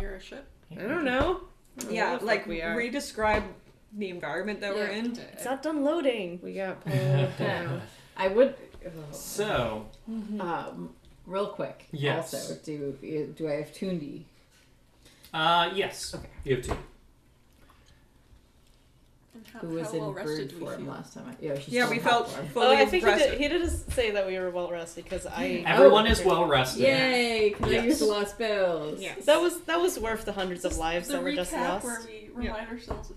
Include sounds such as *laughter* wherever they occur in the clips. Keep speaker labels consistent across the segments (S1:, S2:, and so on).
S1: or shit?
S2: I don't know. I don't know
S1: yeah,
S2: the fuck
S1: like
S2: we are.
S1: re-describe the environment that we're
S3: Yeah.
S1: in.
S3: Uh,
S2: it's not done loading. We got pulled down.
S3: Um, I would.
S4: *laughs* So
S3: Um, real quick.
S4: Yes.
S3: Also, do do I have Tundi?
S4: Uh, yes.
S3: Okay.
S4: You have two.
S1: And how,
S3: Who was
S1: how well
S3: in bird
S1: rested do we
S3: form
S1: feel?
S3: last time? I, yeah, she's
S1: Yeah,
S3: still
S1: we
S3: in
S1: felt
S3: bird form.
S1: fully
S2: Oh, I think he
S1: rested.
S2: did, he did say that we were well rested because I.
S4: Everyone
S2: Oh,
S4: is well rested.
S3: Yay! Because
S4: Yes.
S3: I used the lost spells.
S1: Yes.
S2: That was that was worth the hundreds of lives
S1: the
S2: that were just
S1: recap
S2: lost.
S1: where we remind ourselves. Of,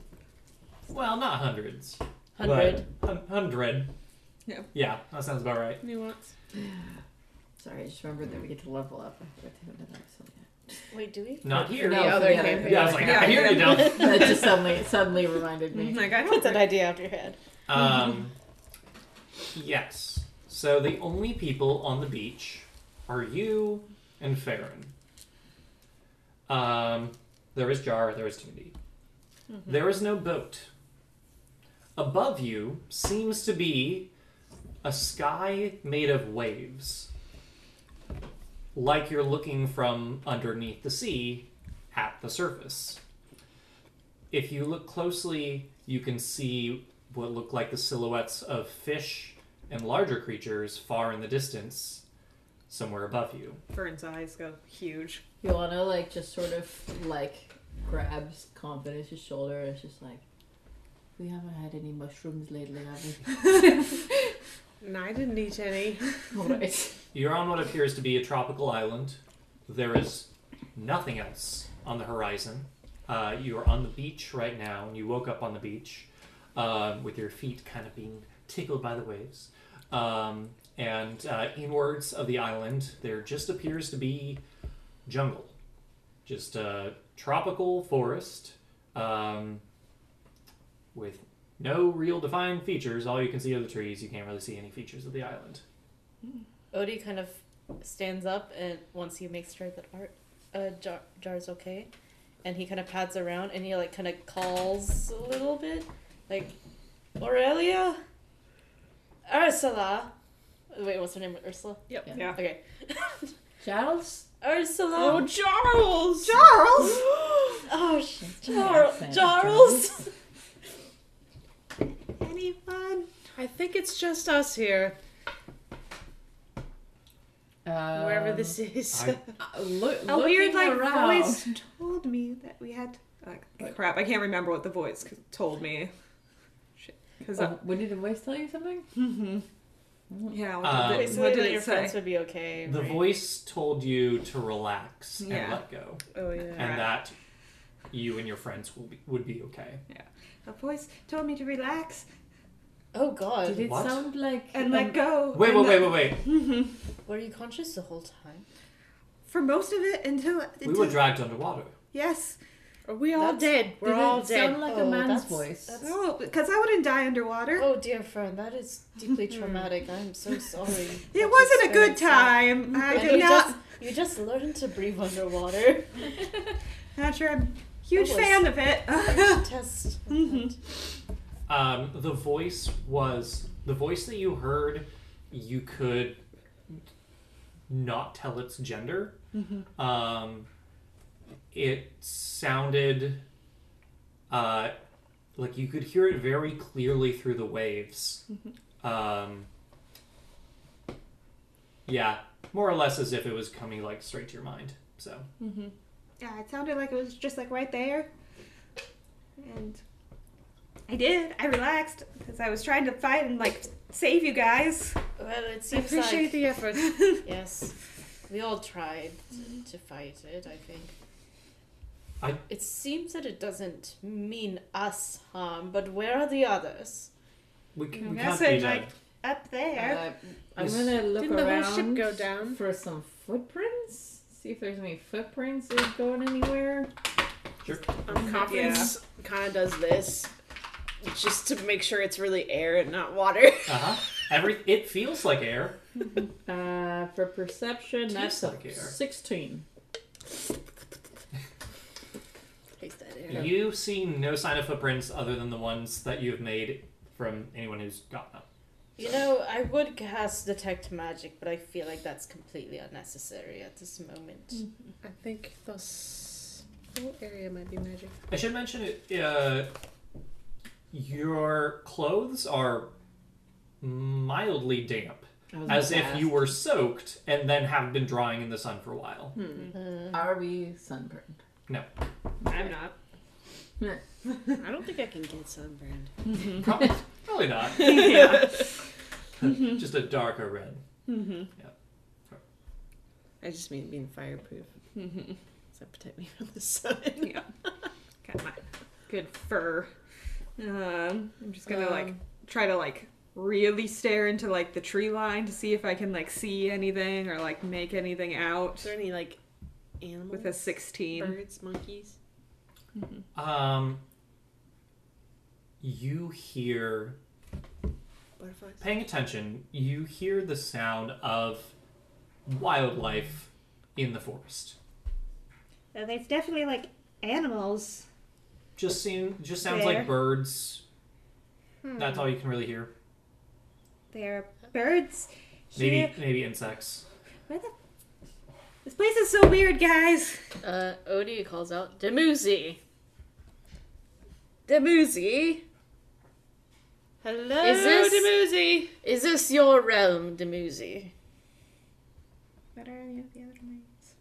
S4: Well, not hundreds.
S2: Hundred
S4: but hun- hundred.
S1: Yeah.
S4: Yeah, that sounds about right.
S2: nuance.
S3: Sorry, I just remembered that we get to level up. I forgot to have another episode.
S2: Wait, do we?
S4: Not here.
S3: No,
S2: the
S3: for
S2: other
S3: the other
S2: campaign.
S4: Yeah, I was like, I hear you, Del.
S3: That just suddenly it suddenly reminded me.
S1: Mhm. like I
S2: Put
S1: don't
S2: that idea out of your head.
S4: Um, yes. So the only people on the beach are you and Farron. Um, there is Jar, there is Tundi. There is no boat. Above you seems to be a sky made of waves. Like you're looking from underneath the sea at the surface. If you look closely, you can see what look like the silhouettes of fish and larger creatures far in the distance, somewhere above you.
S1: Fern's eyes go huge.
S3: You wanna like just sort of like grabs confidence's shoulder and it's just like we haven't had any mushrooms lately, have we? *laughs*
S2: No, I didn't eat any.
S3: Alright.
S4: You're on what appears to be a tropical island. There is nothing else on the horizon. Uh, you are on the beach right now, and you woke up on the beach um, with your feet kind of being tickled by the waves. Um, and uh, inwards of the island, there just appears to be jungle, just a tropical forest um, with no real defined features. All you can see are the trees. You can't really see any features of the island.
S2: Odie kind of stands up and once he makes sure that Art uh, Jar, Jar's okay, and he kind of pads around and he like kind of calls a little bit, like Aurelia, Ursula. Wait, what's her name? Ursula.
S1: Yep.
S3: Yeah.
S1: Yeah.
S2: Okay,
S3: Charles?
S5: Oh,
S2: Ursula.
S1: Charles! Charles! *gasps*
S2: Oh, sh
S3: Yeah,
S2: Charles.
S5: *laughs*
S3: thanks,
S2: Charles.
S1: Anyone?
S5: I think it's just us here,
S3: Um,
S5: wherever *laughs* this is.
S4: I-
S3: uh, look,
S5: A weird,
S3: looking
S5: like,
S3: around.
S5: voice
S1: Told me that we had. Uh, crap, I can't remember what the voice c- told me. Shit.
S2: *laughs*
S1: Because,
S3: Oh, when did the voice tell you something?
S1: yeah, what,
S4: Um,
S1: did,
S2: Okay,
S1: it-
S2: so
S1: what did
S2: that your
S1: it
S2: friends
S1: say?
S2: would be okay.
S4: The
S2: right?
S4: voice told you to relax and
S1: Yeah.
S4: let go,
S5: Oh yeah.
S4: and
S1: Right.
S4: that you and your friends will be, would be okay.
S1: The voice told me to relax
S2: Oh God,
S3: Did it
S4: What?
S3: sound like
S1: and let go.
S4: Wait,
S1: and
S4: wait,
S1: let-
S4: wait, wait, wait.
S2: were you conscious the whole time?
S1: For most of it until.
S4: We were dragged underwater.
S1: Yes.
S5: Are we all
S2: That's-
S5: dead? We're
S3: did it
S5: all
S3: sound
S5: dead.
S3: like
S2: Oh,
S3: a man's
S2: that's-
S3: voice?
S2: that's-
S1: No, Oh, because I wouldn't die underwater.
S2: Oh dear friend, that is deeply
S5: Hmm.
S2: traumatic.
S5: *laughs*
S2: I'm so sorry.
S1: It wasn't a good time. I
S2: And
S1: did
S2: you
S1: not.
S2: Mm-hmm. just you just learned to
S5: *laughs*
S2: breathe underwater.
S1: Not sure. I'm a huge
S2: That was-
S1: fan of
S2: *laughs*
S1: it. *laughs*
S2: Test.
S5: Mm-hmm.
S4: Um, the voice was the voice that you heard. You could not tell its gender. Um, it sounded uh, like you could hear it very clearly through the waves. Um, yeah, more or less as if it was coming like straight to your mind. So
S1: yeah, it sounded like it was just like right there. And I did. I relaxed because I was trying to fight and like save you guys.
S2: Well, it
S5: I
S2: seems
S5: appreciate
S2: like
S5: the
S2: *laughs*
S5: effort.
S2: yes, we all tried to fight it. I think.
S4: I-
S2: It seems that it doesn't mean us harm, but where are the others?
S4: we, c- we can't do
S1: Message
S4: that.
S1: like up there.
S3: Uh, I'm
S4: Yes.
S3: gonna look
S5: Didn't the
S3: around
S5: whole ship go down?
S3: for some footprints. See if there's any footprints that are going anywhere.
S5: Um, confidence kind of does this, just to make sure it's really air and not water. *laughs*
S4: Uh huh. Every it feels like air.
S3: Uh, for perception,
S4: Tastes
S3: that's a
S4: like air.
S3: sixteen.
S2: Taste that air.
S4: You see no sign of footprints other than the ones that you have made from anyone who's gotten them.
S2: You know, I would cast detect magic, but I feel like that's completely unnecessary at this moment.
S5: I think those.
S2: whole Mm. area might be magic.
S4: I should mention it. Uh, your clothes are mildly damp,
S3: I was
S4: as
S3: gonna
S4: if
S3: ask,
S4: you were soaked and then have been drying in the sun for a while.
S2: Uh,
S3: Are we sunburned?
S1: I'm not.
S2: I don't think I can get sunburned.
S4: Probably, probably not. *laughs* Just a darker red.
S2: I just mean being *laughs* fireproof. Does that protect me from the
S6: *laughs*
S2: sun?
S1: Yeah. Got my good fur. Um, I'm just gonna like
S2: Um,
S1: try to like really stare into like the tree line to see if I can like see anything or like make anything out
S2: Is there any like animals?
S1: with a 16.
S2: birds, monkeys?
S1: Mm-hmm.
S4: Um, you hear
S2: Butterflies.
S4: paying attention, you hear the sound of wildlife in the forest.
S1: There's definitely like animals.
S4: Just seem just sounds
S1: There.
S4: like birds. That's all you can really hear.
S1: There are birds
S4: Maybe maybe insects.
S1: Where the? This place is so weird, guys.
S6: Uh, Odie calls out Demuzi.
S2: Demuzi. Hello,
S6: Is this-
S2: Demuzi.
S6: Is this your realm, Demuzi?
S1: What are any of the other knights?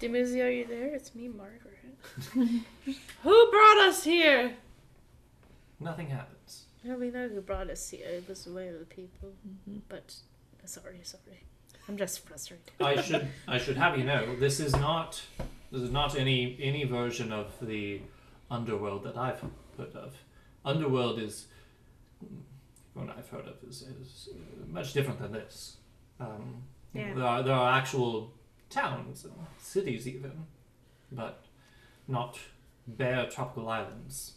S6: Demuzi, are you there? It's me, Margaret.
S2: Who brought us here?
S4: Nothing happens.
S6: Yeah, we know who brought us here. It was the will of the people.
S2: Mm-hmm.
S6: But sorry, sorry. I'm just frustrated.
S4: I should I should have you know this is not this is not any any version of the underworld that I've heard of. Underworld is one I've heard of is, is uh, much different than this. Um, you know,
S1: Yeah.
S4: there are there are actual towns and cities even, but not bare tropical islands.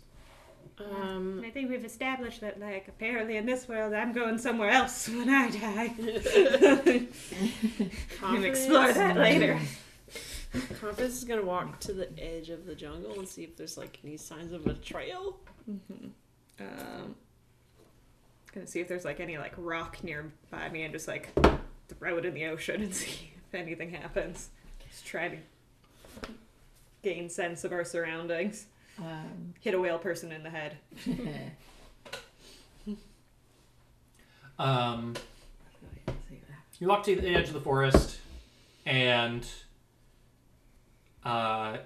S2: Um,
S6: *laughs*
S1: I think we've established that, like, apparently in this world, I'm going somewhere else when I die. We can explore that later.
S2: Compass is gonna walk to the edge of the jungle and see if there's like any signs of a trail.
S1: Mm-hmm. Um, gonna see if there's like any like rock nearby me and just like throw it in the ocean and *laughs* see if anything happens. Just try to gain sense of our surroundings.
S3: Um, *laughs*
S1: Hit a whale person in the head.
S3: let's
S4: Um,
S3: see what happens.
S4: You walk to the edge of the forest, and uh,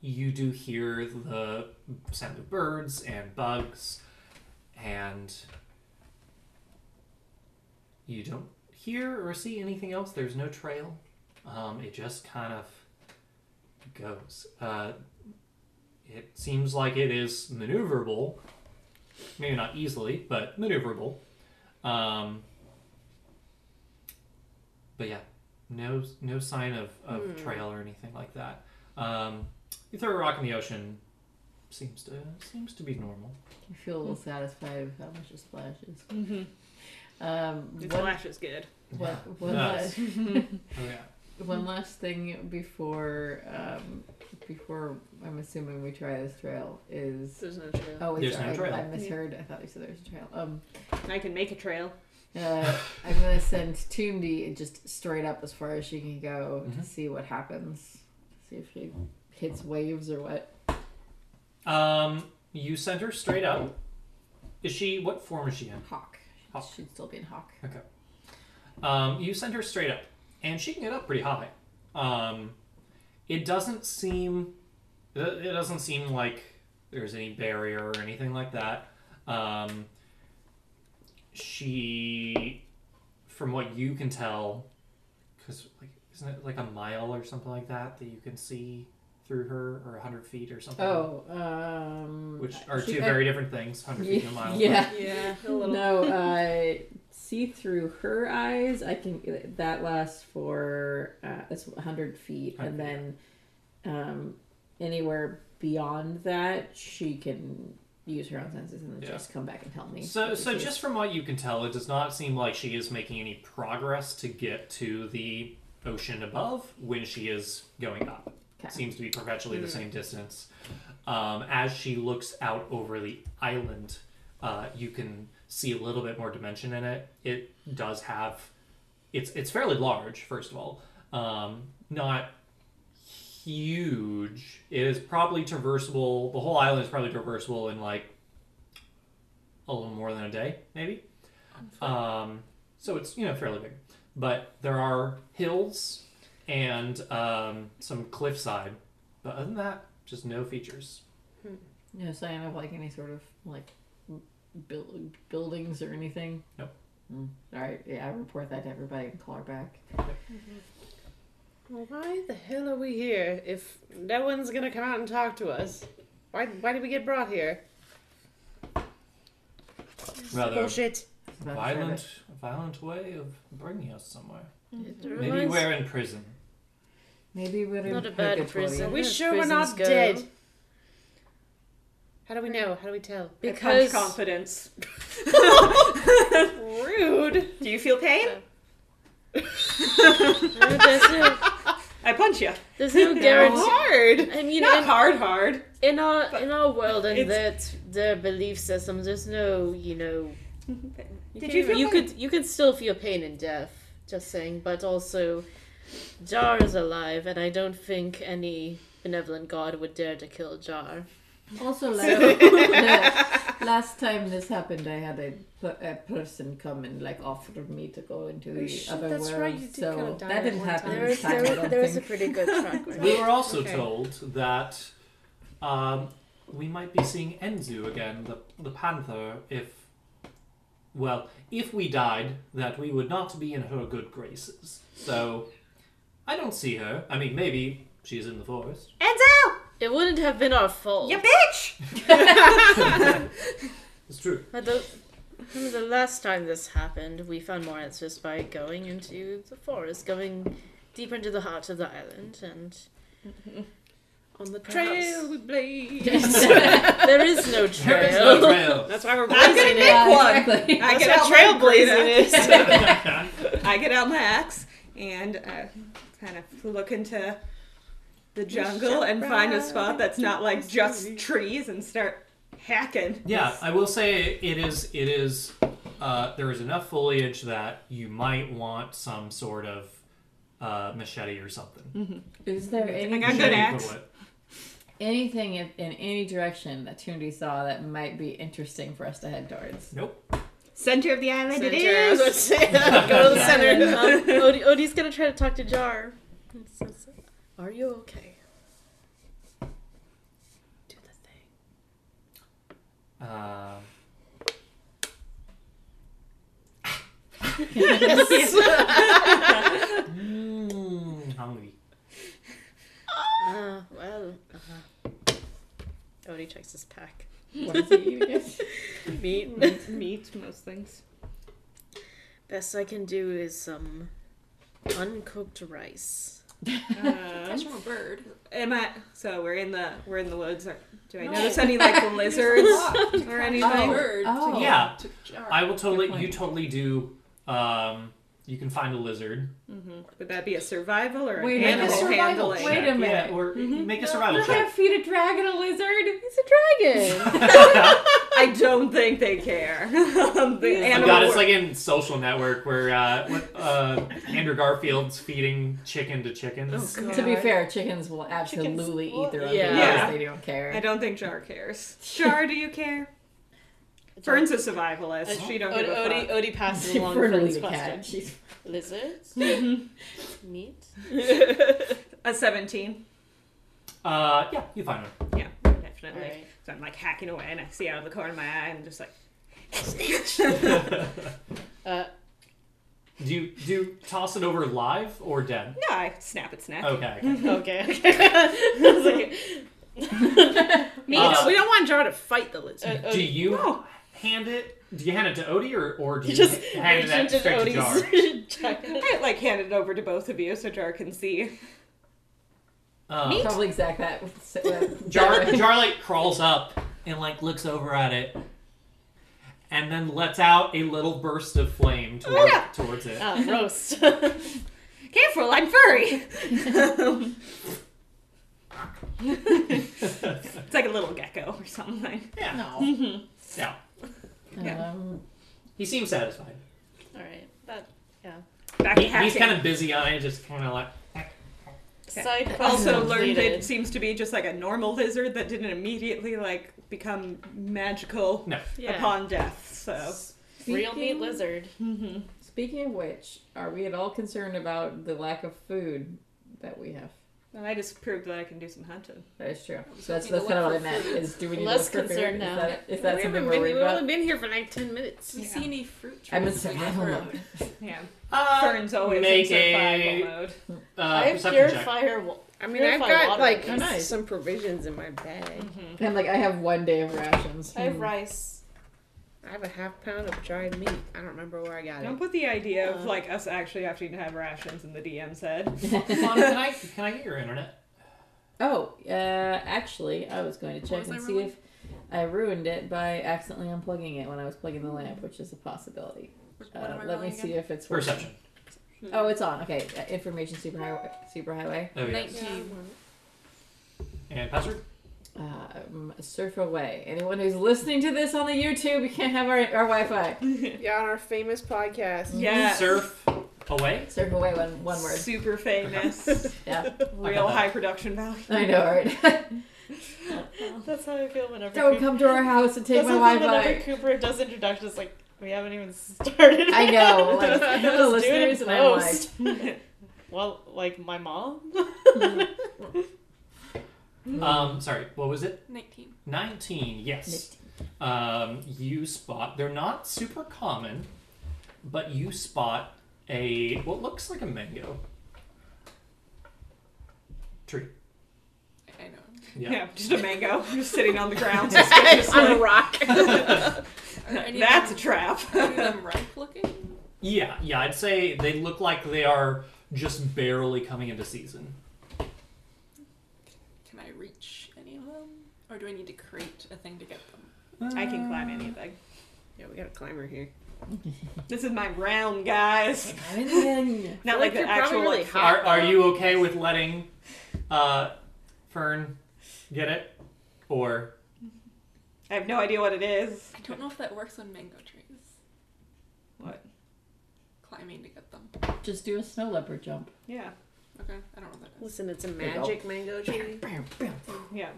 S4: you do hear the sound of birds and bugs, and you don't hear or see anything else. There's no trail. Um, it just kind of goes. Uh, it seems like it is maneuverable. Maybe not easily, but maneuverable. Um, but yeah, no no sign of, of trail or anything like that. Um, you throw a rock in the ocean, seems to seems to be normal.
S3: You feel a little satisfied with how much it splashes.
S2: Mm-hmm.
S3: Um,
S1: It
S3: one,
S1: flash is good.
S3: one, one,
S4: Nice.
S3: last,
S4: Oh yeah.
S3: one last thing before um, before I'm assuming we try this trail is
S2: There's no trail.
S3: oh wait,
S4: There's
S3: sorry,
S4: no trail.
S3: I, I misheard. I thought you said there's a trail. Um,
S2: Oh.
S1: I can make a trail.
S4: *laughs*
S3: uh, I'm gonna send Toomdi just straight up as far as she can go
S4: Mhm.
S3: to see what happens. See if she hits waves or what.
S4: Um, you send her straight up. Is she what form is she in?
S3: Hawk.
S4: Hawk.
S3: She'd still be in hawk.
S4: Um, you send her straight up, and she can get up pretty high. Um, it doesn't seem it it doesn't seem like there's any barrier or anything like that. Um, she, from what you can tell, because like isn't it like a mile or something like that that you can see through her, or hundred feet or something?
S3: Oh, um,
S4: which are
S3: she-
S4: two
S3: I-
S4: very different things. Hundred feet and a mile.
S3: *laughs* Yeah.
S2: Yeah, a little.
S3: No, uh, see through her eyes. I can. That lasts for uh, it's 100 feet, and
S4: 100,
S3: then um, anywhere beyond that, she can use her own senses and then
S4: Yeah.
S3: just come back and tell me.
S4: So,
S3: what
S4: so
S3: she-
S4: just from what you can tell, it does not seem like she is making any progress to get to the ocean above when she is going up.
S3: Okay.
S4: Seems to be perpetually the same distance. Um, as she looks out over the island, uh, you can see a little bit more dimension in it. It does have, it's it's fairly large. First of all, um, not huge. It is probably traversable. The whole island is probably traversable in like a little more than a day, maybe. Um, so it's you know fairly big, but there are hills and um, some cliffside. But other than that, just no features.
S3: You know, so I don't have like any sort of like build, buildings or anything.
S4: Nope.
S3: Mm. All right, yeah, I report that to everybody and call her back.
S5: Well, why the hell are we here if no one's gonna come out and talk to us? Why, why did we get brought here?
S4: Rather
S5: Bullshit.
S3: I was about to say that.
S4: violent, violent way of bringing us somewhere.
S5: It
S4: Maybe
S5: reminds-
S4: we're in prison.
S3: Maybe we're in
S2: Not a bad
S3: purgatory.
S5: Are
S2: prison.
S5: we
S2: Where
S5: sure we're
S2: prisons
S5: not
S2: go.
S5: dead? How do we know? How do we
S1: *laughs*
S5: tell?
S1: Because
S2: Because *laughs*
S1: confidence.
S5: Rude.
S1: Do you feel pain?
S2: No, there's, no,
S1: I punch you.
S2: there's no guarantee.
S5: Hard.
S2: I mean,
S1: Not
S2: in,
S1: hard, hard.
S2: in our in our world and
S1: It's-
S2: that their belief systems, there's no you know
S1: Did you feel
S2: you
S1: pain?
S2: could you could still feel pain in death. Just saying, but also, Jar is alive, and I don't think any benevolent god would dare to kill Jar.
S3: Also, like *laughs* the last time this happened, I had a, per- a person come and like offered me to go into the
S5: shit,
S3: other
S5: that's
S3: world.
S5: right, you did
S3: so
S5: kinda die
S3: that
S5: that
S3: didn't
S5: one
S3: happen
S5: time.
S2: There
S3: this
S2: is
S3: time. I
S2: there,
S3: don't
S2: there is a
S3: think.
S2: pretty good track *laughs* record.
S4: We were also
S5: Okay.
S4: told that um, we might be seeing Enzu again, the, the panther, if. Well, if we died, that we would not be in her good graces. So, I don't see her. I mean, maybe she's in the forest.
S1: Enzo,
S2: It wouldn't have been our fault.
S1: you bitch!
S4: It's true.
S2: But the, remember the last time this happened, we found more answers by going into the forest, going deeper into the heart of the island, and *laughs*
S5: On the
S2: trail
S5: trail we blaze.
S2: *laughs* there is no
S4: There is no
S2: trail.
S4: trail.
S5: That's why we're
S1: I'm
S3: *laughs*
S1: gonna
S5: blazing.
S1: make
S3: Yeah,
S1: one.
S3: exactly.
S1: I get
S5: That's
S1: out
S5: what
S1: my
S5: trailblazing
S1: blazing
S5: is. *laughs*
S1: *laughs* I get out my axe and uh, kind of look into the jungle and find a spot that's not like just trees and start hacking.
S4: Yeah, I will say it is. It is. Uh, there is enough foliage that you might want some sort of uh, machete or something.
S3: Is there
S1: Mm-hmm. I
S3: any,
S1: got good
S4: Machete
S1: axe.
S4: equivalent.
S3: anything in, in any direction that Tunde saw that might be interesting for us to head towards?
S4: Nope.
S1: Center of the island it
S5: Center. I was about to
S1: is.
S2: *laughs*
S5: say that. Go to the
S2: Yeah,
S5: center.
S2: and, um, Odie, Odie's gonna try to talk to Jar. And says, Are you okay? Do the thing.
S1: *laughs*
S4: Uh,
S2: *laughs*
S4: mm, hungry.
S2: Ah, well. Uh-huh. Odie checks his pack.
S3: What does he eat again?
S2: Meat.
S1: Meat, most things.
S2: Best I can do is some uncooked rice.
S1: Um,
S7: from a bird.
S1: *laughs* am I? So we're in the we're in the woods. Or, do I
S7: No.
S1: notice any *laughs* like lizards or anything?
S7: bird.
S3: Oh.
S7: to-
S4: Yeah.
S7: to jar.
S4: I will totally.
S3: Good point.
S4: You totally do. Um, you can find a lizard.
S1: Would that be a survival or
S3: Wait
S1: an
S3: a
S1: animal
S3: minute.
S7: Survival.
S1: handling?
S3: Wait a
S4: check.
S3: minute.
S4: Yeah, or make a survival check.
S3: feed a dragon a lizard.
S2: He's a dragon!
S1: I don't think they care. *laughs* the
S4: Oh
S1: animal.
S4: God, it's like in Social Network where uh, what, uh, Andrew Garfield's feeding chicken to chickens.
S2: God.
S3: To be fair, chickens will absolutely eat their own
S2: Yeah.
S3: babies.
S1: Yeah.
S3: They don't care. *laughs*
S1: I don't think Jar cares. Jar, do you care? Fern's a survivalist. She don't give a fuck.
S2: Odie, Odie passes along
S3: For an
S2: Fern's
S3: illegal
S2: question.
S3: cat. *laughs* She's
S2: Lizards? Meat?
S1: A 17.
S4: Uh, yeah, you find one.
S1: Yeah, definitely.
S2: Alright.
S1: So I'm like hacking away and I see out of the corner of my eye and just like,
S2: Uh,
S4: Do you do you toss it over live or dead?
S1: no, I snap its neck.
S4: Okay.
S2: okay, okay. I was like,
S5: Me,
S4: Uh,
S5: no, we don't want Jar to fight the lizard.
S2: uh,
S4: Do
S2: Odie-
S4: you
S1: No.
S4: hand it? Do you hand it to Odie or, or do
S2: he
S4: you
S2: just
S4: hand it that
S2: reached into
S4: straight to Jar?
S2: *laughs* Odie's jacket.
S1: I like hand it over to both of you so Jar can see.
S4: Um,
S3: probably exact that.
S4: *laughs*
S3: that- *laughs*
S4: Jar Jar like crawls up and like looks over at it, and then lets out a little burst of flame toward,
S1: yeah.
S4: towards it.
S2: Ah, roast. *laughs*
S1: Careful, I'm furry! it's like a little gecko or something.
S4: *laughs* yeah.
S3: No.
S4: *laughs* Yeah.
S3: Um,
S4: He seems satisfied.
S2: Alright, that, yeah.
S1: Back
S4: He,
S1: hacking.
S4: he's kind of busy on it, just kind of like.
S1: Okay.
S6: Side quest
S1: Also learned
S6: completed.
S1: it seems to be just like a normal lizard that didn't immediately like become magical
S4: No.
S1: upon death. So *laughs*
S6: Real meat
S3: Speaking-
S6: lizard.
S1: mm-hmm.
S3: Speaking of which, are we at all concerned about the lack of food that we have?
S1: well, I just proved that I can do some hunting.
S3: That is true. So that's
S2: we
S3: that's
S2: look
S3: kind of
S2: for
S3: what I meant. Is do we need
S6: Less
S3: to look for food? Is
S6: concerned now.
S3: that, is that
S2: we
S3: something
S2: haven't
S3: we're
S2: been,
S3: worried
S2: we've
S3: about?
S2: only been here for like 10 minutes.
S5: You
S1: Yeah.
S5: see any fruit trees?
S3: I'm in
S5: we could
S1: *laughs*
S3: survival
S5: grow?
S3: mode.
S1: Yeah,
S4: Uh,
S1: Fern's always in
S4: make
S1: survival
S4: a
S1: mode.
S4: uh,
S6: I have
S4: perception
S6: pure
S4: check.
S6: fire. wa-
S2: I mean,
S6: Purify
S2: I've got
S6: water,
S2: like
S6: I guess.
S3: Nice.
S2: some provisions in my bag.
S1: Mm-hmm.
S3: And I'm like, I have one day of rations.
S6: I have
S3: *laughs* Hmm.
S6: rice.
S2: I have a half pound of dried meat. I don't remember where I got
S1: Don't
S2: it.
S1: put the idea of
S6: Uh.
S1: like us actually having to have rations in the DM's head.
S4: Lana, can I can I get your internet?
S3: Oh, uh, actually, I was going to
S5: What
S3: check
S5: was
S3: and
S5: I
S3: see
S5: rolling?
S3: if I ruined it by accidentally unplugging it when I was plugging the lamp, which is a possibility.
S5: What am I
S3: Uh, let
S5: rolling
S3: me
S5: again?
S3: see if it's working.
S4: Perception.
S5: Hmm.
S3: Oh, it's on. Okay, uh, information superhighway. Superhighway.
S4: Oh yes.
S5: Nineteen.
S1: *laughs*
S4: And password.
S3: Um, surf away. Anyone who's listening to this on the YouTube, you can't have our, our Wi-Fi.
S2: Yeah, on our famous podcast.
S5: Uh,
S1: Yeah,
S4: Surf away.
S3: Surf away. One one word.
S1: Super *laughs* famous,
S3: Yeah,
S1: real
S4: that.
S1: high production value.
S3: *laughs* I know, right?
S6: That's how I feel whenever.
S3: Don't
S6: Coop-
S3: come to our house and take
S6: That's
S3: my
S6: how I feel
S3: Wi-Fi.
S6: Whenever Cooper does introductions, like we haven't even started.
S3: I know.
S6: *laughs*
S3: Like, I know the
S6: Let's do it in
S3: listeners, and I'm like,
S6: post. *laughs* well, like my mom.
S4: Um, sorry. What was it?
S5: Nineteen.
S4: Nineteen. Yes. Um, you spot. They're not super common, but you spot a what looks like a mango tree.
S5: I know.
S1: Yeah.
S4: Yeah.
S1: just a mango, just sitting on the ground.
S2: on a
S1: *laughs*
S2: rock.
S5: Are any of
S1: That's a
S5: them-
S1: trap.
S5: are any of
S1: *laughs*
S5: them ripe looking?
S4: Yeah, yeah, I'd say they look like they are just barely coming into season.
S5: Can I reach any of them, or do I need to create a thing to get them?
S1: I can
S4: Uh,
S1: climb anything.
S2: yeah, we got a climber here.
S1: This is my realm, guys.
S3: I'm in.
S1: Not like
S2: You're
S1: the
S2: probably
S1: actual
S2: really
S1: like,
S2: hot,
S4: Are, are
S2: though.
S4: you okay with letting uh, Fern get it? Or
S1: I have no idea what it is.
S5: I don't know if that works on mango trees.
S1: What?
S5: Climbing to get them.
S3: Just do a snow leopard jump.
S1: Yeah,
S5: Okay, I don't know what that is.
S2: Listen, it's a
S3: you go.
S2: magic mango tree.
S3: Bam, bam.
S1: yeah.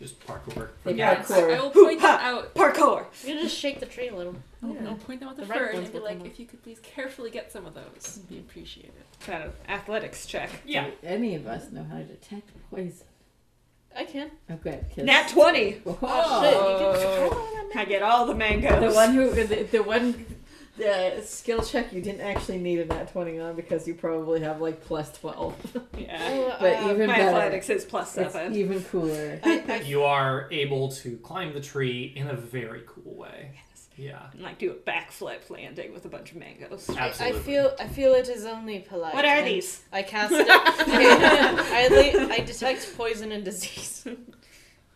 S4: just parkour?
S3: They
S1: Yeah.
S5: I
S3: parkour.
S5: will point
S1: Hoo-ha!
S5: them out.
S1: Parkour.
S6: You just shake the tree a little.
S5: I'll point them out to
S6: The ripe
S5: Fern
S6: ones
S5: and be
S6: will
S5: like,
S6: come
S5: if you could please carefully get some of those, we appreciate it.
S1: Kind of athletics check.
S4: Yeah.
S3: Do Any of us know how to detect poison?
S6: I can.
S3: Okay.
S1: Nat Oh, twenty.
S2: Oh.
S1: I get all the mangoes.
S3: Oh, The one who the, the one the skill check you didn't actually need a nat twenty on because you probably have like plus twelve.
S1: Yeah.
S3: But
S6: uh,
S3: even
S1: Uh, my
S3: better.
S1: athletics is plus
S3: It's
S1: seven.
S3: even cooler.
S4: You are able to climb the tree in a very cool way. Yeah,
S1: And, like do a backflip landing with a bunch of mangoes.
S2: Uh,
S4: absolutely.
S6: I feel. I feel it is only polite.
S1: What are
S6: and
S1: these?
S6: I cast. it. *laughs* I, le- I detect poison and disease.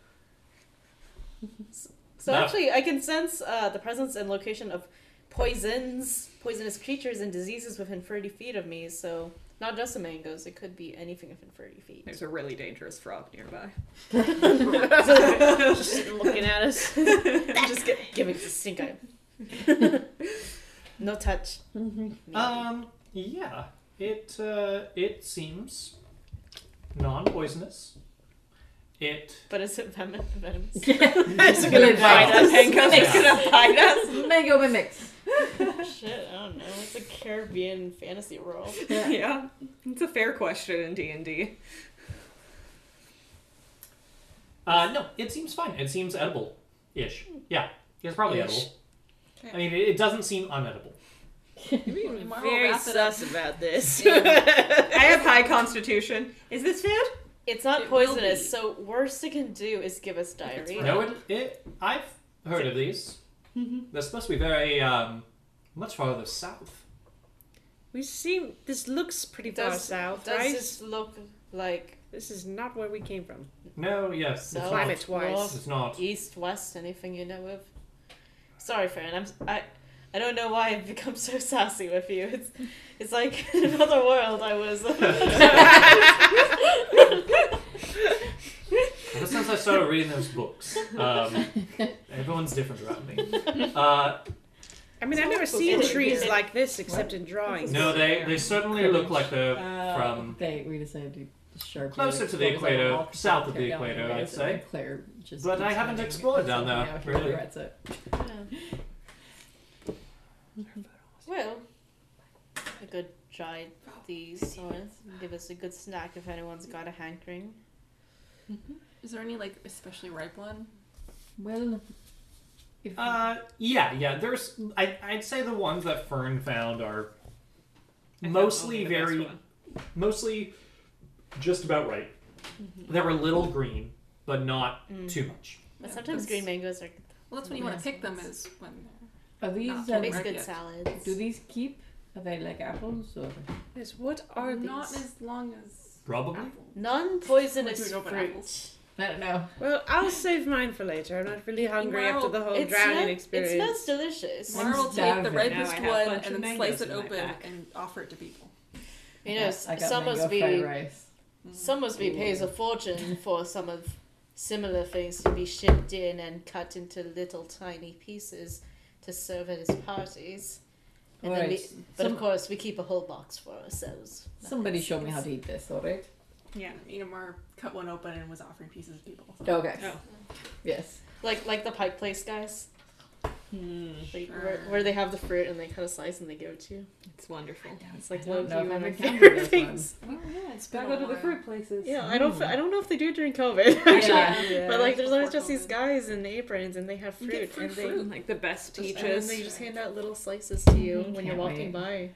S6: *laughs* S- So
S4: No.
S6: actually, I can sense uh, the presence and location of poisons, poisonous creatures, and diseases within thirty feet of me. So not just the mangoes; it could be anything within thirty feet.
S1: There's a really dangerous frog nearby.
S6: *laughs*
S2: Just looking at us.
S6: I'm just gi- giving the stink eye. no touch.
S4: Um, yeah, it uh, it seems non-poisonous. It
S6: But is it venom? *laughs*
S2: *laughs*
S6: venomous?
S3: it's gonna
S2: Oh,
S4: bite us.
S1: Mangoes
S4: Yeah.
S1: gonna
S2: *laughs*
S1: bite us.
S3: Mango mimics.
S6: Shit, I don't know. It's a Caribbean fantasy world.
S1: Yeah. it's a fair question in D and D.
S4: Uh, no, it seems fine. It seems edible ish. Yeah, it's probably
S3: Ish.
S4: edible. I mean, it, it doesn't seem unedible.
S5: Tomorrow we'll
S2: Very
S5: wrap it up.
S2: sus about
S6: *laughs*
S2: this.
S5: *laughs*
S1: I have high constitution. Is this food?
S6: It's not
S5: It will be.
S6: poisonous, so worst it can do is give us diarrhea.
S4: No, it, it. I've heard of these. This must be very um, much farther south.
S2: we seem. This looks pretty far
S6: Does-
S2: south,
S6: Does
S2: right?
S6: this look like
S2: This is not where we came from.
S4: No, yes,
S6: south,
S4: it's
S2: Climate
S4: not.
S2: wise.
S6: north,
S4: It's not.
S6: east, west? Anything you know of? Sorry, Fran. I'm I. I don't know why I've become so sassy with you. It's, it's like *laughs* in another world I was.
S4: Ever since I started reading those books, um, everyone's different around me. Uh,
S2: I mean, I've
S6: It's
S2: never
S6: not
S2: seen
S6: supposed to be
S2: trees
S6: here.
S2: like this except in drawings.
S4: no, they they certainly look like they're
S3: Uh,
S4: from.
S3: they we decided to Sharpie
S4: Closer
S3: like,
S4: to the
S3: goes on
S4: equator,
S3: wall,
S4: south of the
S3: tear down
S4: equator,
S3: wall,
S4: I'd
S3: so
S4: say.
S3: Claire just
S4: But
S3: keeps
S4: I haven't
S3: finding it.
S4: explored down
S3: Something
S4: there,
S3: out here
S4: really.
S3: regrets it.
S2: Yeah. Well, I could try these so it's- give us a good snack if anyone's got a hankering.
S5: Is there any like especially ripe one?
S3: Well, if
S4: Uh, yeah, yeah. There's, I, I'd say the ones that Fern found are
S8: I found
S4: mostly
S8: only the best
S4: very,
S8: one.
S4: mostly just about right. They were a little green, but not
S2: Mm.
S4: too much.
S2: But
S5: Yeah, that's-
S2: sometimes green mangoes are
S5: Well, that's when you want
S3: Yeah.
S5: to pick them is when they're.
S3: are these
S5: not
S3: um,
S5: too
S2: makes
S5: ripe
S2: good
S5: yet.
S2: salads.
S3: do these keep? Are they like apples or?
S1: Yes, what are these?
S5: not as long as
S4: Probably.
S5: apple. Like
S2: Non-poisonous
S5: we know about
S2: fruit.
S5: apples.
S3: I don't know.
S1: Well, I'll save mine for later. I'm not really hungry
S5: Well,
S1: after the whole
S2: It
S1: drowning
S2: smells-
S1: experience.
S2: It smells delicious.
S3: Wow.
S5: Mara will take the
S3: starving.
S8: Now I
S5: ripest
S8: have a
S5: one
S8: bunch of
S5: and then slice
S8: mangoes in
S5: it
S8: my
S5: open
S8: pack.
S5: and offer it to people.
S2: You know,
S3: I got
S2: some must
S3: mango
S2: be
S3: fried rice.
S2: some must be pays a fortune for some of similar things to be shipped in and cut into little tiny pieces to serve at his parties. And then
S3: Alright,
S2: we, but
S3: some-
S2: of course, we keep a whole box for ourselves.
S3: Somebody show me how to eat this, alright?
S8: Yeah.
S5: You know, Mara cut one open and was offering pieces to people. so-
S3: Okay.
S8: Oh.
S3: Yes.
S2: Like like the Pike Place guys,
S8: Hmm.
S2: like, where, where they have the fruit and they cut a slice and they give it to you.
S8: It's wonderful.
S2: It's like
S3: I don't
S2: low-key
S3: know if
S2: one
S3: I've
S2: of my *laughs*
S3: encountered
S2: favorite
S3: those
S2: things.
S8: Well, yeah, it's
S5: Gotta go to the fruit
S8: places.
S1: yeah, I don't. I don't know if they do during COVID.
S3: *laughs*
S2: *laughs*
S3: Yeah.
S2: But like, there's always just these
S5: Before
S2: guys in aprons and they have
S8: You
S2: fruit
S8: get fruit,
S2: and they
S8: fruit, like the best
S5: Just-
S2: and then
S8: peaches.
S2: they just hand out little slices to you
S3: Mhm.
S2: when you're walking
S3: Can't
S2: by.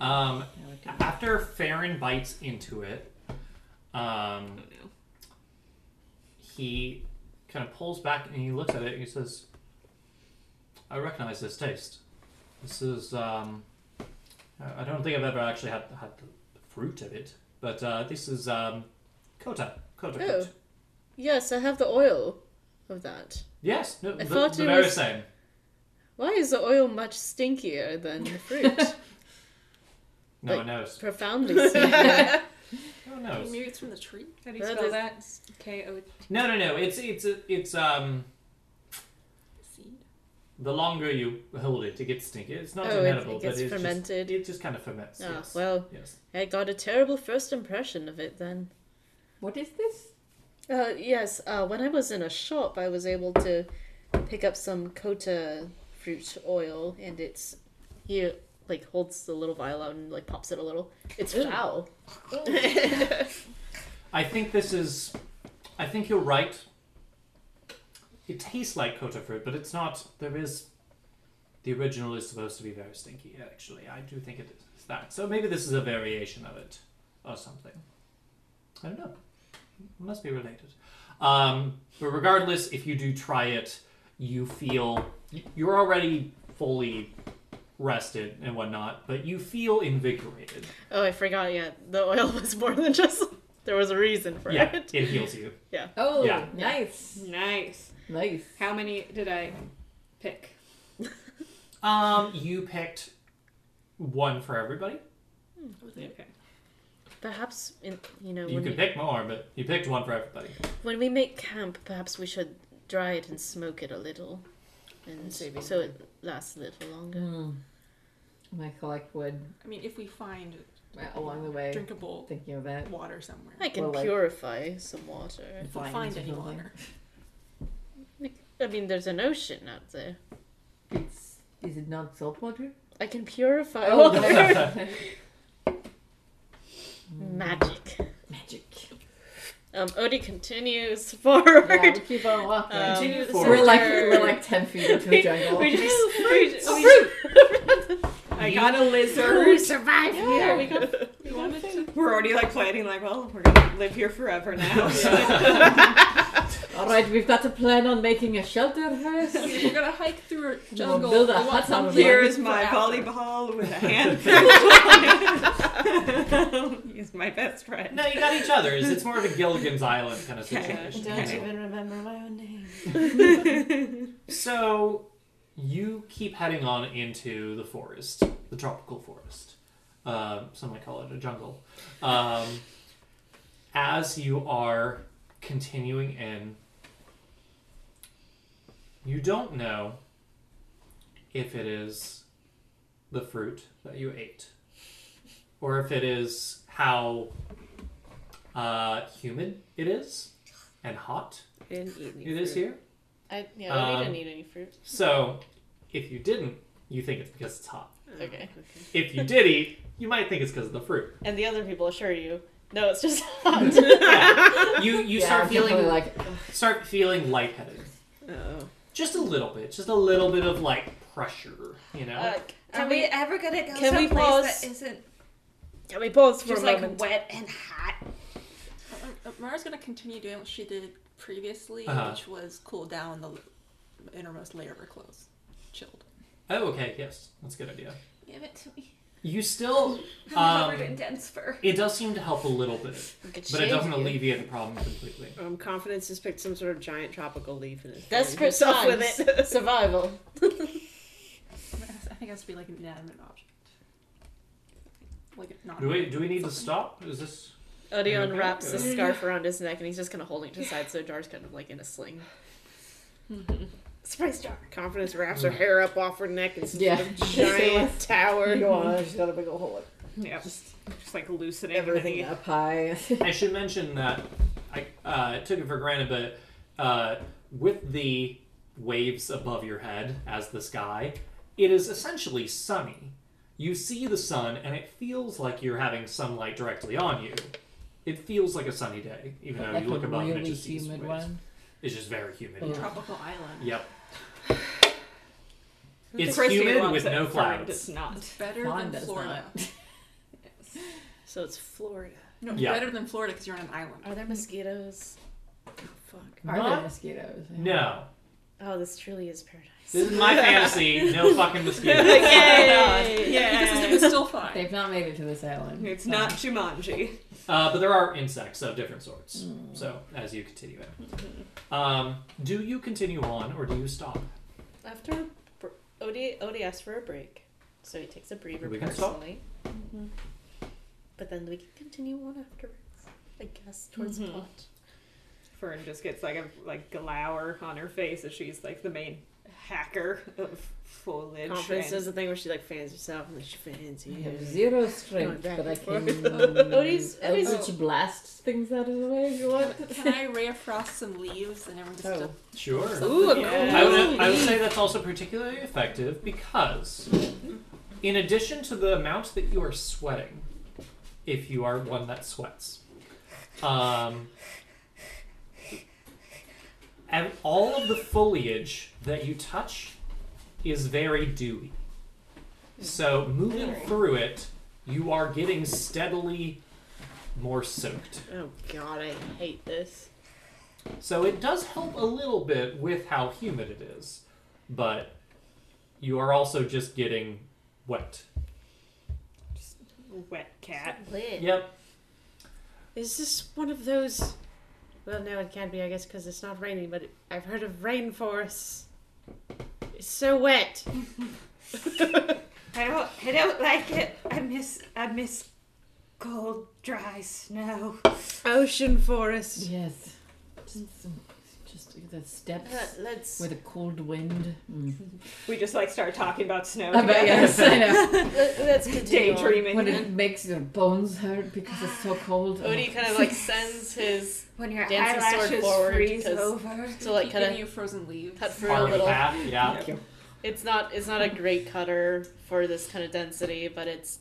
S4: Um,
S3: Now we can-
S4: after Farron bites into it, um,
S8: oh no.
S4: he kind of pulls back and he looks at it and he says, I recognize this taste. This is, um, I I don't think I've ever actually had, had the fruit of it, but uh, this is um, Kota. Kota
S2: Oh.
S4: fruit.
S2: Yes, I have the oil of that.
S4: Yes, no, the,
S2: thought
S4: the
S2: it
S4: very
S2: was-
S4: same.
S2: Why is the oil much stinkier than the fruit?
S4: No
S2: like-
S4: one knows.
S2: Profoundly stinkier.
S4: No one knows.
S5: Maybe it's from the tree.
S8: How do you
S2: That
S8: spell
S2: is-
S8: that? K O.
S4: No, no, no. It's, it's, it's, um,
S5: Seed.
S4: the longer you hold it, it gets stinky. It's not
S2: oh, it,
S4: inedible,
S2: it
S4: but
S2: gets
S4: it's
S2: fermented.
S4: Just, it just kind of ferments.
S2: Ah,
S4: yes.
S2: well,
S4: yes.
S2: I got a terrible first impression of it then.
S3: What is this?
S2: Uh, yes, uh, when I was in a shop, I was able to pick up some Kota fruit oil, and it's he like holds the little vial out and like pops it a little. It's foul.
S4: I think this is. I think you're right. It tastes like Kota fruit, but it's not. There is. The original is supposed to be very stinky, actually. I do think it is that. So maybe this is a variation of it or something. I don't know. It must be related. Um, but regardless, if you do try it, you feel. y- You're already fully rested and whatnot, but you feel invigorated.
S2: Oh, I forgot. Yeah, the oil *laughs* was more than just. There was a reason for
S4: Yeah,
S2: it.
S4: it heals you.
S3: Oh,
S4: Yeah.
S3: nice.
S8: Nice.
S3: Nice.
S8: How many did I pick?
S4: Um, you picked one for everybody.
S8: Okay.
S2: Perhaps in, you know
S4: You
S2: when
S4: could
S2: we,
S4: pick more, but you picked one for everybody.
S2: when we make camp, perhaps we should dry it and smoke it a little, and
S1: Saving
S2: so it lasts a little longer.
S3: Mm. I collect wood
S5: I mean, if we find
S3: uh, along the way,
S5: drinkable
S3: thinking of that.
S5: water somewhere.
S2: I can
S3: Well, like-
S2: purify some water.
S5: if we
S3: vines
S5: find
S3: or
S5: any
S3: something.
S5: water.
S2: I mean, there's an ocean out there.
S3: It's, is it not salt water?
S2: I can purify
S3: Oh,
S2: water.
S3: Mm.
S2: *laughs* Magic.
S3: Magic.
S2: Um, Odie continues *laughs* forward.
S3: Yeah, we keep on walking.
S2: Um,
S4: Continue
S2: so
S4: forward.
S3: we're like
S2: we're-
S3: we're like ten feet into a jungle.
S8: We just, we just, we I
S4: You-
S8: got a
S2: we
S8: lizard.
S2: survived. Yeah, we got.
S5: We wanted to.
S8: *laughs* We're already like planning, like, well, we're gonna live here forever
S3: *laughs*
S8: now. *laughs*
S3: All right, we've got to plan on making a shelter house.
S5: We're gonna hike through a jungle.
S3: build a
S5: We want
S3: hut out of
S5: something
S3: it.
S8: Here
S5: for
S8: is my
S5: after.
S8: volleyball with a
S3: *laughs*
S8: handful. *laughs*
S3: *laughs*
S8: He's my best friend.
S4: *laughs* No, you got each other's. It's more of a Gilligan's Island kind of
S8: Okay.
S4: situation.
S8: Don't
S4: you know?
S2: remember my own name.
S4: So you keep heading on into the forest, the tropical forest. Um, some might call it a jungle. Um, as you are continuing in, you don't know if it is the fruit that you ate, or if it is how uh, humid it is and hot
S2: I didn't eat any
S4: it is
S2: fruit.
S4: here.
S6: I yeah, Odie
S4: Um,
S6: didn't eat any fruit.
S4: So if you didn't, you think it's because it's hot.
S2: Oh,
S6: Okay.
S4: If you did eat, you might think it's because of the
S2: *laughs*
S4: fruit.
S6: And the other people assure you, no, it's just hot.
S4: Yeah. You you
S3: Yeah,
S4: start
S3: I'm
S4: feeling
S3: definitely like
S4: start feeling lightheaded.
S2: Oh.
S4: Just a little bit, just a little bit of like pressure, you know.
S6: Uh,
S5: Are
S6: can
S5: we
S6: we?
S5: ever gonna go
S6: can we
S5: someplace that
S6: pause?
S5: isn't
S2: Can we pause for
S5: just
S2: a
S5: like
S2: moment?
S5: wet and hot? Mara's gonna continue doing what she did previously,
S4: Uh-huh.
S5: which was cool down the l- innermost layer of her clothes, chilled.
S4: oh, okay, yes, that's a good idea.
S5: Give it to
S6: *laughs*
S5: me.
S4: You still,
S5: I'm covered in
S4: um,
S5: dense fur.
S4: it does seem to help a little bit, but it doesn't alleviate the problem completely.
S2: Um, confidence has picked some sort of giant tropical leaf and is
S6: Desperate
S2: throwing
S6: times.
S2: herself with it.
S6: Survival.
S5: I think it has to be like an inanimate object. Like not.
S4: Do we do we need to stop? Is this
S6: Odie
S4: Okay.
S6: unwraps his scarf around his neck and he's just kind of holding it to the side, so Jar's kind of like in
S3: *laughs*
S6: a sling. Surprise Jar.
S2: Confidence wraps her hair up off her neck instead
S3: Yeah. *laughs*
S2: of giant tower.
S3: she's got a big old hole.
S1: Yeah, just, just like loosening
S3: Everything
S1: any-
S3: up high.
S4: I should mention that I uh, took it for granted, but uh, with the waves above your head as the sky, it is essentially sunny. You see the sun, and it feels like you're having sunlight directly on you. It feels like a sunny day, even though
S3: like
S4: you look
S3: a
S4: above and it
S3: really
S4: just sees
S3: humid
S4: waves.
S3: one. Oh.
S4: It's just very humid.
S3: Yeah.
S5: Tropical island.
S4: Yep. It's
S1: Chrissy
S4: humid
S1: wants
S4: with
S1: it.
S4: no
S1: Fern
S4: clouds.
S1: Does not.
S5: It's better
S3: Fawn
S5: than
S3: does
S5: Florida. Yes.
S2: So it's Florida.
S5: No,
S4: Yeah.
S5: better than Florida because you're on an island.
S1: *laughs*
S6: Are there mosquitoes?
S2: Fuck.
S3: Are
S4: Not-
S3: there mosquitoes?
S4: No,
S6: Oh, this truly is paradise.
S4: this is
S3: *laughs*
S6: *laughs*
S4: my fantasy. No
S5: *laughs*
S4: fucking mosquitoes.
S2: Yay!
S5: The ecosystem is still fine.
S3: They've not made it to this island. Um,
S1: It's
S3: so-
S1: not Jumanji.
S4: Uh, but there are insects of different sorts. So as you continue it, um, do you continue on or do you stop?
S6: After a br- Odie, Odie asked for a break, so he takes a breather
S4: We can stop.
S6: personally.
S2: Mm-hmm.
S6: But then we can continue on afterwards, I guess, towards
S1: Mhm.
S6: plot.
S1: Fern just gets like a like glower on her face as she's like the main hacker of foliage.
S2: Confidence
S1: and-
S2: does the thing where she like fans herself and then she fans
S3: I
S2: you.
S3: have zero
S2: Going
S3: strength,
S2: back
S3: but I
S2: and
S3: can um,
S6: Odie's- Odie's-
S3: Eldritch blast things out of the way if you want.
S5: Can I reafrost some leaves and everyone just
S3: Oh.
S5: to-
S4: Sure.
S2: Ooh, a
S1: Yeah.
S4: I would, I would say that's also particularly effective because, in addition to the amount that you are sweating, if you are one that sweats, um, and all of the foliage that you touch is very dewy. So, moving through it, you are getting steadily more soaked.
S2: Oh god, I hate this.
S4: So it does help a little bit with how humid it is, but you are also just getting wet.
S1: wet cat.
S6: Lit.
S4: Yep.
S2: Is this one of those? Well, no, it can't be, I guess, because it's not raining. But it, I've heard of rainforests. It's so wet.
S1: I don't I don't like it. I miss I miss cold, dry snow.
S2: Ocean forest.
S3: Yes. Just, some- just the steps
S6: Uh, let's.
S2: *laughs*
S3: with a cold wind. Mm.
S1: We just like start talking about snow.
S3: *laughs* I bet,
S1: together.
S3: yes, *laughs* I know.
S6: let- let's continue. on.
S1: *laughs* Daydreaming.
S3: When it *laughs* makes your bones hurt because it's so *laughs* cold.
S6: Odie kind of like sends his
S5: when your
S6: dancing sword forward because-
S5: over.
S6: to like kind
S5: giving
S6: of
S5: you frozen leaves.
S6: cut through a
S4: Part of the
S6: little.
S4: path. Yeah.
S1: Yep.
S6: It's not it's not a great cutter for this kind of density, but it's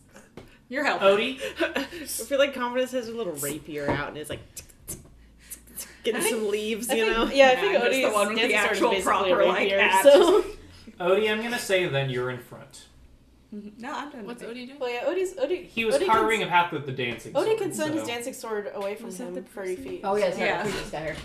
S5: Your help.
S1: Oh,
S4: Odie,
S2: *laughs* I feel like confidence has a little rapier out and it's like getting some leaves,
S6: I
S2: you
S6: think-
S2: know.
S6: Yeah, I
S1: Yeah,
S6: think
S1: just
S6: Odie's
S1: the one with the
S6: dancing sword is
S1: actual
S6: basically
S1: proper,
S6: a
S1: like,
S6: rapier,
S5: *laughs*
S1: axe.
S6: so. *laughs*
S4: Odie, I'm gonna say then you're in front.
S1: No, I'm
S3: Oh.
S1: done.
S5: What's Odie doing?
S6: Well, yeah, Odie's Odie.
S4: He was
S6: Odie
S4: carving a path with the dancing.
S6: Can, Odie
S4: sword,
S6: can send his
S4: so-
S6: dancing sword away from
S5: Was that
S6: him
S5: the
S6: thirty
S5: person?
S6: feet.
S3: Oh, yes,
S1: Yeah.
S3: yeah. Previous guy.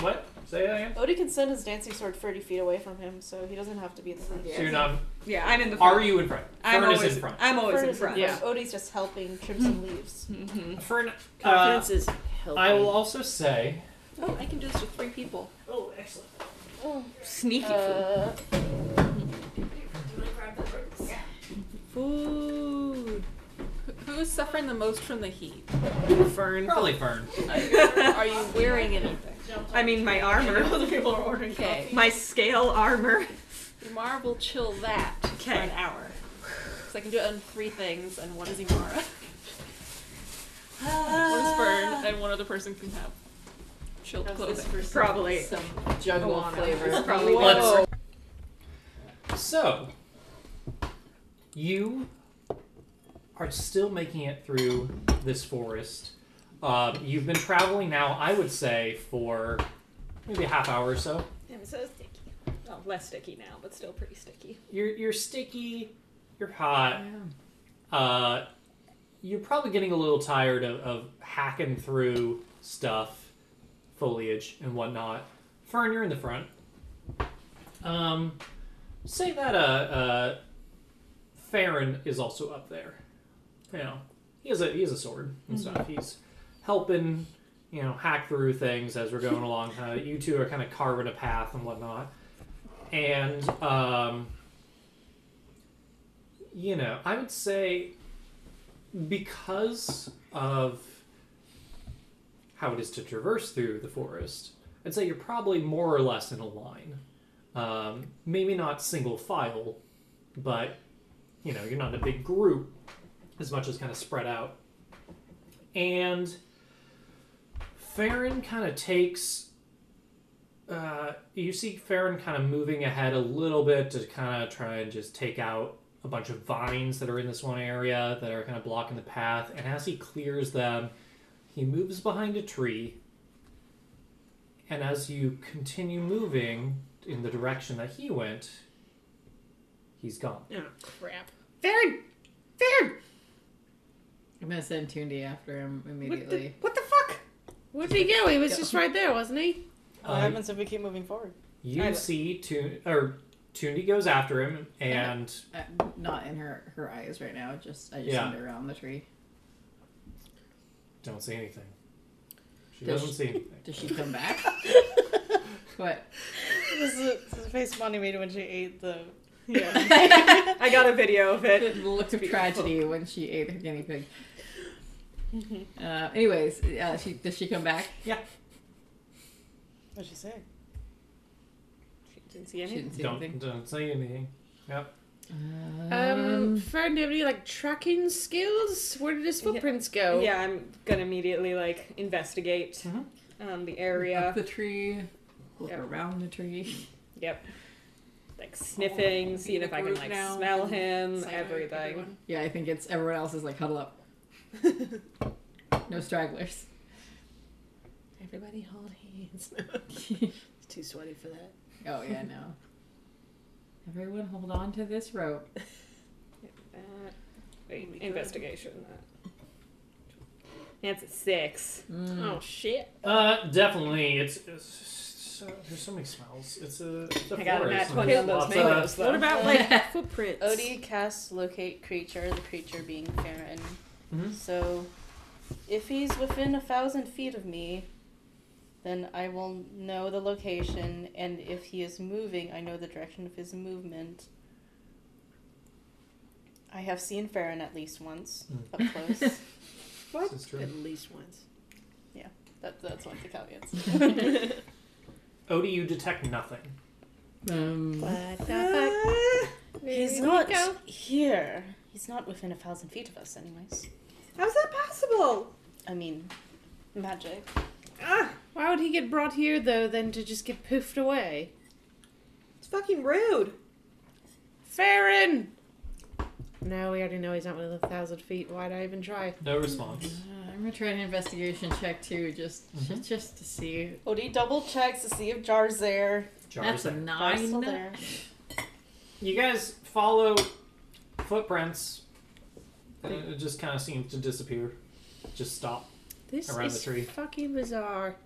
S4: What? Say that again.
S6: Odie can send his dancing sword thirty feet away from him, so he doesn't have to be in the front.
S4: So you're not.
S1: Yeah, I'm in the front.
S4: Are you in front?
S1: I'm
S4: Fern
S1: always
S4: is in front.
S1: I'm always Oh,
S6: Fern
S1: in
S6: is
S1: front.
S2: Yeah.
S6: Odie's just helping trim some leaves.
S5: Mm-hmm.
S4: Fern. Uh,
S2: Confidence is helping.
S4: I will also say.
S5: Oh, I can do this with three people.
S4: Oh, excellent.
S6: Oh.
S1: Sneaky
S6: Uh,
S2: food.
S5: Who- Who's suffering the most from the heat?
S2: Fern.
S4: Probably Fern.
S5: Are you, are you wearing anything?
S1: I mean
S5: *laughs*
S1: my armor.
S6: people are ordering.
S5: Okay.
S1: My scale armor.
S5: Imara will chill that for
S1: Okay.
S5: an hour. Because I can do it on three things, and one is Imara. What is burn? And one other person can have chilled
S2: How's this
S5: clothing.
S2: for some-
S1: Probably.
S3: Some jungle
S1: Awana.
S2: *laughs*
S3: flavor.
S1: It's probably
S5: Whoa.
S1: better.
S4: So, you are still making it through this forest. Uh, you've been traveling now, I would say, for maybe a half hour or so.
S1: I'm so sticky. Well, less sticky now, but still pretty sticky.
S4: You're, you're sticky, you're hot, uh, you're probably getting a little tired of, of hacking through stuff, foliage and whatnot. Fern, you're in the front. Um, say that uh, uh, Farron is also up there. You know, he has a he has a sword and stuff. He's helping, you know, hack through things as we're going along. Kind of, you two are kind of carving a path and whatnot. And um, you know, I would say because of how it is to traverse through the forest, I'd say you're probably more or less in a line. Um, maybe not single file, but you know, you're not in a big group as much as kind of spread out. And Farron kind of takes uh, you see Farron kind of moving ahead a little bit to kind of try and just take out a bunch of vines that are in this one area that are kind of blocking the path. And as he clears them, he moves behind a tree. And as you continue moving in the direction that he went, he's gone.
S1: Oh, crap.
S2: Farron! Farron!
S3: I'm gonna send Tundi after him
S2: What the,
S3: immediately.
S2: what the fuck? Where'd he go? He was just right there, wasn't he?
S3: Oh,
S6: What happens if we keep moving forward?
S4: Um, You
S1: I-
S4: see, Tun- or Tundi goes after him, and
S3: Uh, not in her her eyes right now. Just I just
S4: Yeah.
S3: send her around the tree.
S4: don't say anything. She
S3: Does
S4: doesn't
S3: she-
S4: see anything.
S3: Does she come back? what?
S6: This is this is the face Bonnie made when she ate the.
S1: Yeah.
S2: *laughs*
S1: I got a video of it.
S3: The look of tragedy when she ate her guinea pig. Uh, anyways, uh, she does she come back?
S6: What'd she say?
S1: She didn't see
S3: She
S1: anything.
S3: didn't see
S4: Don't
S3: anything.
S4: don't say anything. Yep.
S2: Um, Fern, do you have any like tracking skills? Where did his
S1: Yeah.
S2: footprints go?
S1: Yeah, I'm gonna immediately like investigate
S3: Mm-hmm.
S4: Mhm.
S1: um, the
S3: up *laughs*
S1: area.
S3: the tree, look
S1: Yeah.
S3: around the tree.
S1: Yep. Like sniffing,
S5: in
S1: seeing if
S5: a
S1: I can
S5: group
S1: like
S5: now
S1: smell
S5: and
S1: him,
S5: Silent,
S1: everything.
S5: everyone.
S3: Yeah, I think it's everyone else is like huddle *laughs* up. no stragglers.
S2: Everybody hold *laughs* hands. It's too sweaty for that.
S3: Oh yeah, no. Everyone, hold on to this rope.
S1: That- wait,
S5: Oh my God.
S1: investigation. That. That's a six.
S3: Mm.
S2: Oh shit.
S4: Uh, definitely. It's, it's so, there's so many smells. It's a. It's a
S1: I got a
S4: forest.
S1: nat 20 on
S4: Lots
S1: those
S4: of-
S1: mangoes. though.
S2: What about like footprints?
S6: Odie casts locate creature, the creature being Farron.
S4: Mhm.
S6: So, if he's within a thousand feet of me, then I will know the location, and if he is moving, I know the direction of his movement. I have seen Farron at least once
S4: Mm.
S2: *laughs*
S6: up close.
S2: What?
S4: This is true.
S2: At least once.
S6: that, that's one of
S4: *laughs*
S6: the caveats. *laughs*
S4: Odie, you detect nothing.
S3: Um,
S6: But he's
S1: Ah,
S2: Here we
S6: not
S2: go.
S6: here. He's not within a thousand feet of us, anyways.
S1: How's that possible?
S6: I mean, magic.
S1: Ah,
S2: Why would he get brought here though, than to just get poofed away?
S1: it's fucking rude.
S2: Farron! No, we already know he's not within a thousand feet. Why'd I even try?
S4: No response.
S3: Uh, I'm gonna try an investigation check too, just ju- just, to see.
S6: Odie double checks to see if Jar's there.
S4: Jar's
S3: That's a
S4: there.
S6: Jar's still
S3: nine.
S6: there.
S4: You guys follow footprints. And it just kind of seems to disappear. Just stop.
S2: This
S4: Around the
S2: is
S4: tree.
S2: fucking bizarre.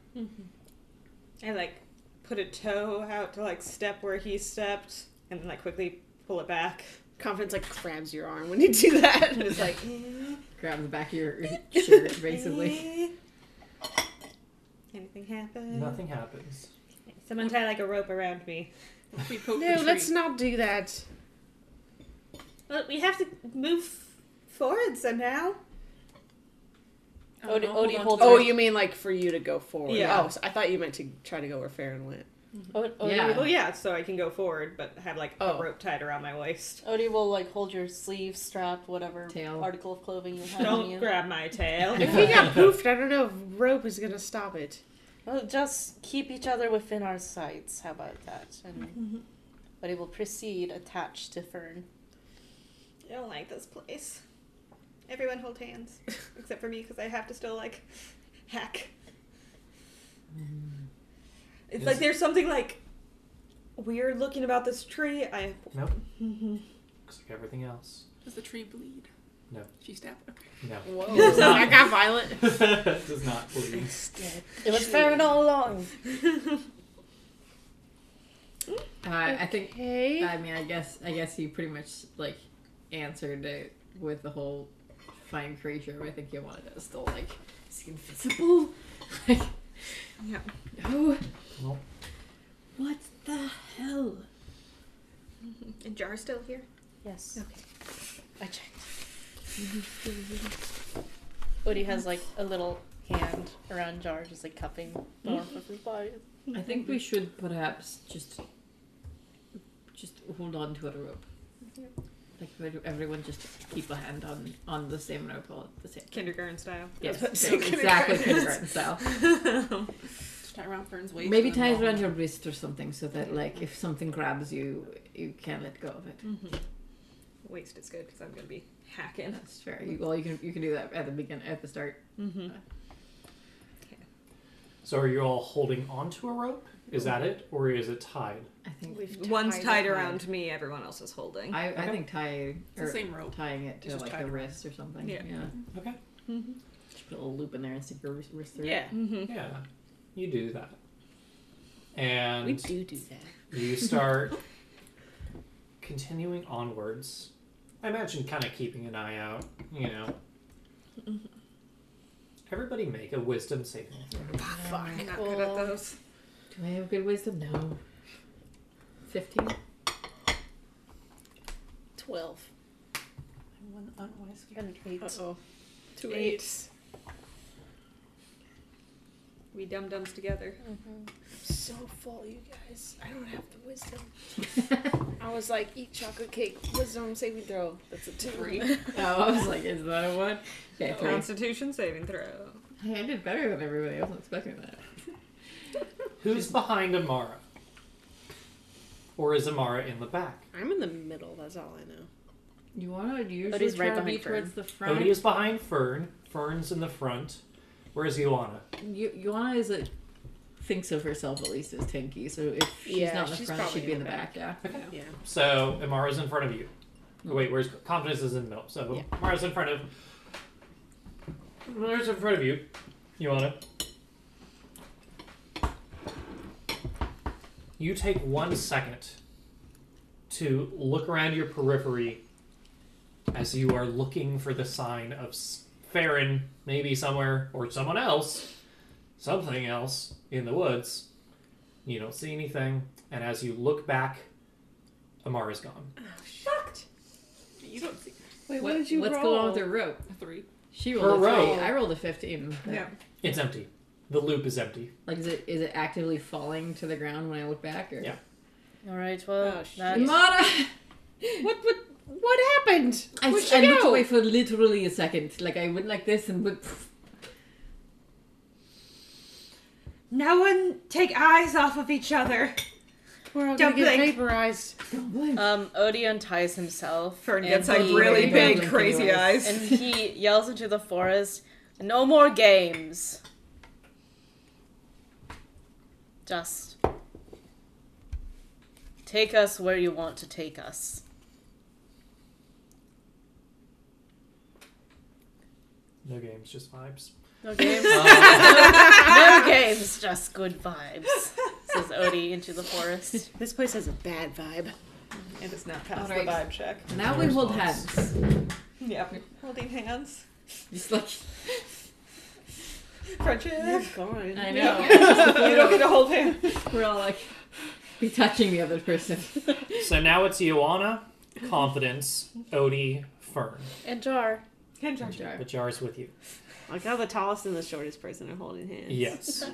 S1: I like put a toe out to like step where he stepped, and then like quickly pull it back.
S2: Confidence like grabs your arm when you do that.
S1: And it's like
S3: Grab the back of your shirt, basically.
S1: Eh. Anything happen?
S4: Nothing happens.
S1: Someone tie like a rope around me.
S5: We poke the
S2: no, let's
S5: tree.
S2: not do that.
S1: But we have to move forward somehow.
S5: I don't
S6: Odie-
S5: know, hold
S6: Odie
S5: on to
S6: holds
S5: the-
S6: her-
S5: oh,
S2: Oh, you mean like for you to go forward?
S1: Yeah.
S2: Oh, so I thought you meant to try to go where Farron went.
S6: Od- Odie,
S3: Yeah.
S1: Well, yeah, so I can go forward, but have like
S3: Oh.
S1: a rope tied around my waist.
S6: Odie will like hold your sleeve, strap, whatever
S3: Tail.
S6: article of clothing you have on
S1: Don't
S6: you.
S1: grab my tail.
S2: If we
S3: *laughs*
S2: got poofed, I don't know if rope is gonna stop it.
S6: Well, just keep each other within our sights. How about that?
S1: *laughs*
S6: And Odie will proceed attached to Fern.
S1: I don't like this place. Everyone hold
S2: *laughs*
S1: hands, except for me, because I have to still like hack.
S2: Mm.
S1: It's
S4: Is-
S1: like there's something like weird looking about this tree. I
S4: Nope. Looks like everything else.
S5: Does the tree bleed?
S4: No.
S5: She stabbed. Okay.
S4: No. *laughs*
S6: *laughs*
S3: Whoa.
S2: I got violent.
S4: Does not please.
S6: It was Fern all along.
S3: Uh, I think.
S2: Okay.
S3: I mean, I guess. I guess you pretty much like answered it with the whole fine creature. But I think you wanted us to like. Is he invisible? *laughs* Like.
S1: Yeah.
S3: No.
S4: Well.
S3: What the hell?
S1: and Jar's still here.
S6: Yes. Okay. I checked. Odie has like a little hand around Jar, just like cupping the
S2: Mm-hmm.
S6: warmth of his body.
S3: I think we should perhaps just just hold on to a rope.
S1: Yeah.
S3: Like where everyone just keep a hand on on the same rope all at the same time.
S1: Kindergarten style.
S3: Yes,
S1: That's
S5: *laughs*
S1: what I'm
S3: *laughs* so
S1: saying,
S3: exactly *laughs* kindergarten style.
S5: Just tie around Fern's waist.
S3: Maybe
S5: and then
S3: tie it
S5: long-
S3: around your wrist or something so that like if something grabs you, you can't let go of it.
S1: Waist is good because I'm gonna be hacking.
S3: That's fair. You, well, you can you can do that at the begin at the start.
S1: Mm-hmm.
S4: So are you all holding onto a rope? Is that it, or is it tied?
S3: I think
S2: We've
S1: One's
S2: tied
S1: tied
S2: it.
S1: around me. Everyone else is holding.
S3: I, I think tie
S5: It's
S3: or
S5: the same rope.
S3: tying it
S5: It's
S3: to
S5: just
S3: like
S5: tied
S3: the
S5: around.
S3: wrist or something.
S1: Yeah.
S3: yeah.
S4: Okay.
S3: Just put a little loop in there and stick your wrist wrist through. it.
S1: Yeah. Mm-hmm.
S4: Yeah, you do that, and
S6: We do do that. *laughs*
S4: you start continuing onwards. I imagine kind of keeping an eye out. You know. Everybody make a wisdom saving. throw.
S1: Fuck. I'm not good at
S6: Cool.
S1: those.
S3: Do I have good wisdom? No. 15?
S6: Twelve
S5: I won the unwise.
S6: and eight.
S2: Uh-oh. Two
S1: Eight.
S2: eights.
S1: We dum dums together.
S2: So full, you guys. I don't have the wisdom. *laughs* I was like, eat chocolate cake. Wisdom saving throw. That's a two.
S6: *laughs*
S5: Three.
S3: Oh, I was like, is that a one? Okay, three.
S1: Constitution saving throw.
S3: Hey, I did better than everybody. I wasn't expecting that.
S4: Who's behind Amara? Or is Amara in the back?
S2: I'm in the middle. That's all I know.
S3: You want to usually
S6: Odie's
S3: try
S6: right
S3: to be
S6: behind
S3: towards the
S4: Odie
S3: front.
S4: Oh, is behind Fern. Fern's in the front. Where's Ioana?
S3: Yo- Joanna is a, thinks of herself at least as tanky, so if she's
S2: Yeah,
S3: not in the
S2: she's
S3: front,
S2: probably
S3: she'd be in
S2: in
S3: the
S2: the
S3: back. yeah.
S2: Yeah.
S4: So Amara's in front of you. Oh, wait, where's confidence is in the middle. So
S3: Yeah.
S4: Amara's in front of. Amara's in front of you, Ioana. You take one second to look around your periphery as you are looking for the sign of S- Farron, maybe somewhere, or someone else, something else in the woods. You don't see anything, and as you look back, Amara's gone.
S5: You don't see
S2: Wait,
S3: What- what's going on with her rope?
S5: a three.
S3: She
S4: Her
S3: rolled a three.
S4: rope.
S3: I rolled a 15.
S1: Yeah.
S4: It's empty. The loop is empty.
S3: Like, is it is it actively falling to the ground when I look back? Or?
S4: Yeah.
S6: All right. Well,
S2: Oh, shit.
S6: that's
S3: Mara! *laughs*
S2: What, what, what happened?
S3: I,
S2: Where'd she
S3: I looked
S2: go?
S3: away for literally a second. Like, I went like this and went.
S1: No one take eyes off of each other.
S2: We're all
S1: Don't
S2: gonna get
S1: blink.
S2: vaporized. Uh,
S6: um. Odie unties himself.
S1: Fern
S6: and
S1: gets like
S6: he-
S1: really
S3: Yeah.
S1: big,
S3: Yeah.
S1: crazy
S3: Yeah.
S1: eyes.
S6: and he yells into the forest, "No more games. Just take us where you want to take us."
S4: No games, just vibes.
S2: *laughs*
S6: No games.
S4: Um,
S6: *laughs* no games. Just good vibes. Says Odie into the forest.
S2: This place has a bad vibe.
S1: It is not past
S3: Alright.
S1: the vibe check.
S3: Now
S4: No
S3: we hold
S4: response.
S3: hands.
S1: Yeah. Holding *laughs* hands.
S3: Just like
S1: Friendship.
S2: *laughs* Gone. *laughs*
S1: *laughs*
S3: I
S1: you don't get to hold hands.
S3: We're all like be touching the other person.
S4: so now it's Ioana, Confidence, Odie, Fern.
S2: And Jar.
S1: Hand job.
S4: The
S3: Jar.
S4: jar's with you.
S2: Like, I'm the tallest and the shortest person I'm holding hands.
S4: Yes.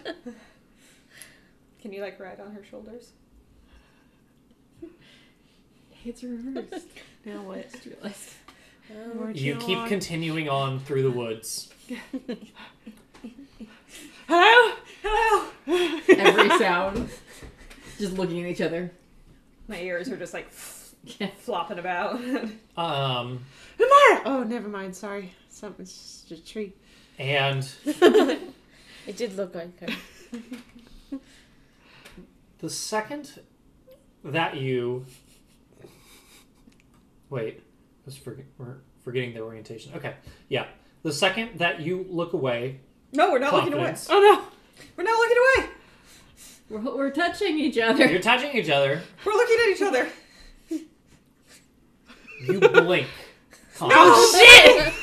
S1: Can you like ride on her shoulders?
S3: It's reversed.
S1: Now
S3: I
S1: what?
S3: just realized.
S4: You keep continuing on through the woods.
S1: Hello? Hello?
S3: Every sound. Just looking at each other.
S1: My ears are just like *laughs*
S3: Yeah.
S1: flopping about. *laughs*
S4: Um,
S2: Amara! Oh, never mind. Sorry. Something's just a tree.
S4: and
S2: It did look like her.
S4: the second that you. Wait, I was forget- we're forgetting the orientation. Okay, yeah. The second that you look away,
S1: no, we're not
S4: confidence.
S2: Oh no!
S1: looking away. We're not looking away.
S3: We're, we're touching each other.
S4: You're touching each other.
S1: We're looking at each other.
S4: You
S1: *laughs*
S4: blink. confidence.
S2: Oh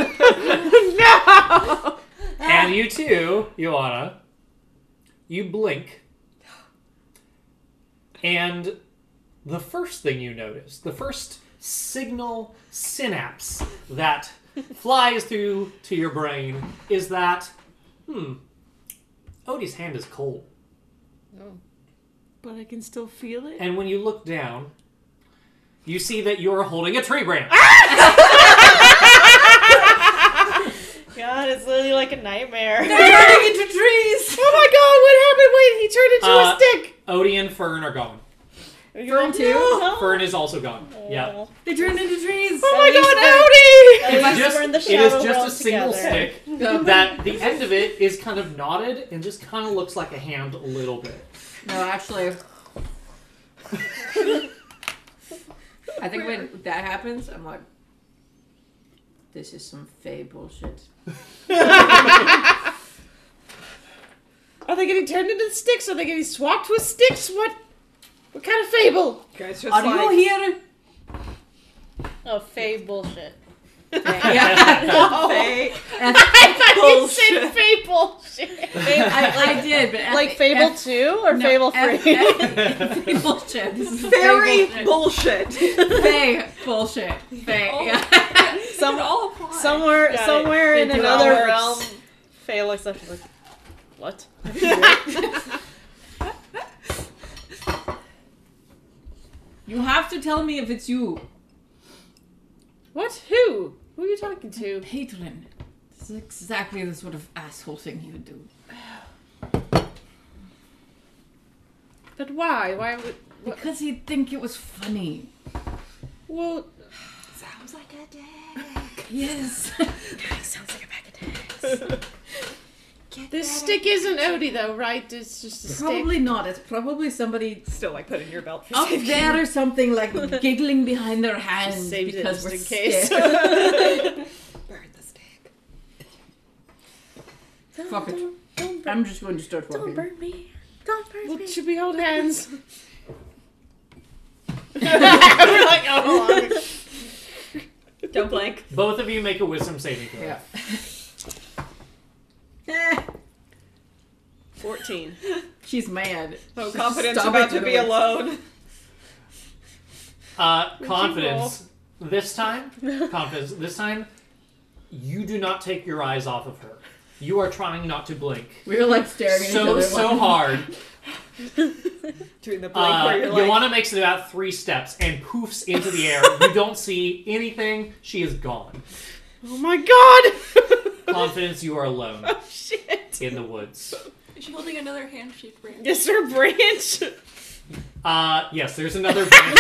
S2: shit! no!
S4: And you too, Joanna. You blink. And the first thing you notice, the first signal synapse
S1: *laughs*
S4: that flies through to your brain is that, hmm, Odie's hand is cold.
S2: But I can still feel it.
S4: And when you look down, you see that you're holding a tree branch.
S6: God, it's literally like a nightmare.
S1: Turning into trees.
S2: *laughs* Oh my god! What happened? Wait, he turned into
S4: Uh,
S2: a stick.
S4: Odie and Fern are gone.
S3: Fern too?
S4: Fern is also gone.
S6: Oh.
S4: Yeah.
S3: They turned into trees.
S2: Oh my
S6: at least
S2: god,
S6: At
S4: It's
S6: least
S4: just,
S6: we're in the
S4: it is
S6: shadow
S4: just
S6: world
S4: a single
S6: together. Oh.
S4: stick. *laughs* that the end of it is kind of knotted and just kind of looks like a hand a little bit.
S3: No, actually. I think when that happens, I'm like, this is some fey bullshit.
S2: Odie! Are they getting turned into sticks? Are they getting swapped with sticks? What? What kind of fable?
S1: Guys, just
S3: Are
S1: like,
S3: you here?
S6: Oh, fey bullshit.
S2: *laughs*
S3: *laughs* yeah.
S1: Fey.
S2: I thought you said
S1: Bullshit.
S2: fable. Shit.
S3: I, I did, but
S6: Like Fable 2 or Fable 3?
S3: *laughs* fey
S1: *laughs*
S3: bullshit. This is
S1: Fairy
S3: fey
S1: *laughs*
S3: bullshit.
S1: bullshit.
S3: Fey bullshit. Fey.
S5: Oh.
S3: Yeah.
S5: It
S6: Some,
S5: all applies.
S6: somewhere
S2: Got it.
S6: somewhere in
S2: Fifty
S6: another
S2: dollars.
S6: realm, Faye looks up and like, what?
S3: you have to tell me if it's you,
S2: What? Who? Who are you talking to?
S3: patron. This is exactly the sort of asshole thing you would do.
S2: But why? Why would? What?
S3: Because he'd think it was funny.
S1: *laughs*
S2: Well,
S5: Sounds like a day.
S3: *laughs* Yes.
S2: this stick isn't Odie though, right? It's just a
S3: probably not. It's probably somebody
S1: Still like put in your belt.
S2: Oh,
S3: up there or something, like giggling behind their hands
S6: saved it
S3: because
S6: just
S3: we're
S6: in
S2: *laughs*
S6: case.
S3: scared.
S1: Burn the stick.
S2: stick.
S3: Fuck it. I'm just going to start walking.
S5: me. Don't burn
S2: *laughs* Well, should we hold
S1: *laughs*
S2: hands?
S6: We're like, oh,
S1: *laughs* *laughs*
S6: long.
S1: Don't blink.
S4: Both of you make a wisdom saving throw.
S3: Yeah. *laughs*
S1: 14.
S3: She's mad.
S1: Oh,
S3: She's
S1: confidence
S3: stopping
S1: about to
S3: the
S1: be
S3: door.
S1: alone.
S4: Uh, confidence. This
S6: *laughs*
S4: time, confidence. This time, you do not take your eyes off of her. You are trying not to blink
S3: We were like staring at each
S4: so
S3: other.
S4: so hard.
S6: *laughs*
S1: Doing the blink
S4: Uh,
S1: where you're like,
S4: Joanna makes it about three steps and poofs into the air. You don't see anything. She is
S6: *laughs*
S4: gone.
S2: oh my *laughs* god!
S4: Confidence. You are alone
S2: oh shit! *laughs*
S4: in the woods.
S5: Is she holding another hand shaped branch?
S2: Is there a branch?
S4: Uh, yes. There's
S2: *laughs*
S4: another. branch.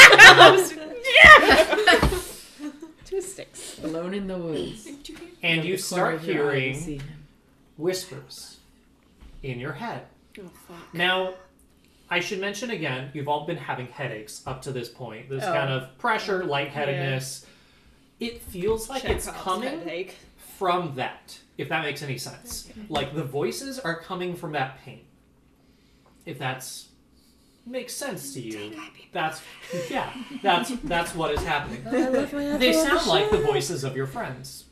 S2: Two sticks.
S3: Alone in the woods.
S5: Two hands?
S4: and you
S3: The corner
S4: start
S3: of your eye, you
S4: hearing
S3: see him.
S4: whispers in your head.
S2: Oh fuck!
S4: Now, I should mention again, you've all been having headaches up to this point. This
S6: Oh.
S4: kind of pressure, lightheadedness. It feels like it's
S1: Chekhov's
S4: coming
S1: headache.
S4: from that, if that makes any sense. Like the voices are coming from that pain. If that's makes sense to you, that's yeah, that's that's what is happening. They sound like the voices of your friends.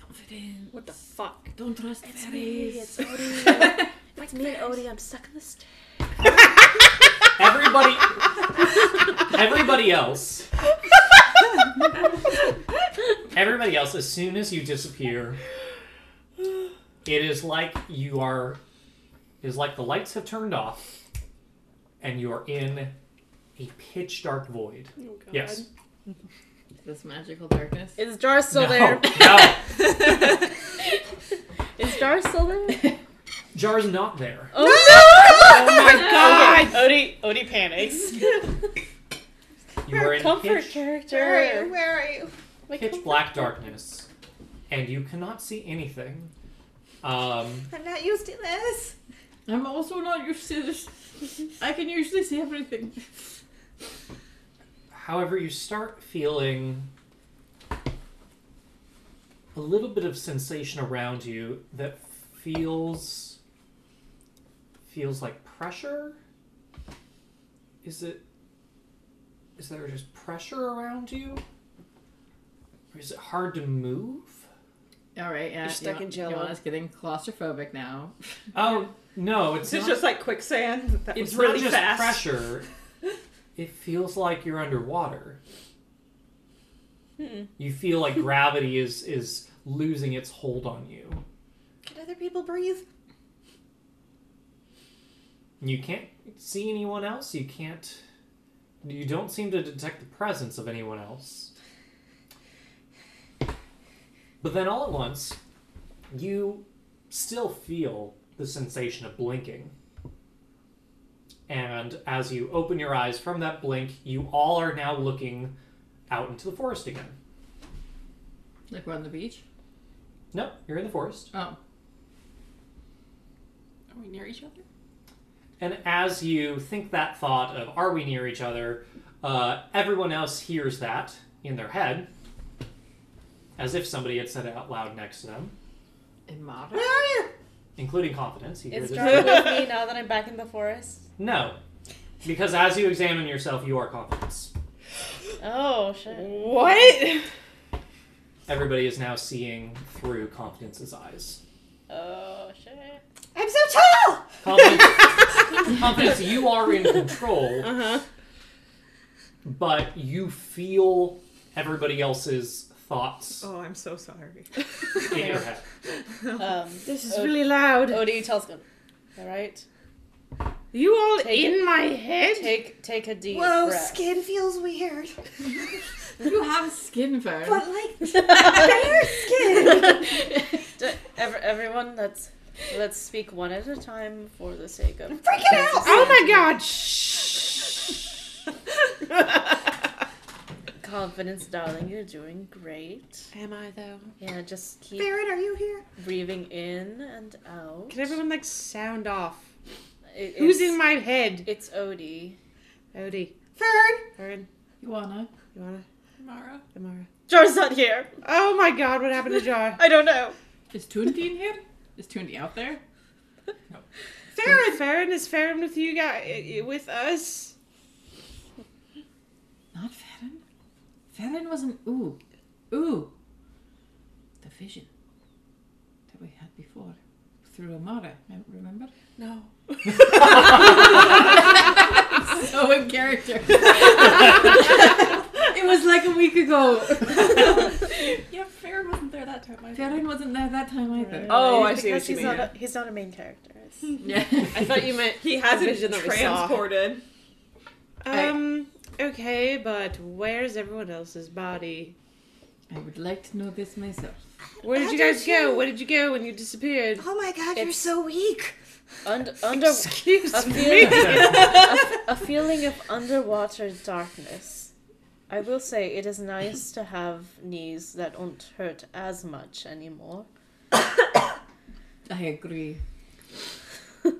S3: Confident.
S2: What the fuck?
S3: Don't trust fairies.
S2: *laughs*
S5: Odie. it's me, Odie. I'm stuck in the stick.
S4: Everybody, everybody else, everybody else. As soon as you disappear, it is like you are is like the lights have turned off and you're in a pitch dark void.
S5: Oh, God.
S4: Yes.
S3: This magical darkness.
S2: Is Jar still
S4: no,
S2: there?
S4: *laughs* no.
S2: Is Jar still *laughs* there?
S4: Jar's not there.
S6: Oh my god! Odie,
S2: *laughs*
S6: Odie panics.
S4: You are in
S6: Comfort
S4: pitch,
S6: character.
S1: Where are you?
S6: Like,
S4: pitch black darkness and you cannot see anything. Um,
S1: I'm not used to this.
S3: I'm also not used to this. I can usually see everything.
S4: However, you start feeling a little bit of sensation around you that feels feels like pressure. Is it is there just pressure around you? Or is it hard to move?
S3: All right, yeah.
S2: You're stuck in
S3: you You
S2: jello.
S3: want us getting claustrophobic now?
S4: Oh no, it's
S1: Is it
S4: not,
S1: just like quicksand? That
S4: it's
S1: was
S4: not
S1: really
S4: just
S1: fast.
S4: pressure. It feels like you're underwater.
S6: Hmm.
S4: You feel like gravity is is losing its hold on you.
S1: Can other people breathe?
S4: You can't see anyone else. You can't. You don't seem to detect the presence of anyone else. But then all at once, you still feel the sensation of blinking. And as you open your eyes from that blink, you all are now looking out into the forest again.
S3: Like we're on the beach?
S4: No, you're in the forest.
S3: Oh,
S5: Are we near each other?
S4: And as you think that thought of are we near each other, uh, everyone else hears that in their head, as if somebody had said it out loud next to them,
S3: in
S2: *laughs*
S3: modern.
S1: Where are you?
S4: including confidence. You hear
S6: Is
S4: this-
S6: Jar with me now that I'm back in the forest?
S4: No, because as you examine yourself, you are confidence.
S6: Oh shit.
S2: *laughs* What?
S4: Everybody is now seeing through confidence's eyes.
S6: Oh shit.
S1: I'm so tall.
S4: Confidence, confidence you are in control,
S2: Uh huh.
S4: but you feel everybody else's thoughts
S1: Oh, I'm so sorry.
S4: in your head.
S6: Um,
S2: This is
S6: Od-
S2: really loud.
S6: Odie tells him, all right,
S2: You all
S6: Take
S2: in my head?
S6: take take a deep
S1: Whoa,
S6: breath.
S1: skin feels
S6: *laughs*
S1: weird,
S3: You have skin for
S1: but like
S6: Every- *laughs*
S1: bare skin.
S6: everyone, let's let's speak one at a time for the sake of.
S1: Freak it out.
S2: oh my god! Shh.
S6: Confidence, darling, you're doing great.
S2: Am I though?
S6: Yeah, just keep
S1: Baron, are you here?
S6: breathing in and out.
S2: Can everyone like sound off?
S6: It-
S2: Who's
S6: it's-
S2: in my head?
S6: It's Odie.
S2: Odie,
S1: Fern,
S2: Erin,
S3: You wanna?
S2: you wanna?
S5: Mara?
S2: Amara.
S6: Jar's not here.
S2: Oh my god! What happened to Jar?
S6: *laughs* I don't know.
S3: Is Tundi in here? Is Tundi out there?
S2: Farron. Farron is Farron with you guys? With us?
S3: Not Farron. Farron was an ooh, ooh. The vision that we had before through Amara. mem- *laughs* Remember?
S2: No.
S3: So Oh, in *laughs* character. it was like a week ago.
S5: Yeah, Farron wasn't there that time. either.
S3: Farron wasn't there that time either.
S2: *laughs* Oh, I see
S6: because
S2: what you
S6: he's
S2: mean.
S6: not a, he's not a main character. It's-
S2: *laughs*
S3: Yeah.
S2: I thought you meant
S1: He
S2: The
S1: hasn't
S2: vision that we saw.
S1: transported.
S3: I-
S2: Um. Okay, but where's everyone else's body?
S3: I would like to know this myself.
S2: Where did
S1: How
S2: you guys
S1: did
S2: go?
S1: you-
S2: Where did you go when you disappeared? Oh,
S1: Oh my god, you're
S6: It's-
S1: so weak.
S6: Und- under
S2: Excuse
S6: a
S2: me.
S6: feeling, a feeling of underwater darkness. I will say it is nice to have knees that don't hurt as much anymore.
S3: I agree.
S1: I,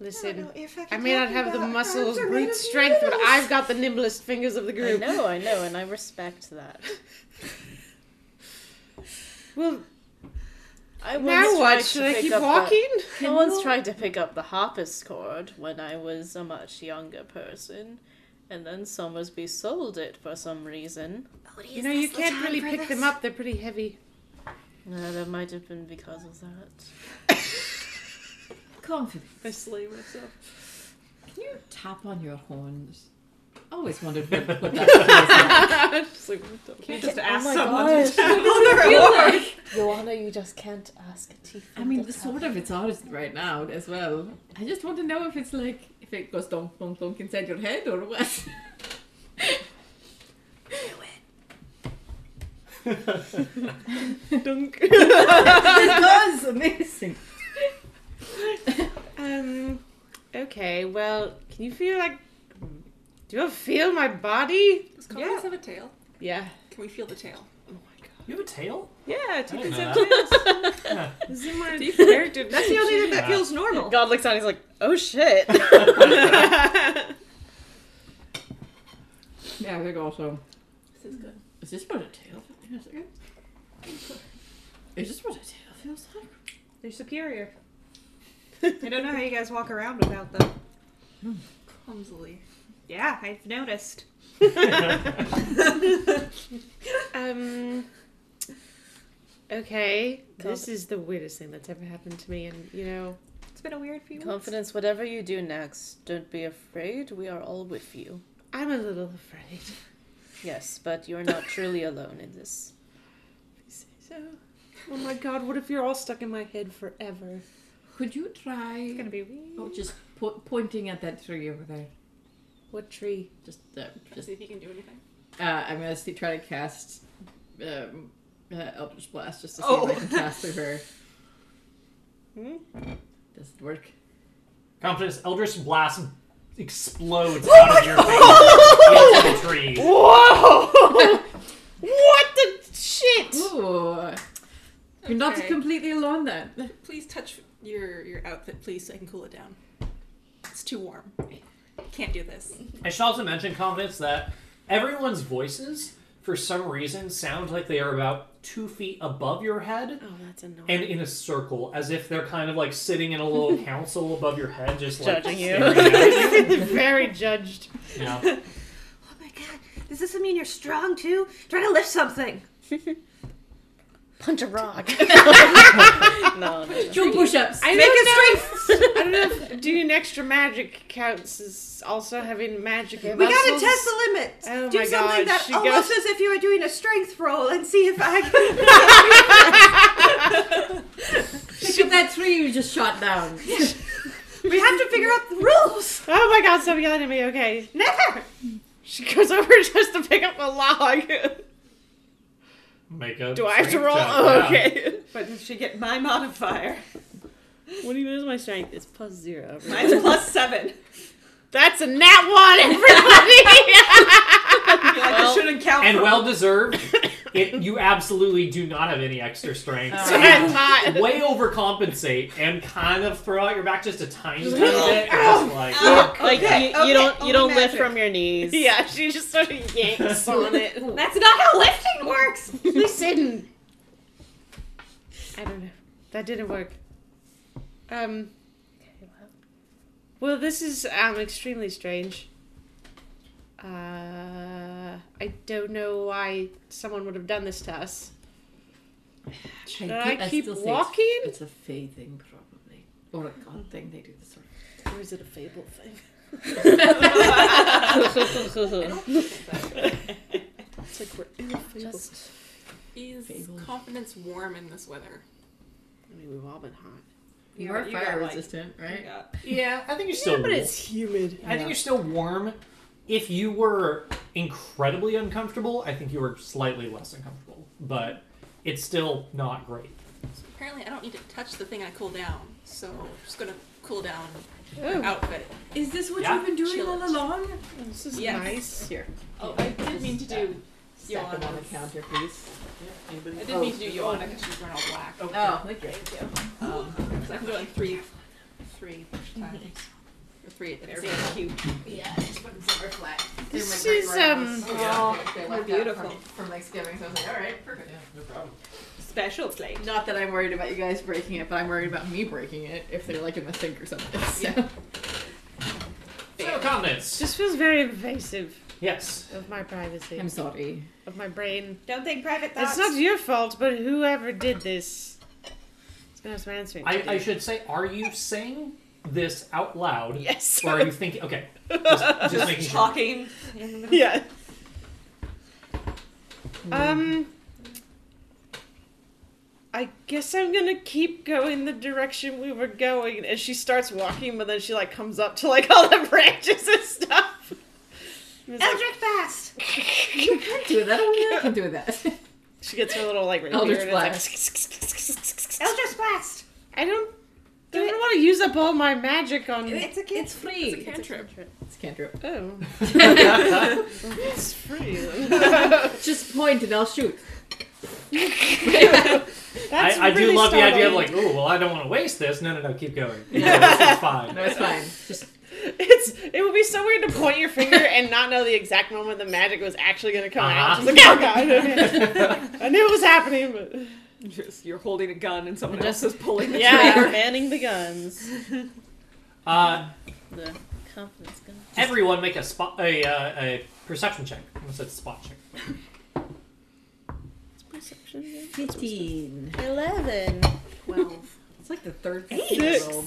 S2: Listen,
S1: don't know if I,
S2: I
S1: can
S2: may not
S1: talk
S2: have the
S1: about
S2: muscles,
S1: arms or
S2: great
S1: legs.
S2: strength, but I've got the nimblest fingers of the
S6: I
S2: group.
S6: know, I know, and I respect that.
S2: Well,
S6: I once
S2: now
S6: tried
S2: what? Should
S6: to
S2: I
S6: pick
S2: keep
S6: up the-
S2: walking?
S6: I once tried to pick up the harpist chord when I was a much younger person, and then Somersby sold it for some reason.
S1: Odie,
S2: You
S1: is
S2: know, you
S1: this the
S2: can't
S1: time
S2: really
S1: for
S2: pick them
S1: this?
S2: up. They're pretty heavy.
S6: Uh, that might have been because of that.
S3: Confidence.
S2: I slay myself.
S3: Can you tap on your horns? always wondered what, what *laughs* that
S2: Just like, what the-
S1: can't just
S6: Oh
S1: ask
S6: my
S1: someone
S6: gosh.
S1: to tackle their horse.
S6: Joanna, you just can't ask a thief.
S3: I mean, the sort of it's hard right now as well. I just want to know if it's like if it goes donk donk donk inside your head or what. *laughs*
S2: Dunk.
S3: it does *laughs* amazing.
S2: Um. Okay. Well, can you feel like? Do you feel my
S6: *laughs*
S2: body?
S5: Does Congress have a tail?
S2: Yeah.
S5: Can we feel the tail?
S2: Oh my god.
S4: You have a tail?
S2: Yeah.
S4: I
S2: Teeth
S4: didn't
S2: is
S4: know
S2: Zimmer.
S1: Deep character. *laughs* That's the only thing
S4: Yeah.
S1: that feels normal.
S2: God looks on. He's like, oh *laughs* shit.
S3: Yeah, I think also.
S5: This is good.
S3: Is this what a tail? feels like? Is this what a tail feels like?
S1: They're superior. I don't know how you guys walk around without them.
S5: Clumsily.
S1: Yeah, I've noticed.
S2: um. Okay. *laughs* This is the weirdest thing that's ever happened to me, and you know.
S1: It's been a weird few weeks.
S6: Confidence, whatever you do next, don't be afraid. We are all with you.
S2: I'm a little afraid.
S6: Yes, but you're not truly alone in this.
S2: So, oh my god, what if you're all stuck in my head forever?
S3: Could you try?
S1: It's gonna be
S3: Oh,
S1: weird.
S3: just po- pointing at that tree over there.
S2: What tree?
S3: Just, uh,
S5: Let's
S3: just.
S5: see if you can do anything.
S3: Uh, I'm gonna see, try to cast um, uh, Eldritch Blast just to see if I can cast through her.
S2: Oh. *laughs* Hmm?
S3: Does it work?
S4: Confidence Eldritch Blast explodes
S2: Oh
S4: out of your face into the trees.
S2: *laughs* Whoa! what the
S3: *laughs*
S2: shit?
S3: Ooh, you're not
S5: Okay.
S3: completely
S2: *laughs*
S3: alone then.
S5: Please touch your your outfit, please, so I can cool it down. It's too warm. Can't do this.
S4: I should also mention, Confidence, that everyone's voices, for some reason, sound like they are about two feet above your head
S2: *laughs* Oh, that's
S6: *laughs*
S2: annoying.
S4: and in a circle, as if they're kind of like sitting in a
S2: *laughs*
S4: little council above your head, just like
S6: Judging you.
S4: staring at you.
S2: Very judged.
S4: Yeah.
S2: *laughs*
S1: Oh my god, does this mean you're strong too? Try to lift something.
S6: Punch a rock. no, no, no.
S3: Do push-ups.
S2: I
S1: Make
S2: don't know.
S1: it
S2: *laughs*
S1: straight.
S2: I don't know if doing extra magic counts as also having magic
S1: We
S2: muscles.
S1: gotta test the limits.
S2: Oh
S1: do
S2: my
S1: something
S2: God,
S1: that
S2: she
S1: almost
S2: goes-
S1: as if you were doing a strength roll and see if I can.
S3: Pick up that tree you just shot down.
S1: we have to figure out
S2: *laughs*
S1: the rules.
S2: Oh my god, stop yelling at me. Okay.
S1: Never.
S2: She goes over *laughs* just to pick up a log. *laughs*
S4: Make a
S2: Do I have to
S4: strength
S2: roll?
S6: *laughs*
S4: check,
S2: Oh,
S4: yeah.
S2: okay.
S1: But did she get my modifier?
S6: When you use my strength, it's plus zero.
S1: Mine's plus seven.
S2: That's a nat one,
S1: *laughs*
S2: everybody!
S1: I feel like I shouldn't count.
S4: And
S1: for-
S4: well deserved. It, you absolutely do not have any extra strength.
S2: *laughs*
S6: *laughs*
S3: Uh,
S4: So you
S2: That's not.
S4: way overcompensate and kind of throw out your back just a tiny tiny bit. And just like,
S1: Oh,
S6: Like
S1: okay,
S6: you, you
S1: okay,
S6: don't you
S1: only
S6: don't lift
S1: magic.
S6: from your knees.
S2: Yeah, she just sort of yanks on
S1: *laughs*
S2: it.
S1: That's not how lifting works.
S2: Listen. I don't know. That didn't work. Um. Well, this is um extremely strange. Uh, I don't know why someone would have done this to us. Should I, keep
S3: still say it's-
S2: walking?
S3: It's a fae thing, probably, or a god thing. They do this sort
S6: Or is it a fable thing?
S2: It's like we're in a fable.
S6: Just
S5: Is
S3: Fable.
S5: confidence warm in this weather?
S2: I mean, we've all been hot.
S3: of. You are
S1: you got,
S3: fire
S1: like-
S3: resistant, right?
S4: yeah, I think you're still. warm.
S2: humid.
S4: I think you're still warm. If you were incredibly uncomfortable, I think you were slightly less uncomfortable, but it's still not great.
S5: So apparently, I don't need to touch the thing I cool down, so I'm just gonna cool down
S2: Oh.
S5: your outfit.
S3: Is this what
S4: Yeah.
S3: you've been doing
S5: Chill
S3: all
S5: it.
S3: along?
S2: This is
S5: Yes.
S2: nice.
S3: Here,
S5: Oh, I did mean to do.
S3: stack them on the
S5: Yolanda's.
S3: counter, please.
S5: I
S3: Anybody?
S5: did mean to do Joanna because she's wearing all black. Um,
S4: Oh.
S3: Oh, thank you.
S5: So I'm doing three, three times. Or *laughs* three at the same time.
S3: Yeah, I just put them somewhere flat. They're
S2: This
S3: my
S2: is,
S3: great-grandma's.
S2: um,
S3: Yeah, they left out
S1: beautiful.
S3: From, from Thanksgiving, so I was like, all right, perfect.
S4: no problem.
S1: Special plate.
S3: Not that I'm worried about you guys breaking it, but I'm worried about me breaking it if they're like in the sink or something. *laughs* So.
S4: So, comments.
S2: Just feels very invasive
S4: Yes.
S2: of my privacy,
S3: I'm sorry.
S2: of my brain.
S1: Don't think private
S2: It's
S1: thoughts.
S2: not your fault, but whoever did this is gonna have some answering.
S4: I,
S2: to
S4: I
S2: do.
S4: should say, are you saying this out loud?
S6: Yes.
S4: Or are you thinking? Okay, just, just making sure.
S5: Talking.
S6: yeah.
S2: *laughs* Um. I guess I'm gonna keep going the direction we were going. And she starts walking, but then she like comes up to like *laughs* all the branches and stuff. And it's like-
S5: fast.
S3: You can do that. Only *laughs* I can do that.
S2: she gets her little like rapier
S3: Eldritch
S2: and it's like-
S5: Eldritch blast.
S2: I don't. I don't want to use up all my magic on.
S5: It's a kid. It's free.
S1: It's a cantrip.
S3: It's a cantrip.
S2: Oh, it's free. then.
S3: Just point and I'll shoot.
S2: That's
S4: I, I do
S2: really
S4: love the idea of
S2: startling.
S4: like, oh, well, I don't want to waste this. No, no, no, keep going. No, this is fine.
S3: No, it's *laughs* fine. Just
S2: It's it would be so weird to point your finger and not know the exact moment the magic was actually going to come out. Just
S4: Uh-huh.
S2: like, oh god, I knew it was happening. But
S1: Just, you're holding a gun and someone
S6: Just-
S1: else is pulling the
S2: yeah, *laughs*
S1: trigger.
S2: manning the guns.
S4: Uh,
S6: The confidence gun.
S4: everyone, make a spot a, uh, a perception check. I almost said spot check.
S2: Perception.
S3: fifteen.
S6: Eleven.
S5: Twelve.
S3: It's like the third
S2: Six.
S3: rolled.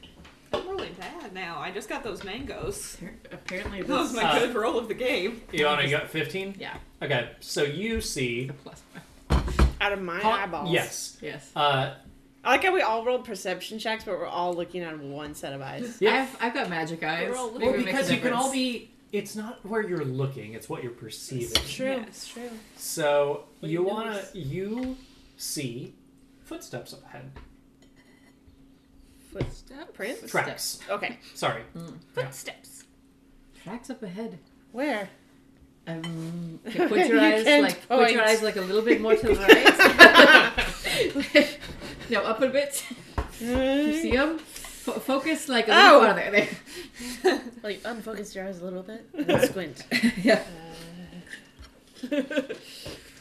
S5: *laughs* I'm really bad now. I just got those mangoes.
S3: Apparently
S5: That was
S3: this.
S5: my good roll of the game.
S4: Uh, You want to got fifteen?
S3: Yeah.
S4: Okay, so you see.
S3: The *laughs* plus one.
S2: Out of my eyeballs.
S4: Yes.
S3: Yes.
S4: Uh,
S2: I like how we all rolled perception checks, but we're all looking out of one set of eyes.
S4: yeah.
S3: I've, I've got magic eyes.
S5: roll
S3: Maybe
S4: Well,
S3: it makes a
S4: because you can all
S3: difference.
S4: be. It's not where you're looking; it's what you're perceiving.
S5: True.
S2: true.
S4: So
S3: What
S4: you
S3: you
S4: wanna
S3: notice.
S4: you see footsteps up ahead,
S2: Footstep prints.
S4: tracks.
S2: Okay,
S4: Sorry,
S5: Footsteps.
S3: Tracks up ahead.
S2: where?
S3: *laughs* Um, okay, put your
S2: You
S3: eyes
S2: can't
S3: like put
S2: point.
S3: your eyes like a little bit more *laughs* to the right. no, up a bit. You see them? F- focus like a little
S2: Oh.
S3: farther. There.
S6: Like unfocus your eyes a little bit and
S2: *laughs*
S6: then squint.
S3: *laughs* yeah.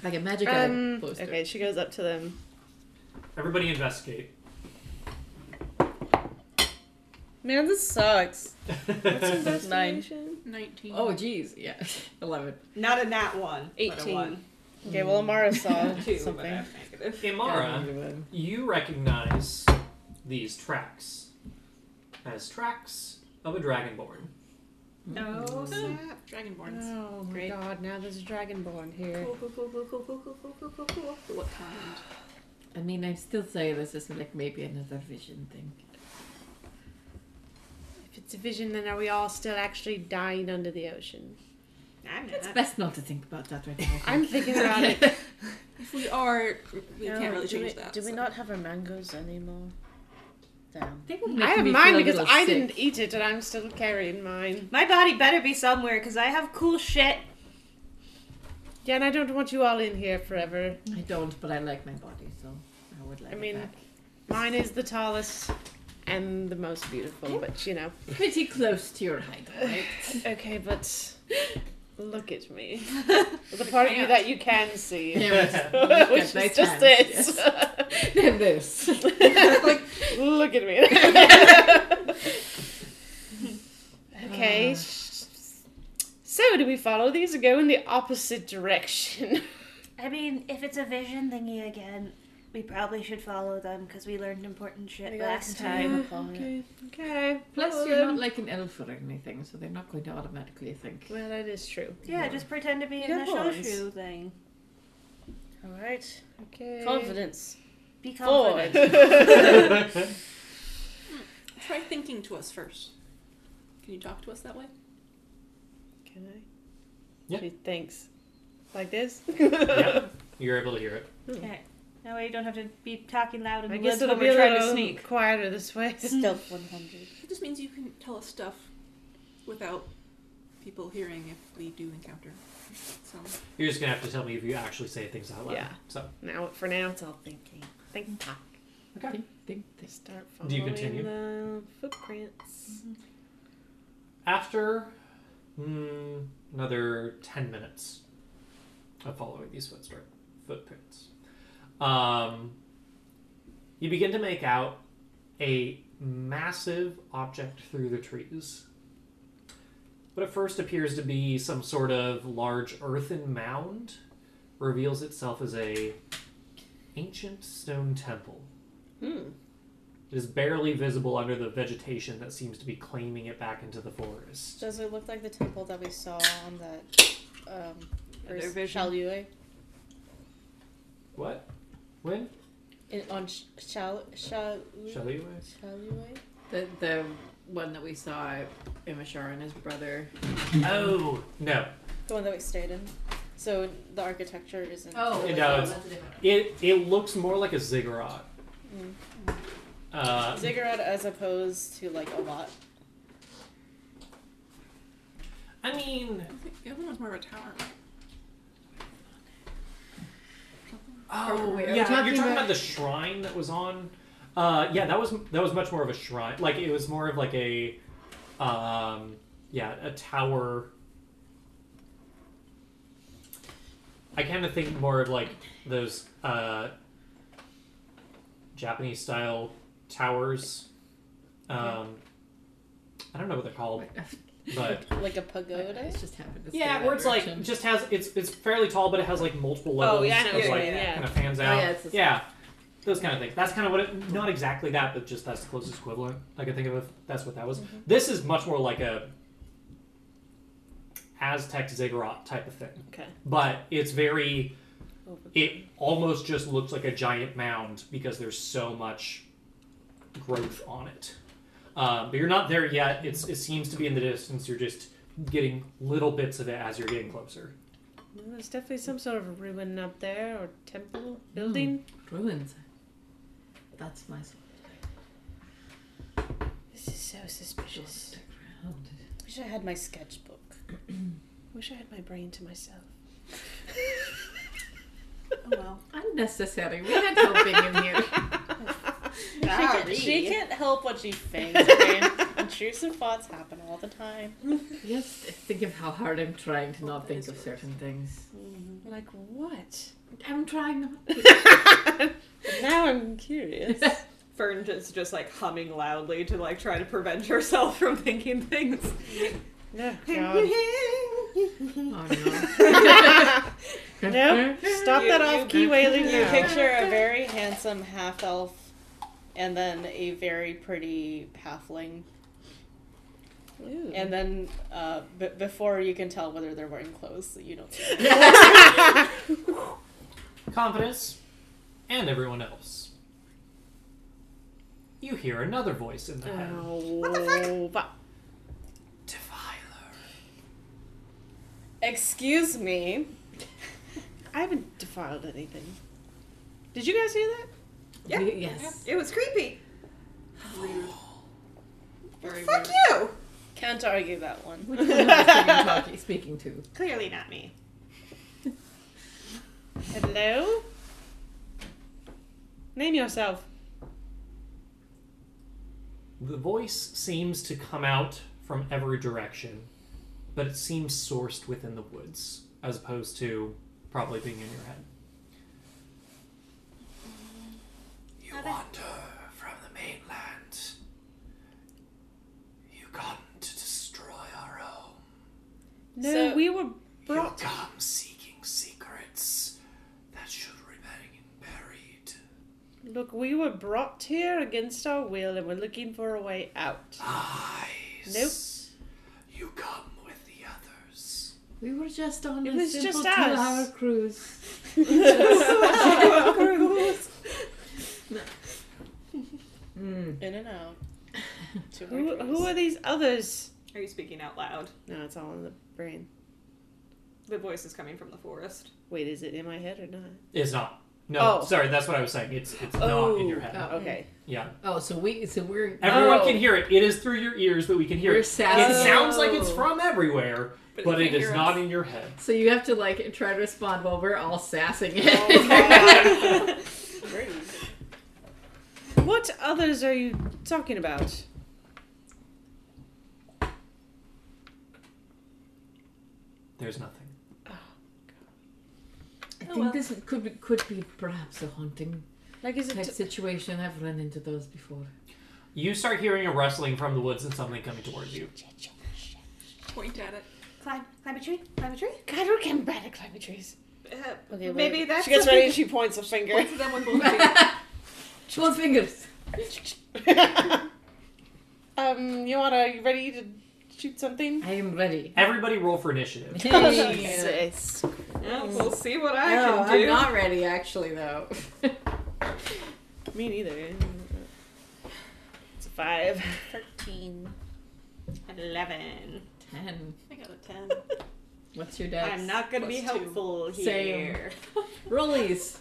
S3: Like a magic eye
S2: Um,
S3: poster.
S2: okay, she goes up to them.
S4: everybody investigate.
S6: Man, this sucks. Nine.
S2: Investigation.
S5: Nineteen.
S3: Oh, geez. Yeah. *laughs* 11.
S5: Not a nat one. but a *laughs*
S2: 18.
S5: one.
S6: Okay, well Amara saw
S5: *laughs* Two, but I
S6: something.
S5: have negative.
S4: *laughs* Imara, you recognize these tracks as tracks of a dragonborn.
S5: No. Snap. Dragonborns.
S2: Oh my
S5: Great.
S2: god! Now there's a dragonborn here.
S5: Cool, cool, cool, cool, cool, cool, cool, cool, cool, cool, cool. What kind?
S3: I mean, I'm still saying this is like maybe another vision thing.
S2: If it's a vision, then are we all still actually dying under the ocean?
S5: I'm
S3: It's
S5: not.
S3: best not to think about that right now.
S2: Uh, I'm thinking about
S3: *laughs*
S2: it.
S5: If we are, we
S6: No,
S5: can't really
S6: do
S5: change
S6: we,
S5: that.
S6: Do we
S5: so.
S6: not have our mangoes anymore? Damn.
S3: They would
S2: I
S3: make
S2: have
S3: me
S2: mine
S3: feel a
S2: because
S3: little
S2: I
S3: sick.
S2: didn't eat it, and I'm still carrying mine.
S5: My body better be somewhere because I have cool shit.
S2: Yeah, and I don't want you all in here forever.
S3: I don't, but I like my body, so I would like
S2: I mean,
S3: it back.
S2: Mine is the tallest and the most beautiful, but you know.
S3: pretty close to your height, *laughs* right?
S2: Okay, but look at me. *laughs* The part of you that you can see, *laughs* which is just this. *laughs*
S3: *laughs* Then this.
S2: look at me. okay. sh- So, do we follow these or go in the opposite direction?
S9: I mean, if it's a vision thingy again, we probably should follow them because we learned important shit last time.
S2: okay. Okay.
S3: Plus,
S2: follow
S3: you're
S2: them.
S3: not like an elf or anything, so they're not going to automatically think.
S2: Well, that is true.
S9: Yeah, just pretend to be in the
S2: Yeah, boys.
S9: showshoe thing.
S6: All right.
S2: Okay.
S6: Confidence.
S9: Be confident.
S1: *laughs*
S2: Forward.
S5: Try thinking to us first. Can you talk to us that way?
S2: Can I?
S4: Yeah.
S2: She thinks. Like this? *laughs*
S4: Yep, you're able to hear it.
S9: Okay. That way you don't have to be talking loud in
S2: I
S9: the
S2: guess
S9: woods
S2: it'll
S9: when
S2: be a
S9: we're trying to
S2: little
S9: sneak.
S2: quieter this way. *laughs*
S9: Stealth 100.
S5: It just means you can tell us stuff without people hearing if we do encounter some.
S4: You're just gonna have to tell me if you actually say things out loud.
S2: Yeah.
S4: So
S2: Now, for now,
S9: That's all thinking.
S2: think talk.
S4: okay.
S3: Think, think.
S2: Start following
S4: Do you continue?
S2: the footprints.
S4: After mm, another ten minutes of following these footstep footprints, um, you begin to make out a massive object through the trees. What at first appears to be some sort of large earthen mound reveals itself as a ancient stone temple.
S2: Hmm.
S4: It is barely visible under the vegetation that seems to be claiming it back into the forest.
S6: Does it look like the temple that we saw on that um
S1: Their
S6: first
S1: vision.
S6: Shaolue?
S4: What? When?
S6: In, on Sh- Shao Shaolue?
S4: Shall we?
S3: *laughs*
S6: Shaolue?
S3: The the one that we saw Imashar and his brother.
S4: Oh no!
S6: The one that we stayed in. So the architecture isn't
S4: And now it's-
S3: a different Mm.
S4: It it looks more like a ziggurat. Uh,
S6: ziggurat as opposed to like a lot.
S4: I mean,
S5: I think the other one's more of a tower.
S3: Oh, wait, are
S4: yeah,
S3: we
S4: you're
S3: talking
S4: talking about...
S3: about-
S4: the shrine that was on. Uh, yeah, that was that was much more of a shrine. Like it was more of like a, um, yeah, a tower. I kind of think more of like those uh, Japanese style towers. Um, I don't know what they're called,
S3: one.
S4: but *laughs*
S6: Like a pagoda?
S3: It's just happened to
S4: yeah,
S3: stay
S4: where
S3: that
S4: it's like
S3: direction.
S4: just has it's it's fairly tall, but it has like multiple levels.
S6: Oh, yeah, I know
S4: of,
S6: what you
S4: like,
S6: mean, yeah.
S4: kind of fans
S3: Oh,
S4: out.
S3: yeah, it's the same.
S4: those kind of things. That's kind of what it. Not exactly that, but just that's the closest equivalent I can think of. If that's what that was.
S3: Mm-hmm.
S4: This is much more like a Aztec ziggurat type of thing,
S6: Okay.
S4: but it's very.
S6: Over.
S4: It almost just looks like a giant mound because there's so much growth on it. Um, but you're not there yet. It's, it seems to be in the distance. You're just getting little bits of it as you're getting closer.
S2: There's definitely some sort of ruin up there or temple building.
S3: ruins. That's my soul.
S6: This is so suspicious.
S3: Stick around.
S6: Wish I had my sketchbook. Wish I had my brain to myself.
S5: Oh well.
S3: Unnecessary. We had helping in here.
S6: She, can, she can't help what she thinks. Okay? Intrusive thoughts happen all the time.
S3: Just think of how hard I'm trying to not think of certain things.
S2: Like what?
S3: I'm trying not. *laughs*
S2: Now I'm curious.
S1: Fern is just like humming loudly to like try to prevent herself from thinking things.
S2: Oh, God.
S3: Oh *laughs* no.
S2: Nope. Stop that
S6: You-
S2: off key wailing
S6: You
S2: now.
S6: picture a very handsome half elf and then a very pretty halfling. And then uh, b- before you can tell whether they're wearing clothes, so you don't.
S4: confidence, and everyone else. You hear another voice in the head.
S2: Oh, but
S4: Defiler.
S6: Excuse me.
S2: I haven't defiled anything. Did you guys hear that?
S1: Yeah.
S3: Yes. *laughs*
S1: It was creepy.
S5: Rude. *gasps* Very
S1: Fuck
S5: rude.
S1: you!
S6: Can't argue that one.
S3: Which one am I
S2: *laughs*
S3: talking, speaking to?
S1: Clearly not me.
S2: Hello? Name yourself.
S4: The voice seems to come out from every direction, but it seems sourced within the woods, as opposed to probably being in your head. You
S9: Okay.
S4: wander from the mainland. You come to destroy our home.
S2: No,
S6: So-
S2: we were
S4: You
S2: brought.
S4: come seeking secrets that should remain buried.
S2: Look, we were brought here against our will and we're looking for a way out.
S4: Lies. Nope. You come with the others.
S3: We were just on
S2: It
S3: a
S2: was
S3: simple
S2: just us.
S3: two-hour cruise.
S2: *laughs*
S3: Mm.
S6: In
S4: *laughs*
S6: and out. Two
S2: Who,
S6: more
S2: who
S6: drinks.
S2: are these others?
S1: Are you speaking out loud?
S2: No, it's all in the brain.
S1: The voice is coming from the forest.
S2: Wait, is it in my head or not?
S4: It's not. No,
S2: Oh.
S4: sorry, that's what I was saying. It's it's not in your head.
S3: Oh.
S2: Okay.
S4: Yeah.
S3: Oh, so we so we're
S4: Everyone
S3: oh,
S4: can hear it. It is through your ears that we can hear
S3: We're
S4: it.
S3: sassy.
S4: It sounds like it's
S3: Oh.
S4: from everywhere,
S1: But
S4: but,
S1: it can't
S4: it is
S1: hear
S4: not
S1: us.
S4: in your head.
S3: So you have to like try to respond while we're all sassing it.
S2: Oh. *laughs* What others are you talking about?
S4: There's nothing.
S3: I
S5: Oh,
S3: think
S5: well.
S3: this could be, could be perhaps a haunting
S2: Like, is
S3: type
S2: it.
S3: situation. I've run into those *laughs* before.
S4: You start hearing a rustling from the woods and something coming towards you. e-
S5: Point at it.
S9: Climb, climb a tree, climb a tree.
S6: God, we're getting bad at climbing trees.
S1: Uh,
S6: Okay,
S1: maybe
S6: wait.
S1: that's
S2: She gets
S1: something- *laughs*
S3: *laughs*
S2: ready and she points a finger.
S5: Point to them with both feet.
S3: Twelve fingers.
S2: um, Joanna, you ready to shoot something?
S3: I am ready.
S4: Everybody roll for initiative.
S2: Jesus. Mm.
S5: Well, we'll see what I
S3: Oh,
S5: can
S3: I'm
S5: do.
S3: not ready actually though.
S2: *laughs* Me neither. It's a five.
S10: 13.
S5: Eleven.
S3: Ten.
S1: I got a 10.
S3: *laughs* What's your dex?
S5: I'm not gonna be
S1: Plus two.
S5: helpful
S3: Same.
S5: here. *laughs*
S3: Rollies.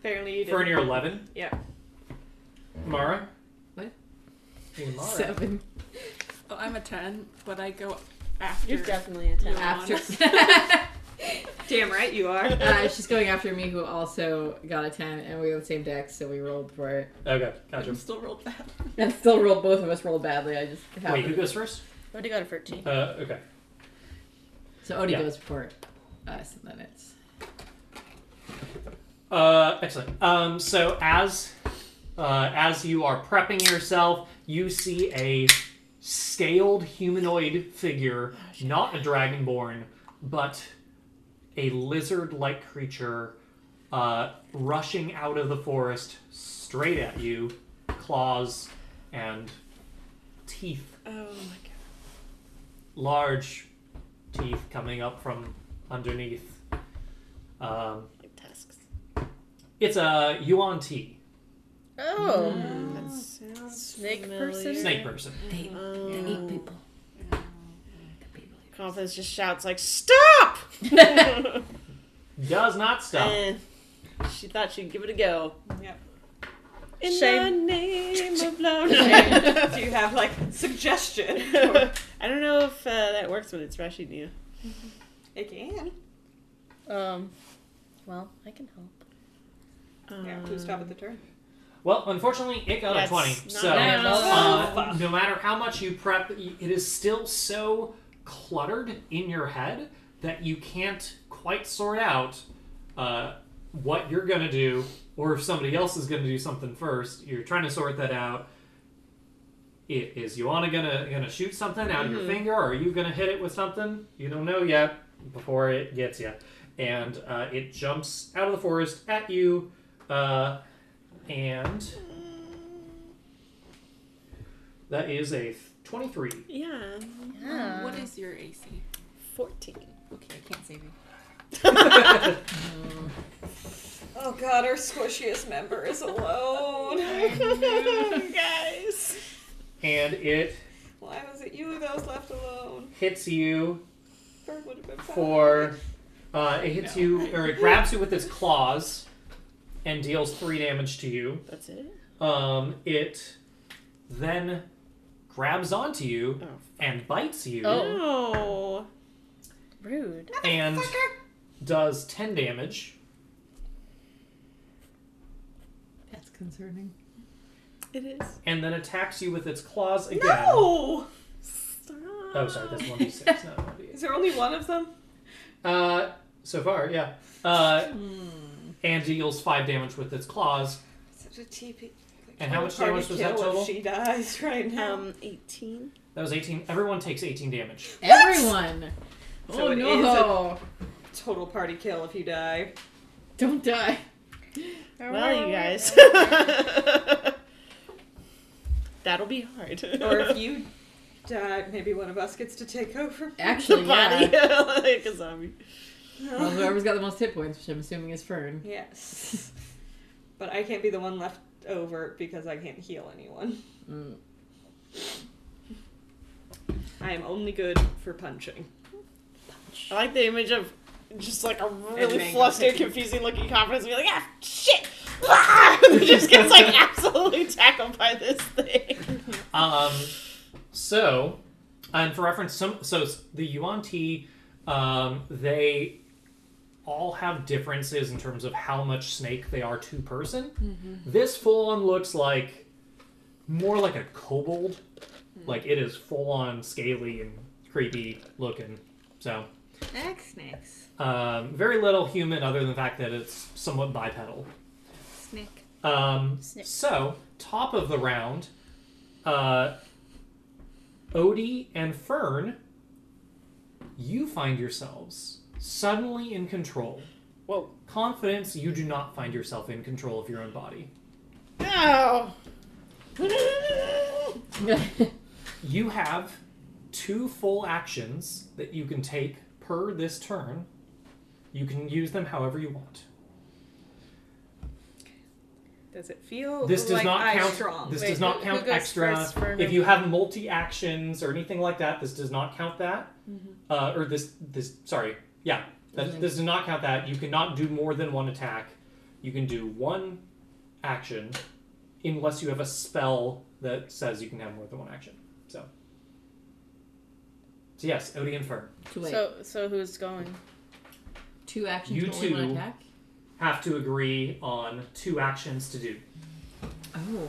S5: Apparently you did.
S4: For near 11,
S5: Yeah.
S4: Mara?
S3: What?
S4: Hey, Mara.
S3: Seven.
S1: Oh, I'm a 10, but I go after.
S2: You're definitely a ten.
S1: Go *laughs*
S3: After.
S5: *laughs*
S3: *laughs*
S5: Damn right you are.
S3: uh, she's going after me, who also got a ten, and we have the same dex, so we rolled for it.
S4: Okay,
S1: I
S4: gotcha.
S1: still rolled that.
S3: And still rolled. Both of us rolled badly. I just
S4: Wait,
S3: happened.
S4: who goes first?
S2: Already got a thirteen.
S4: Uh, okay.
S3: So Odie
S4: Yeah.
S3: goes for us, and then it's
S4: Uh, excellent. Um, so as uh, as you are prepping yourself, you see a scaled humanoid figure, not a dragonborn, but a lizard-like creature, uh, rushing out of the forest straight at you, claws and teeth,
S1: Oh my god.
S4: large teeth coming up from underneath. Um,
S2: Like tasks.
S4: it's a yuan ti.
S2: Oh.
S1: That sounds
S2: Snake person. Um,
S4: snake person.
S5: Uh-huh.
S3: they,
S2: they
S3: eat people.
S2: Confidence just shouts like,
S1: *laughs*
S2: "Stop!" *laughs*
S4: Does not stop.
S2: Eh, she thought she'd give it a go.
S5: Yep.
S2: In
S11: Shame.
S2: the name
S5: *laughs*
S2: of love.
S5: do you have like suggestion?
S2: *laughs* I don't know if uh, that works when it's rushing you.
S5: It can.
S2: Um, well, I can help.
S5: Yeah, who's top at the turn?
S4: Well, unfortunately, it got
S2: That's
S4: a 20.
S2: not
S4: So,
S2: bad.
S4: uh, no matter how much you prep, y- it is still so cluttered in your head that you can't quite sort out uh, what you're going to do or if somebody else is going to do something first. You're trying to sort that out. I- Is Joanna gonna gonna shoot something out
S2: Mm-hmm.
S4: of your finger, or are you gonna hit it with something? You don't know yet before it gets you, and uh, it jumps out of the forest at you, uh, and that is a 23.
S2: Yeah,
S1: Um, what is your AC?
S2: fourteen.
S1: Okay, I can't save you.
S5: Oh god, our squishiest member is
S2: *laughs*
S5: alone.
S2: Guys,
S4: And it
S5: Why was it you that was left alone?
S4: hits you
S5: Bird would have been fine.
S4: for. Uh, it hits you, or it grabs you with its claws and deals three damage to you.
S2: that's it.
S4: Um, it then grabs onto you
S2: Oh.
S4: and bites you
S2: Oh, rude.
S4: and does 10 damage.
S3: That's concerning.
S2: It is.
S4: and then attacks you with its claws again.
S5: No!
S2: Stop.
S4: Oh, sorry, that's 1d6, not 1d8.
S5: Is there only one of them?
S4: Uh, so far, yeah. Uh, and deals 5 damage with its claws.
S5: Such a TP.
S4: And how much
S5: Party
S4: damage was that
S5: kill if
S4: total?
S5: She dies *laughs* right now.
S2: Um, eighteen.
S4: That was 18. Everyone takes 18 damage.
S3: Everyone.
S5: So
S3: oh
S5: it is
S3: no!
S5: total party kill if you die.
S3: Don't die.
S2: Well, you guys. *laughs* That'll be hard.
S5: Or if
S2: *laughs*
S5: you die, maybe one of us gets to take over.
S3: Actually,
S2: body
S3: yeah.
S2: *laughs* like a zombie.
S3: Well, whoever's got the most hit points, which I'm assuming is Fern.
S5: Yes. *laughs* But I can't be the one left over because I can't heal anyone.
S3: Mm.
S5: I am only good for punching.
S2: I like the image of just like a really
S5: mango
S2: flustered,
S5: chicken.
S2: confusing looking confidence, be like, ah, shit, *laughs* Blah! and just gets like
S5: *laughs*
S2: absolutely tackled by this thing.
S4: Um, so, and for reference, some so the Yuan Ti, um, they all have differences in terms of how much snake they are to person. This full on looks like more like a kobold, like it is full on scaly and creepy looking. So,
S10: snakes.
S4: um, very little human other than the fact that it's somewhat bipedal.
S10: Snake.
S4: Um,
S10: Snip.
S4: so, top of the round, uh, Odie and Fern, you find yourselves suddenly in control.
S2: Whoa. *laughs*
S4: Confidence, you do not find yourself in control of your own body.
S2: No.
S3: *laughs*
S4: You have two full actions that you can take per this turn. You can use them however you want.
S2: Does it feel
S4: This does
S2: like
S4: not
S2: I
S4: count.
S2: strong?
S4: This
S6: Wait,
S4: does not
S6: who- who
S4: count
S6: goes
S4: extra.
S6: first for
S4: If you have multi actions or anything like that, this does not count that.
S6: Mm-hmm.
S4: Uh, or this this sorry, yeah, that,
S3: Mhm.
S4: this does not count that. You cannot do more than one attack. You can do one action, unless you have a spell that says you can have more than one action. So. So yes, Odie and Fern
S3: So wait,
S6: So so who's going?
S3: two actions,
S4: you
S3: but only one
S4: two-
S3: attack.
S4: have to agree on two actions to do.
S3: Oh,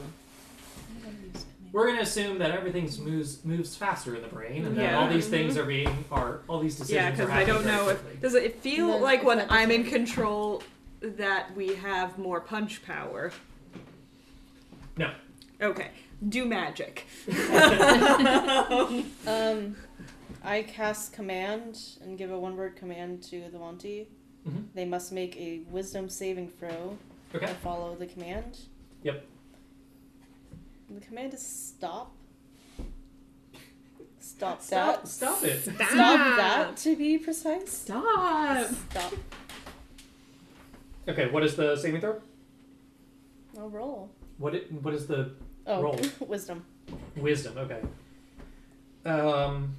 S4: We're gonna assume that everything moves moves faster in the brain, and that
S2: Yeah. Mm-hmm.
S4: all these things are being are all these
S2: Yeah,
S4: decisions are
S2: because I
S4: happening
S2: don't
S4: very
S2: know
S4: quickly.
S2: if does it, it feel
S6: Then
S2: like
S6: it's
S2: when
S6: not the
S2: I'm in
S6: same.
S2: control that we have more punch power.
S4: No.
S2: Okay. Do magic. *laughs*
S6: Um, I cast command and give a one word command to the Wanti.
S4: Mhm.
S6: They must make a wisdom saving throw
S4: Okay.
S6: to follow the command.
S4: Yep.
S6: And the command is stop. Stop,
S4: Stop,
S6: that.
S4: stop it.
S6: Stop that to be precise.
S3: stop!
S6: Stop.
S4: Okay, what is the saving throw?
S6: I'll roll.
S4: What it, what is the
S6: Oh,
S4: Roll.
S6: *laughs* wisdom.
S4: wisdom? Okay. Um.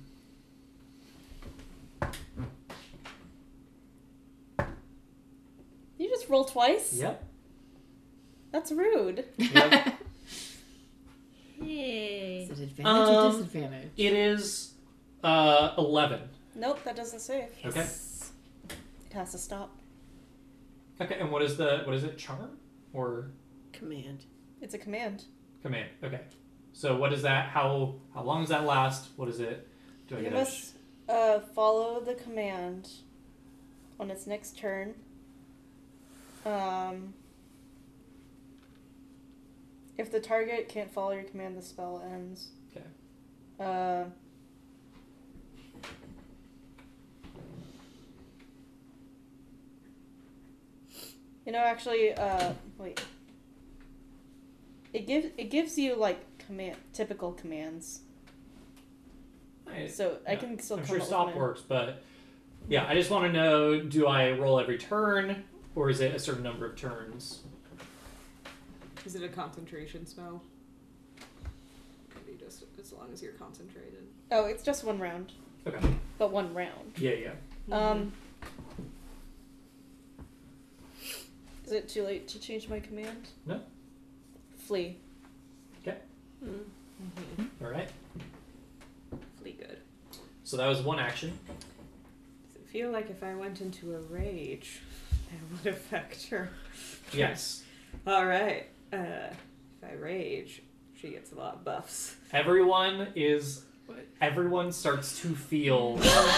S6: You just roll twice?
S4: Yep.
S6: That's rude.
S4: yep.
S12: Hey.
S3: *laughs* Is it advantage or
S4: Um,
S3: disadvantage?
S4: it is uh eleven.
S6: Nope, that doesn't save.
S4: Okay.
S6: It has to stop.
S4: Okay, and what is the what is it? Charm or
S1: Command.
S6: It's a command.
S4: command? Okay. So what is that? How how long does that last? What is it? Do I
S6: You
S4: get a
S6: must uh, follow the command on its next turn. Um, if the target can't follow your command, the spell ends.
S4: Okay.
S6: Uh, you know, actually, uh, wait. It gives it gives you like command typical commands,
S4: I-
S6: so I
S4: yeah.
S6: can still.
S4: I'm
S6: come
S4: sure
S6: up with
S4: stop
S6: mine.
S4: works, but yeah, I just want to know: do I roll every turn, or is it a certain number of turns?
S2: Is it a concentration spell? Maybe just as long as you're concentrated.
S6: Oh, it's just one round,
S4: Okay.
S6: but one round.
S4: Yeah, yeah.
S5: Mm-hmm.
S6: Um, is it too late to change my command?
S4: No. *laughs*
S6: Flee.
S4: All right.
S2: Pretty good.
S4: So that was one action.
S2: Does it feel like if I went into a rage, that *laughs* would affect her?
S4: Yes.
S2: All right. Uh, if I rage, she gets a lot
S4: *laughs*
S2: of buffs. *laughs*
S4: Everyone is. Everyone starts to
S6: *laughs*
S4: feel your.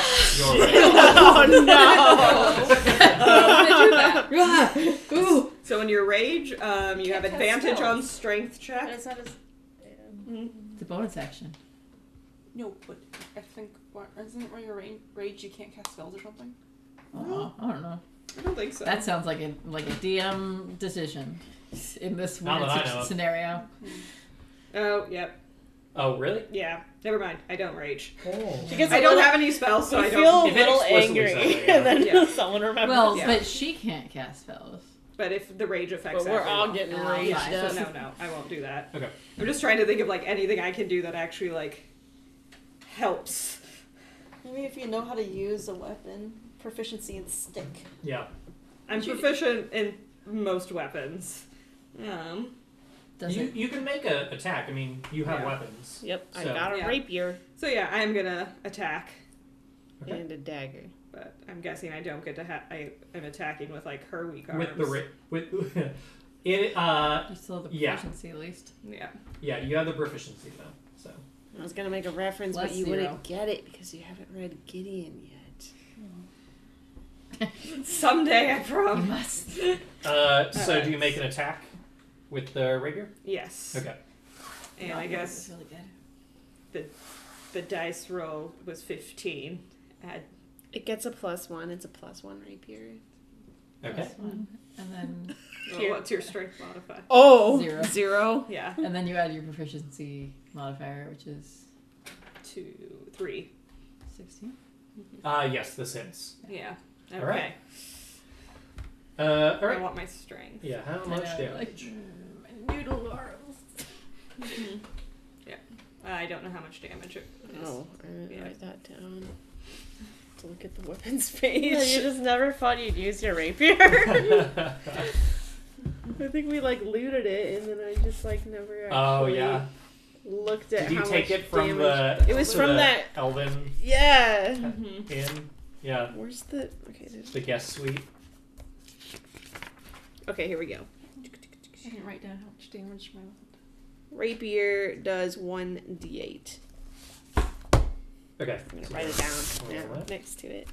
S5: *laughs*
S2: Oh, *laughs*
S3: Ooh,
S2: So in your rage, um, you have
S6: Can't cast
S2: advantage on
S6: spells.
S2: strength Mm-hmm.
S6: But
S2: checks.
S6: it's not as.
S3: *laughs* it's a bonus action.
S5: No, but I think why- isn't it where you're rage, rage you can't cast spells or something?
S3: Oh, I don't know.
S2: I don't think so.
S3: That sounds like a like a DM decision in this
S4: Not
S3: weird
S4: that I
S3: sit-
S4: know of.
S3: scenario.
S2: oh, yep.
S4: Oh, really?
S2: Yeah. Never mind. I don't rage.
S4: Oh.
S6: Because
S2: I don't have any spells, so I
S6: I
S2: don't.
S6: feel
S4: If
S6: a
S4: it
S6: little
S4: explicitly says that,
S6: angry,
S4: yeah.
S6: and then *laughs*
S2: Yeah.
S6: someone remembers.
S3: Well,
S2: Yeah.
S3: but she can't cast spells.
S2: But if the rage affects,
S6: But we're all
S2: everyone-
S6: getting
S3: Oh,
S6: raged
S3: yeah,
S2: Yeah,
S6: up.
S2: so no, no, I won't do that.
S4: Okay.
S2: I'm just trying to think of like anything I can do that actually like helps.
S6: Maybe if you know how to use a weapon, proficiency in stick. *laughs*
S4: Yeah.
S2: I'm proficient in most weapons. Um,
S3: Does
S4: You
S3: it?
S4: you can make a attack. I mean, you have
S2: Yeah.
S4: weapons.
S1: Yep, I
S4: So-
S1: got a
S2: Yeah.
S1: rapier
S2: so yeah, I'm gonna attack,
S4: Okay.
S1: and a dagger.
S2: but I'm guessing I don't get to have. I am attacking with like her weak arms.
S4: With the ra- with *laughs* it uh
S3: You still have the
S4: Yeah.
S3: proficiency at least.
S2: Yeah.
S4: yeah you have the proficiency though so
S1: I was gonna make a reference,
S3: Plus
S1: but you
S3: zero.
S1: wouldn't get it because you haven't read Gideon yet.
S2: Someday, I
S1: *laughs*
S3: You
S2: promise.
S3: must.
S4: uh so
S2: Alright.
S4: do you make an attack with the rapier?
S2: Yes.
S4: Okay.
S2: And I guess
S3: Really good.
S2: the dice roll was 15. Add
S1: It gets a plus one. It's a plus one rapier.
S4: Okay.
S3: Plus one. And then
S2: Oh.
S1: Here, what's your strength modifier?
S13: Oh,
S3: Zero.
S13: zero.
S1: Yeah,
S3: And then you add your proficiency modifier, which is
S1: two, three.
S3: 16.
S4: Uh, yes, this hits.
S1: Yeah. Okay.
S4: All right. Uh, all
S1: I
S4: right.
S1: want my strength.
S4: Yeah, how
S3: I
S4: much
S3: know,
S4: damage?
S2: *laughs*
S3: like, mm, my noodle arms.
S1: I don't know how much damage it is.
S13: Oh, I didn't
S1: Yeah.
S13: write that down. To look at the
S2: *laughs*
S13: weapons
S2: Yeah, you
S13: page.
S2: just never thought you'd use your rapier. *laughs* I think we like looted it, and then I just like never.
S4: *laughs*
S2: Actually
S4: oh yeah.
S2: Looked at
S4: Did you
S2: how
S4: take
S2: much
S4: it from
S2: damage-
S4: the?
S2: It was
S4: the
S2: from that.
S4: Elven
S2: Yeah.
S1: Mm-hmm.
S4: inn. Yeah,
S13: Where's the okay? There's,
S4: the guest suite.
S2: Okay, here we go.
S5: I didn't write down how much damage my weapon did.
S2: Rapier does one d8.
S4: Okay.
S2: I'm gonna
S4: so
S2: write it down
S4: roll
S2: now
S4: it.
S2: next to it.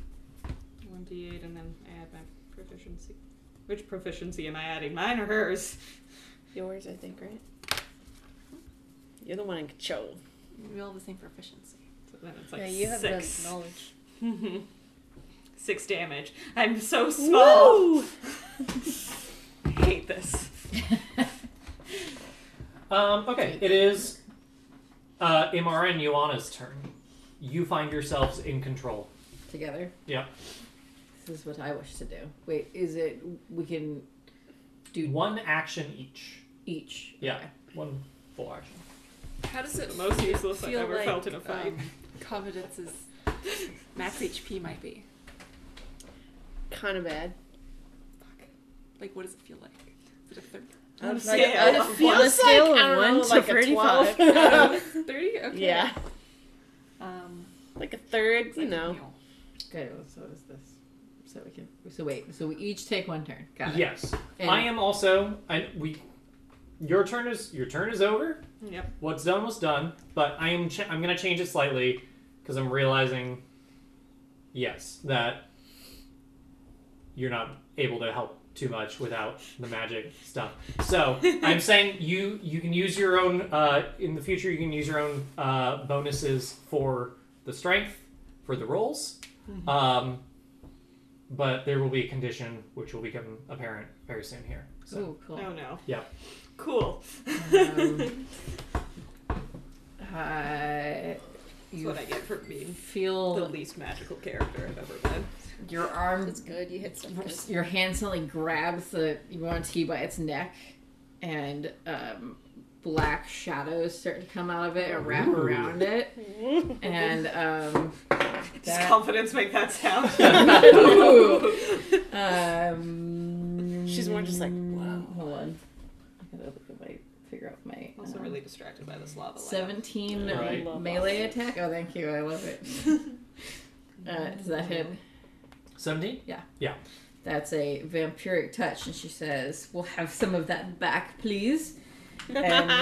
S1: One d eight, and then I add my proficiency. Which proficiency am I adding? Mine or hers?
S2: Yours, I think, right? You're the one in control.
S5: We all have the same proficiency.
S1: So then it's like
S6: yeah, you have
S1: six.
S6: the knowledge.
S1: Mhm. *laughs* six damage. I'm so small. *laughs* I hate this.
S4: Um, okay, it is uh, Imara and Yuana's turn. You find yourselves in control.
S3: Together.
S4: Yeah.
S3: This is what I wish to do. Wait, is it we can do
S4: One action each.
S3: each?
S4: Yeah. One full action.
S5: How does it
S1: The most useless I've
S5: feel
S1: ever
S5: like,
S1: felt in a fight.
S5: Um, Covidance's max HP might be.
S2: Kind of bad.
S5: Fuck. Like, what does it feel like? Is it a third?
S1: On a
S2: Like,
S1: scale.
S2: it feels
S13: On a scale
S2: like,
S13: of
S2: I don't know,
S13: one to
S2: like a
S13: 35.
S2: 12. *laughs*
S5: Thirty? Okay.
S2: Yeah,
S5: Um,
S2: like a third.
S5: it's
S2: You
S5: like a
S2: know.
S5: meal.
S3: Okay, well, so is this. So we can. So wait. So we each take one turn. Got it.
S4: Yes.
S3: And-
S4: I am also. I we. Your turn is your turn is over.
S1: Yep.
S4: What's done was done. But I am. Ch- I'm gonna change it slightly because I'm realizing. Yes, that you're not able to help too much without the magic stuff.
S3: *laughs*
S4: So I'm saying you you can use your own uh, in the future. You can use your own uh, bonuses for the strength for the rolls.
S3: Mm-hmm.
S4: Um, but there will be a condition which will become apparent very soon here. So.
S3: Ooh,
S1: *laughs*
S3: cool.
S1: *laughs* Oh no.
S4: Yeah.
S1: Cool.
S3: Um, uh,
S1: That's
S3: you
S1: what I get for being the
S3: feel
S1: least magical character I've ever been.
S3: your arm,
S13: It's good. You hit some. good.
S3: your hand suddenly grabs the Yuan-Ti by its neck, and um, black shadows start to come out of it and wrap
S4: Ooh.
S3: around it, and um,
S1: Does
S3: that- *laughs*
S1: confidence make that sound? *laughs*
S3: um,
S2: She's more just like, wow.
S3: Hold on, I gotta look at my figure out my.
S1: also
S3: um,
S1: really distracted by this lava. Seven.
S3: 17
S4: Right.
S3: um, melee attack. Oh, thank you. I love
S2: *laughs*
S3: it. uh, does that hit?
S4: 17?
S3: That's a vampiric touch. And she says, We'll have some of that back, please. And
S4: *laughs*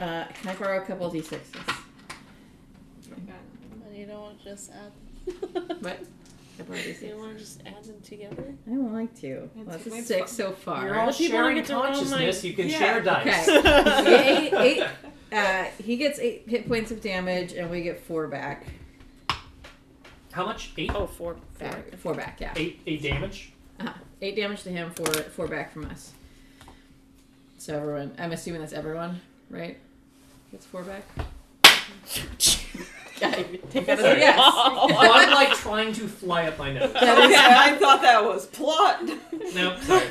S3: uh, can I borrow a couple of d6s?
S6: And you don't want to just add.
S3: What? I borrow
S6: You don't
S3: d6.
S6: want to just add them together.
S3: I don't like to. Well, that's a
S1: mine's
S3: six so far.
S4: You're all
S2: people
S4: sharing
S2: get to roll my-
S4: consciousness. You can
S1: Yeah.
S4: share dice.
S3: Okay.
S2: *laughs*
S3: *laughs* eight, eight, uh, he gets eight hit points of damage, and we get four back.
S4: How much? Eight?
S2: Oh, four
S3: Four,
S2: *laughs* back.
S3: four back, yeah.
S4: Eight, eight damage?
S3: Uh-huh. Eight damage to him, four four back from us. So everyone, I'm assuming that's everyone, right? Gets four back. Yeah, you take that as a
S4: Sorry. *laughs*
S3: yes.
S4: Oh, I'm like trying to fly up my
S3: *laughs*
S4: nose.
S3: That is,
S1: I thought that was plot.
S4: No, sorry.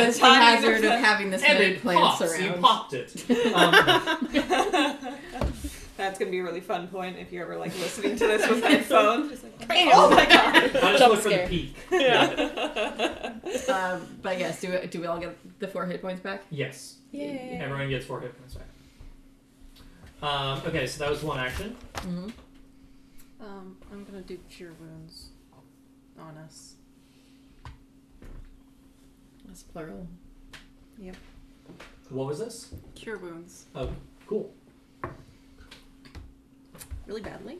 S1: *laughs*
S3: is the
S1: timing
S3: hazard of
S1: the-
S3: having this
S4: And
S3: many
S4: it
S3: plants
S4: pops. You
S3: around.
S4: popped
S3: *laughs*
S4: it. Um,
S1: *laughs* That's gonna be a really fun point if you're ever like listening to this with
S2: *laughs*
S1: headphones. Just like,
S2: Oh *laughs*
S1: my god.
S4: I just
S2: Jump
S4: look for the
S2: scare.
S4: peak.
S3: *laughs*
S1: *laughs*
S3: Um, but yes, do we, do we all get the four hit points back?
S4: Yes.
S1: Yay.
S4: Everyone gets four hit points back. Um, okay, so that was one action.
S3: Mm-hmm.
S5: Um, I'm gonna do cure wounds on us.
S3: That's plural.
S4: What was this?
S5: Cure wounds
S4: Oh, cool.
S5: really badly.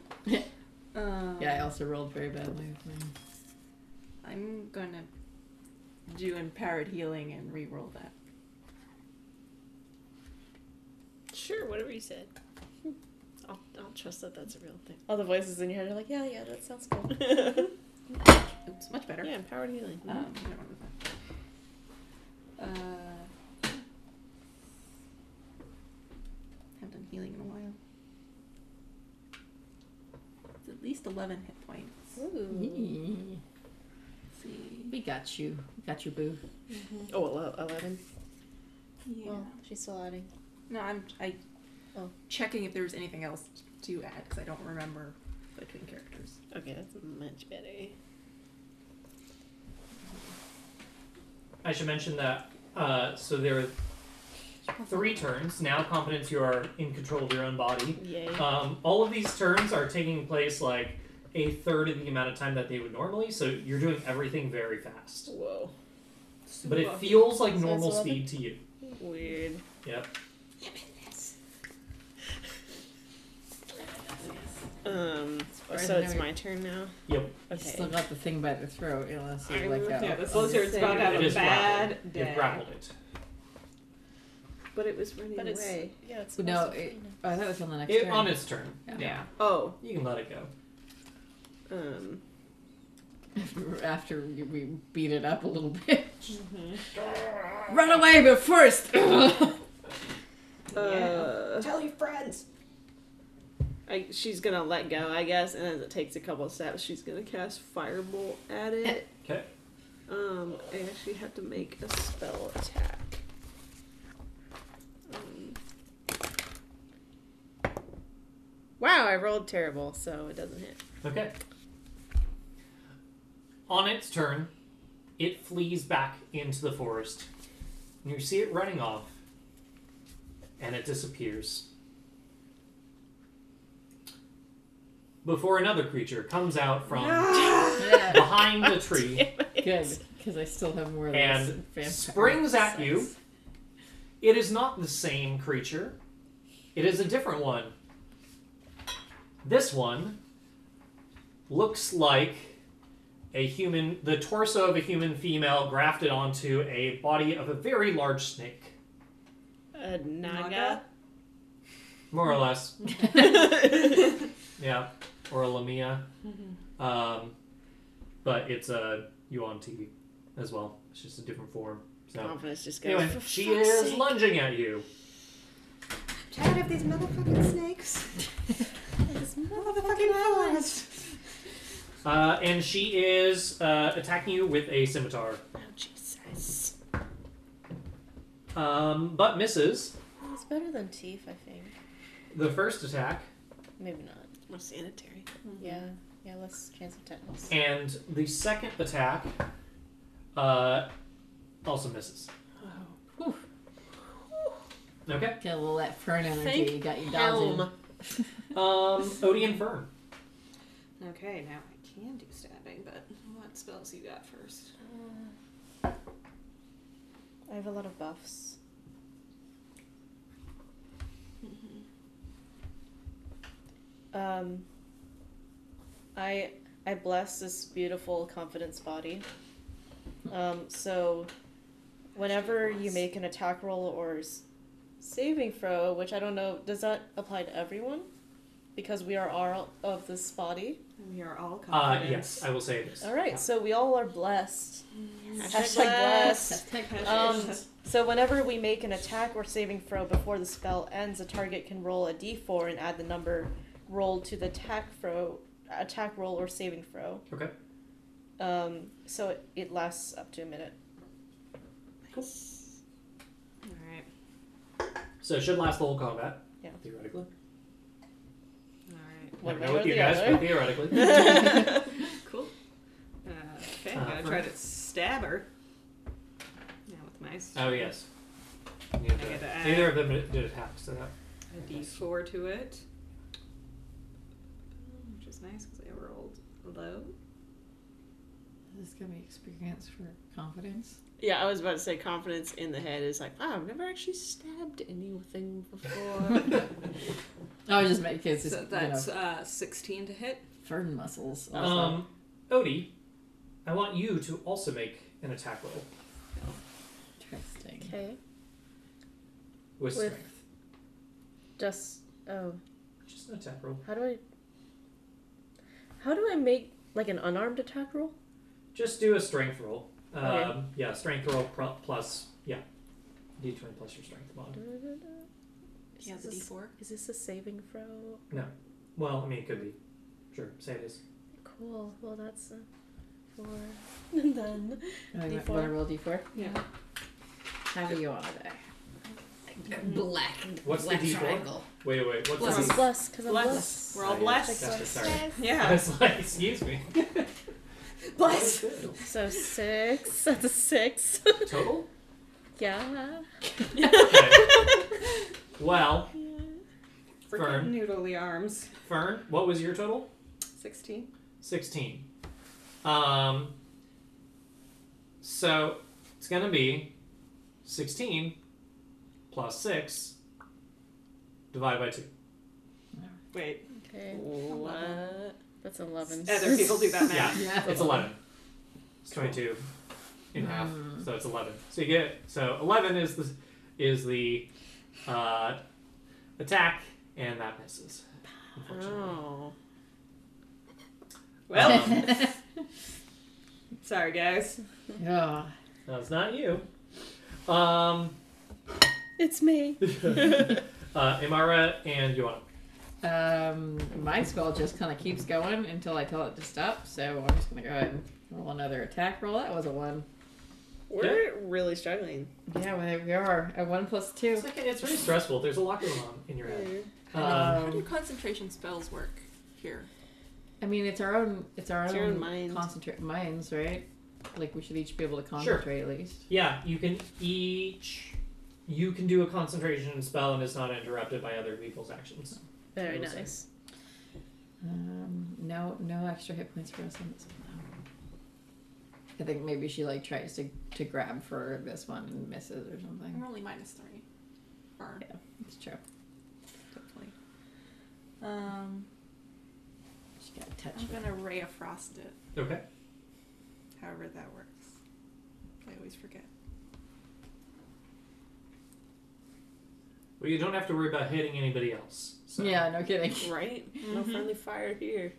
S5: um,
S3: Yeah, I also rolled very badly with mine.
S5: I'm gonna do empowered healing and re-roll that.
S2: Sure, whatever you said. I'll, I'll trust that that's a real
S1: *laughs*
S2: thing.
S6: All the voices in your head are like, yeah, yeah, that sounds cool.
S5: Oops, much better.
S2: Yeah, empowered healing.
S5: Um, I don't remember that. Uh, haven't done healing in a while. It's at least 11 hit points.
S3: Yee.
S5: Let's see.
S3: We got you. We got you, boo.
S13: Oh, ele- 11.
S5: Yeah.
S6: oh.
S13: Well, she's still adding.
S5: No, I'm I
S13: Oh.
S5: checking if there was anything else to add because I don't remember between characters.
S13: Okay, that's much better.
S4: I should mention that. Uh, so there are three turns now. Confidence, you are in control of your own body.
S13: Yay.
S4: Um, all of these turns are taking place like a third of the amount of time that they would normally. So you're doing everything very fast,
S3: Whoa.
S4: but it feels like
S13: So
S4: normal
S13: it's eleven?
S4: speed to you.
S3: Weird.
S4: Yep.
S13: Um,
S3: far as
S13: so
S3: I
S13: it's
S3: know,
S13: my turn now?
S4: Yep.
S3: You Still
S13: Okay.
S3: got the thing by the throat, unless you
S1: I'm-
S3: let go.
S1: yeah, this lizard's about to have
S4: It
S1: a
S4: is
S1: bad
S4: grappled.
S1: day.
S4: You've grappled it.
S13: But it was running
S6: But it's-
S13: away.
S6: Yeah, it's
S3: no,
S6: also
S3: it,
S6: cleaner.
S3: oh, I thought it was on the next
S4: it
S3: turn.
S4: on its turn.
S3: Yeah.
S4: yeah.
S13: Oh,
S4: You can let it go.
S13: um,
S3: after, *laughs* after we beat it up a little bit. Run away, but first. *laughs*
S13: uh,
S1: Tell your friends.
S13: I, she's gonna let go, I guess, and as it takes a couple of steps, she's gonna cast Firebolt at it.
S4: Okay.
S13: Um, I actually have to make a spell attack. Um, wow, I rolled terrible, so it doesn't hit.
S4: Okay. On its turn, it flees back into the forest. And you see it running off, and it disappears. Before another creature comes out from behind the tree
S3: Good, because I still have more of those
S4: and
S3: vampire
S4: springs at you.
S3: sex.
S4: It is not the same creature, it is a different one. This one looks like a human, the torso of a human female grafted onto a body of a very large snake,
S13: A
S5: naga?
S4: more or less.
S13: *laughs*
S4: *laughs* Yeah, or a Lamia. Um, but it's a you on TV as well. It's just a different form. So
S13: Confidence just goes.
S4: anyway,
S13: Oh, "For
S4: she
S13: fuck's
S4: is
S13: sake."
S4: lunging at you.
S5: Tired of these motherfucking snakes. motherfucking forest.
S4: Uh, and she is uh, attacking you with a scimitar.
S13: Oh, Jesus.
S4: Um, but misses
S6: It's better than teeth, I think.
S4: the first attack,
S6: Maybe not.
S13: More sanitary.
S6: Yeah. Yeah, less chance of tetanus.
S4: and the second attack uh, also misses.
S6: Oh.
S3: Whew.
S4: Okay.
S3: Get a little that fern energy
S13: Thank
S3: you got you dodging.
S13: Helm.
S4: Um, Odie and Fern.
S1: Okay, now I can do stabbing, but what spells you got first?
S6: Uh, I have a lot of buffs. Um, I I bless this beautiful confidence body. Um, so whenever you make an attack roll or s- saving throw, which I don't know, does that apply to everyone? Because we are all of this body.
S1: We are all
S4: Uh,
S1: confident.
S4: yes, I will say this.
S6: All right, so we all are blessed. Hashtag blessed. Um, so whenever we make an attack or saving throw before the spell ends, a target can roll a d4 and add the number rolled to the attack throw, attack roll or saving throw.
S4: Okay.
S6: Um, so it, it lasts up to a minute.
S1: All right.
S4: So it should last the whole combat.
S6: Yeah.
S4: Theoretically.
S1: All right.
S6: One
S4: Never
S6: way
S4: know
S6: or
S4: with you
S6: the
S4: guys,
S6: other.
S4: but
S6: *laughs*
S4: theoretically.
S1: Cool. Uh, okay, I'm
S4: Uh,
S1: gonna
S4: for-
S1: try to stab her. Now with my s-
S4: oh yes. Neither,
S1: I get to add-
S4: neither of them did attack, so that
S1: a d4 to it, which is nice because I rolled low.
S3: This is gonna be experience for confidence.
S13: Yeah, I was about to say confidence in the head is like, wow, I've never actually stabbed anything
S1: *laughs*
S13: before.
S3: Oh, I just make kids just
S1: So that's uh, 16 to hit.
S3: fern muscles. Also.
S4: Um, Odie, I want you to also make an attack roll
S3: Interesting.
S6: Okay.
S4: with,
S6: With-
S4: strength.
S6: Just oh,
S4: Just an attack roll.
S6: how do I? How do I make like an unarmed attack roll?
S4: Just do a strength roll. Um,
S6: Okay.
S4: Yeah, strength roll pro- plus yeah D20 plus your strength mod.
S5: He has a D4.
S6: Is this a saving throw?
S4: Well, I mean, it could be. Sure, say it is.
S6: Cool. Well, that's a four. And then
S3: I
S6: D4.
S3: want to roll d4.
S1: Yeah.
S3: How do you want to Black.
S4: What's the
S3: black
S4: D4?
S3: triangle.
S4: Wait, wait, what's
S6: plus
S4: the D?
S6: plus because I'm
S2: Bless.
S6: blessed.
S2: We're all
S4: Oh, yeah,
S2: blessed.
S4: that's it, sorry. I
S1: Yeah.
S4: was like, excuse me.
S1: Bless.
S6: So six. That's a six. *laughs*
S4: Total?
S6: yeah.
S4: Okay. well, Fern.
S1: Freaking noodly arms.
S4: Fern, what was your total?
S1: 16.
S4: 16. Um, so it's going to be 16 plus 6 divided by 2.
S1: Wait.
S6: Okay.
S1: Eleven.
S6: That's eleven.
S1: Other people do that
S4: Yeah,
S1: math.
S3: Yeah. *laughs*
S4: it's 11. It's 22 in half,
S3: Mm.
S4: so it's 11. So you get so 11 is the is the uh, attack and that misses. Unfortunately.
S2: Oh.
S1: Well,
S3: *laughs*
S1: sorry guys.
S3: yeah.
S4: No, it's not you. Um,
S6: *laughs*
S4: *laughs*
S6: It's me.
S4: uh, Imara and Joanna.
S3: Um, my skull just kind of keeps going until I tell it to stop. So I'm just gonna go ahead and roll another attack roll. That was a one.
S2: We're really struggling.
S3: Yeah, well, we are a one plus two.
S4: It's, like, it's really stressful. There's a lot going on in your head. Um,
S5: How do
S3: Um,
S5: concentration spells work here?
S3: I mean, it's our own. It's our
S2: It's
S3: own,
S2: your own mind.
S3: concentrate minds, right? Like we should each be able to concentrate at least.
S4: yeah, you can each you can do a concentration spell and it's not interrupted by other people's actions.
S6: Very
S4: I will say.
S6: nice.
S3: Um, no, no extra hit points for us on this one. though. I think maybe she like tries to to grab for this one and misses or something.
S5: I'm only minus three. Or
S3: It's true.
S5: definitely. Um,
S3: She got touched.
S5: I'm gonna ray of frost it.
S4: Okay.
S5: However that works. I always forget.
S4: Well, you don't have to worry about hitting anybody else. So.
S3: Yeah, no kidding. *laughs*
S2: Right? No friendly fire here.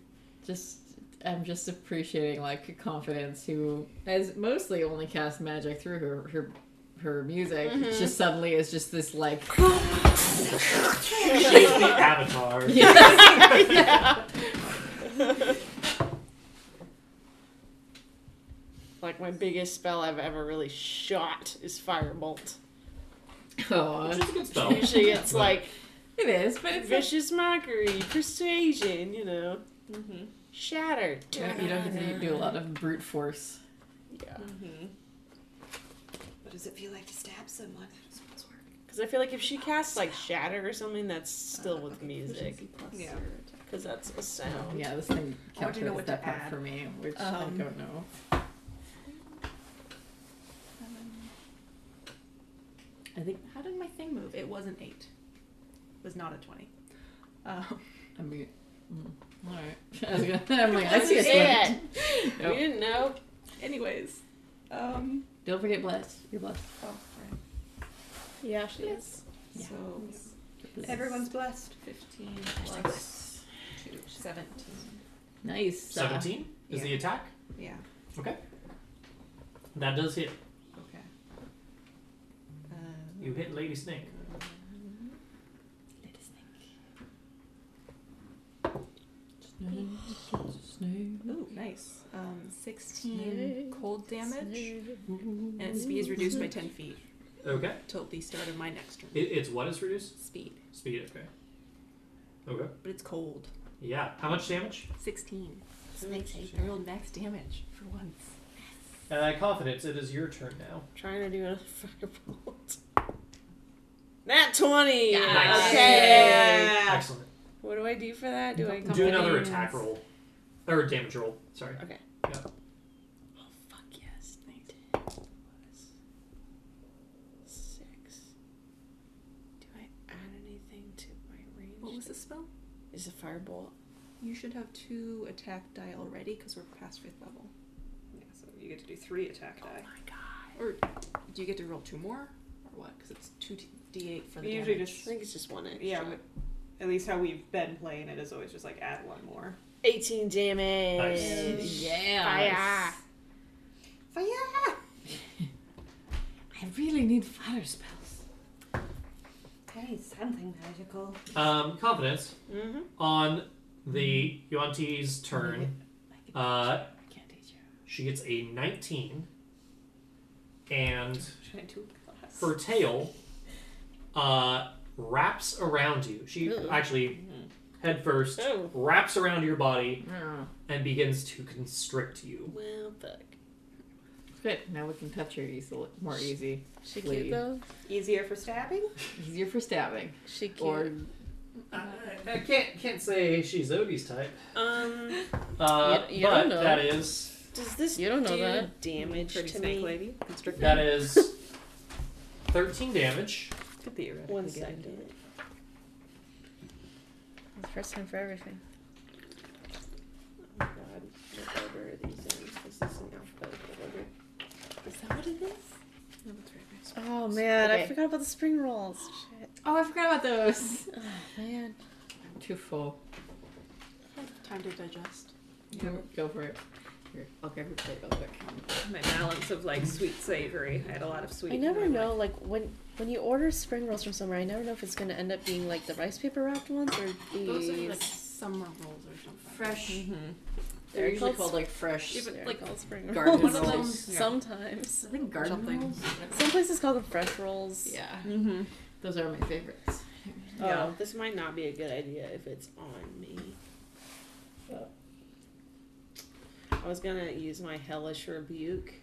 S3: Just I'm just appreciating like confidence who has mostly only cast magic through her her her music.
S5: Mm-hmm.
S3: Just suddenly is just this like *laughs*
S4: She's the *laughs* avatar.
S2: Like my biggest spell I've ever really shot is firebolt.
S3: oh
S4: Which is a good *laughs* spell.
S2: Usually it's
S4: But-
S2: like
S3: it is, but it's
S2: vicious mockery, persuasion, you know,
S1: Mm-hmm.
S2: shatter.
S3: you don't, you don't get to do a lot of brute force.
S2: Yeah.
S1: Mm-hmm.
S5: Uh, What does it feel like to stab someone? How does spells work?
S2: Because I feel like if she casts like shatter or something, that's still
S5: Uh,
S2: with
S5: okay,
S2: music.
S5: proficiency plus
S1: Yeah.
S5: your attack.
S2: Because that's a sound.
S3: Yeah, this thing
S5: Oh, I want to know
S3: calculates
S5: what
S3: that
S5: to
S3: part
S5: add.
S3: for me, which
S5: Um,
S3: I don't know.
S5: Seven.
S3: I think
S5: How did my thing move? It was an eight. It was not a twenty. Um, *laughs*
S3: I mean, mm, all right. *laughs* I was gonna, I'm like, I see a slit.
S2: We didn't know.
S5: anyways, um,
S3: Don't forget blessed. You're blessed.
S5: oh, right.
S6: Yeah, she is.
S3: Yeah.
S5: So
S3: You're blessed.
S5: blessed. Fifteen plus two. Seventeen.
S3: nice.
S4: Seventeen is the attack.
S5: Yeah.
S4: That does hit.
S5: Okay. Um,
S4: You hit Lady Snake.
S3: Snake. Snake.
S5: Ooh, nice. Um, sixteen cold damage, and its speed is reduced by ten feet
S4: Okay.
S5: till the start of my next turn.
S4: It, it's what is reduced?
S5: Speed,
S4: Speed. Okay. Okay.
S5: but it's cold.
S4: Yeah. How much damage?
S5: Sixteen.
S14: Snake's eight.
S5: I rolled max damage for once.
S4: Uh, confidence. It is your turn now.
S2: Trying to do a firebolt. Nat 20!
S4: Nice.
S2: Okay!
S4: Excellent.
S2: What do I do for that? Do I
S4: Do another attack roll, or damage roll. Sorry.
S2: Okay.
S4: Yeah.
S2: Oh, fuck yes. 19 plus 6. Do I add anything to my range?
S5: What was the spell?
S2: Is a firebolt.
S5: You should have two attack die already because we're past fifth level.
S1: Yeah, so you get to do three attack
S2: Oh
S1: die.
S2: my god.
S5: Or do you get to roll two more, or what? Because it's two t- d8 for the
S1: We usually
S5: damage.
S2: I
S1: just
S2: think it's just one extra.
S1: yeah, but at least how we've been playing it is always just like add one more.
S2: 18 damage.
S4: Nice.
S3: Yeah.
S2: Fire.
S1: Fire!
S3: *laughs* I really need fire spells.
S1: I need something magical.
S4: Um, confidence
S2: Mm-hmm.
S4: on the Yuan-Ti's turn. Uh, she gets a 19, and
S5: Should I do a class?
S4: her tail uh, wraps around you. She
S6: Ooh.
S4: actually head first
S2: Oh.
S4: wraps around your body
S3: Oh,
S4: and begins to constrict you.
S2: Well, fuck.
S3: good. Now we can touch her easily, more easy,
S6: She
S3: Please.
S6: cute though.
S5: Easier for stabbing?
S3: easier for stabbing
S6: She cute.
S3: or
S4: I, I can't can't say she's Odie's type,
S2: Um,
S4: uh,
S6: You- you
S4: but
S6: don't know.
S4: that is
S2: does this
S6: You don't know
S2: do
S6: that.
S2: damage
S5: Pretty
S2: to
S5: snake
S2: me?
S5: lady. Constricted.
S4: that is 13 damage.
S5: Could theoretically
S2: One
S5: get into
S2: second.
S5: it.
S6: First time for everything.
S2: Oh god, what order are these in? This is in alphabetical order. Is that what it is?
S5: No, that's right, right.
S6: Oh man,
S3: Okay.
S6: I forgot about the spring rolls. Shit.
S3: oh, I forgot about those.
S6: Oh, Man.
S3: I'm too full.
S15: Uh, Time to digest.
S3: Go- Go for it. Here, I'll grab your plate real quick.
S5: My balance of like sweet savory. I had a lot of sweet.
S6: I
S5: in
S6: never
S5: my
S6: know,
S5: life.
S6: like when when you order spring rolls from somewhere, I never know if it's gonna end up being like the rice paper wrapped ones or
S16: Those are
S6: these.
S16: like summer rolls or something.
S3: Fresh.
S5: Mm-hmm.
S6: They're
S3: They're usually
S6: called
S3: called like fresh.
S16: Yeah, but,
S6: they're
S16: like,
S6: called spring
S3: garden
S6: rolls.
S16: One of
S3: rolls.
S16: them-
S5: Yeah.
S6: *laughs* Sometimes.
S3: I think garden
S16: Something.
S3: rolls.
S6: Some places call them fresh rolls.
S3: Yeah,
S5: Mm-hmm.
S3: those are my favorites.
S5: Yeah.
S2: Oh, this might not be a good idea if it's on me. I was gonna use my hellish rebuke,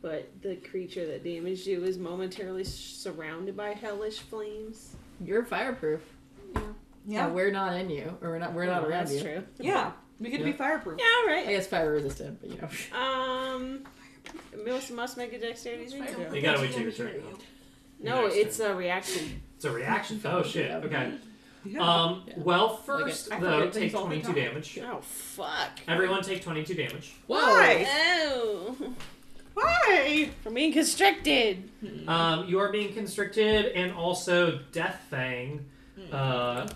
S2: but the creature that damaged you is momentarily s- surrounded by hellish flames.
S3: You're fireproof. Yeah, we're not in you, or we're not we're not
S2: Oh,
S3: around
S2: that's
S3: you.
S2: true.
S15: Yeah. We could be
S4: Yeah.
S15: fireproof.
S2: Yeah, all
S3: I
S2: right.
S3: guess fire resistant, but you know.
S2: Um, must must make a dexterity saving throw.
S4: You gotta wait till your turn. though.
S2: No,
S4: Next
S2: it's a reaction.
S4: It's a reaction. Oh shit. Okay.
S15: Yeah.
S4: Um.
S3: Yeah.
S4: Well, first
S15: I
S4: though,
S15: forget
S4: take
S15: things all the
S4: 22
S15: time.
S4: damage.
S2: Oh fuck.
S4: Everyone take 22 damage.
S15: Why?
S2: Oh,
S15: Why?
S2: for being constricted.
S15: Hmm.
S4: Um, you are being constricted, and also Death Fang.
S15: Hmm.
S4: Uh,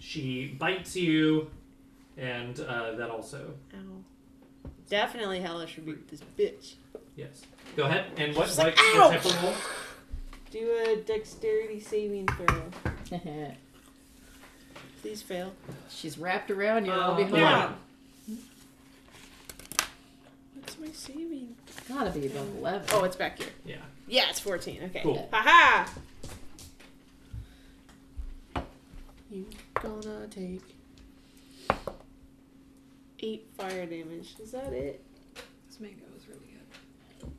S4: she bites you, and uh, that also.
S2: Ow. Definitely hellish rebuke this bitch.
S4: Yes. Go ahead. And what,
S2: She's
S4: what,
S2: like,
S4: what
S2: "Ow!"
S4: type of roll?
S2: Do a dexterity saving throw. Please fail.
S3: *laughs* She's wrapped around you. I'll
S4: Uh,
S3: be
S4: eleven.
S3: home.
S15: Yeah.
S2: What's my saving?
S3: It's gotta be above eleven.
S2: Oh, it's back here.
S4: Yeah.
S2: Yeah, it's 14. Okay.
S4: Cool.
S2: Haha! You gonna take eight fire damage. Is that it?
S15: This mango is really good.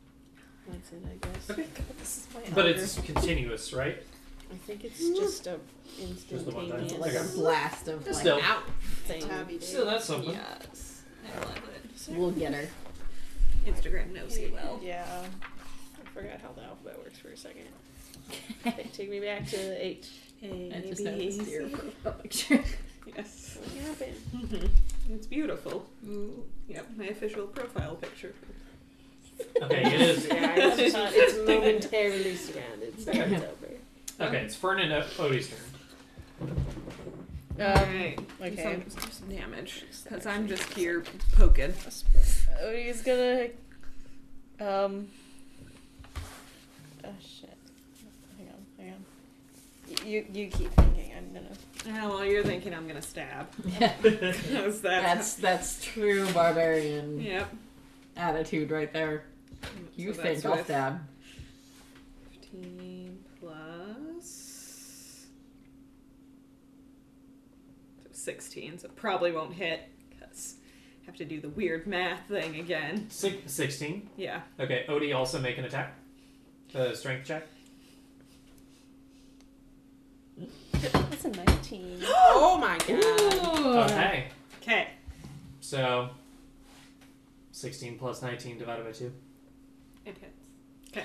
S2: That's it, I guess.
S4: Okay.
S6: This is my
S4: But it's continuous, right?
S2: I think it's just a
S4: the one time.
S2: instantaneous
S3: like a blast of like.
S4: Still.
S3: Ow.
S2: thing.
S4: Still, that's something.
S6: Yes.
S15: I love it.
S3: We'll get her.
S15: Instagram knows you well.
S2: Yeah. I forgot how the alphabet works for a second.
S3: *laughs*
S2: Take me back to the H.
S3: I just have to steer
S15: Yes.
S3: for a picture.
S2: What happened?
S15: It's beautiful.
S5: Mm,
S15: Yep, my official profile picture.
S4: Okay, it is.
S2: *laughs* Yeah, it's, not, it's momentarily surrounded, so
S3: *laughs*
S2: it's over.
S4: Okay, it's Fern and Odie's turn.
S15: *laughs*
S3: Um,
S15: Alright.
S6: Okay.
S15: Just do some damage. Because I'm just here poking.
S6: Oh, he's gonna. Um. Oh shit. Hang on, hang on. Y- You you keep thinking. I'm gonna.
S5: Oh, well, you're thinking I'm gonna stab.
S3: *laughs*
S5: *laughs*
S3: Yeah.
S5: 'Cause that's.
S3: That's that's true barbarian
S5: Yep.
S3: attitude right there. You
S5: so
S3: think
S5: that's
S3: I'll
S5: with
S3: stab.
S5: 15 plus. So 16, so probably won't hit. Because have to do the weird math thing again.
S4: Six, 16.
S5: Yeah.
S4: Okay, Odie also make an attack. Uh, strength check.
S6: That's a 19.
S2: Oh my god.
S3: Ooh.
S4: Okay,
S5: Okay.
S4: so 16 plus 19 divided by 2.
S5: It hits. Okay.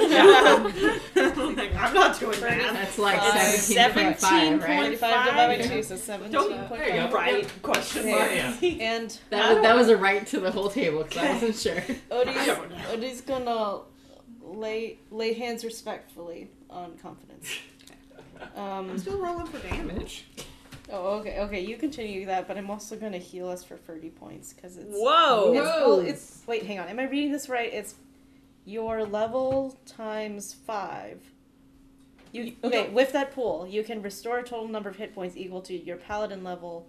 S5: *laughs* I'm not doing math.
S3: That's like
S6: Uh,
S3: seventeen point five, right?
S6: 25 divided by
S4: Yeah.
S6: 2, so 17.5.
S4: There you go.
S5: Right? Question *laughs*
S6: Yeah.
S5: mark.
S4: Yeah.
S6: And
S3: That was, that was a right to the whole table because I wasn't
S2: *laughs*
S3: sure.
S6: Odie's, Odie's gonna lay lay hands respectfully on confidence.
S5: I'm
S6: Um,
S5: still rolling for damage.
S6: oh, okay, okay, you continue that, but I'm also gonna heal us for 30 points because it's.
S2: Whoa.
S6: It's, oh, it's wait, hang on. Am I reading this right? It's your level times five You okay with that pool? You can restore a total number of hit points equal to your paladin level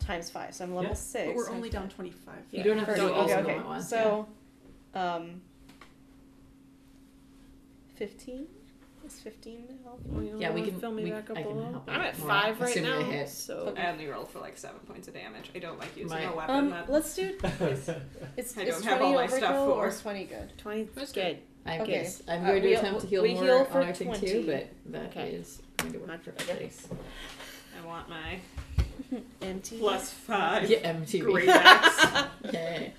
S6: times five. So I'm level
S4: Yeah.
S6: six.
S1: But we're
S6: times
S1: only
S6: five.
S1: down 25.
S3: You don't have to
S6: Or-
S3: do all
S6: okay,
S3: of them
S6: okay.
S3: at once.
S6: So, um, fifteen is fifteen to help.
S3: yeah, yeah we can.
S2: fill me
S3: we,
S2: back up
S3: I
S2: a
S3: can
S2: little.
S3: help
S2: I'm
S3: it
S2: at
S3: more,
S2: five right
S3: assuming
S2: now.
S3: They hit.
S2: So
S5: I only rolled for like seven points of damage. I don't like using
S3: My-
S5: a weapon.
S6: Um,
S5: that
S6: let's do it's it's,
S5: I
S6: it's
S5: don't
S6: twenty
S5: have all my stuff
S6: overkill or
S5: for.
S6: is twenty good.
S2: twenty.
S1: That's
S2: Good.
S3: I
S6: Okay.
S3: guess I'm
S6: Uh,
S3: going to
S6: we-
S3: attempt to heal
S6: we
S3: more
S6: heal for
S3: on our thing too,
S6: 20.
S3: but that is
S2: Okay.
S3: going to work
S2: Not
S3: for
S2: bad. *laughs*
S3: everybody.
S5: I want my
S2: Empty.
S5: plus five.
S3: Yeah, MTV. *laughs*
S5: Great axe.
S3: Okay.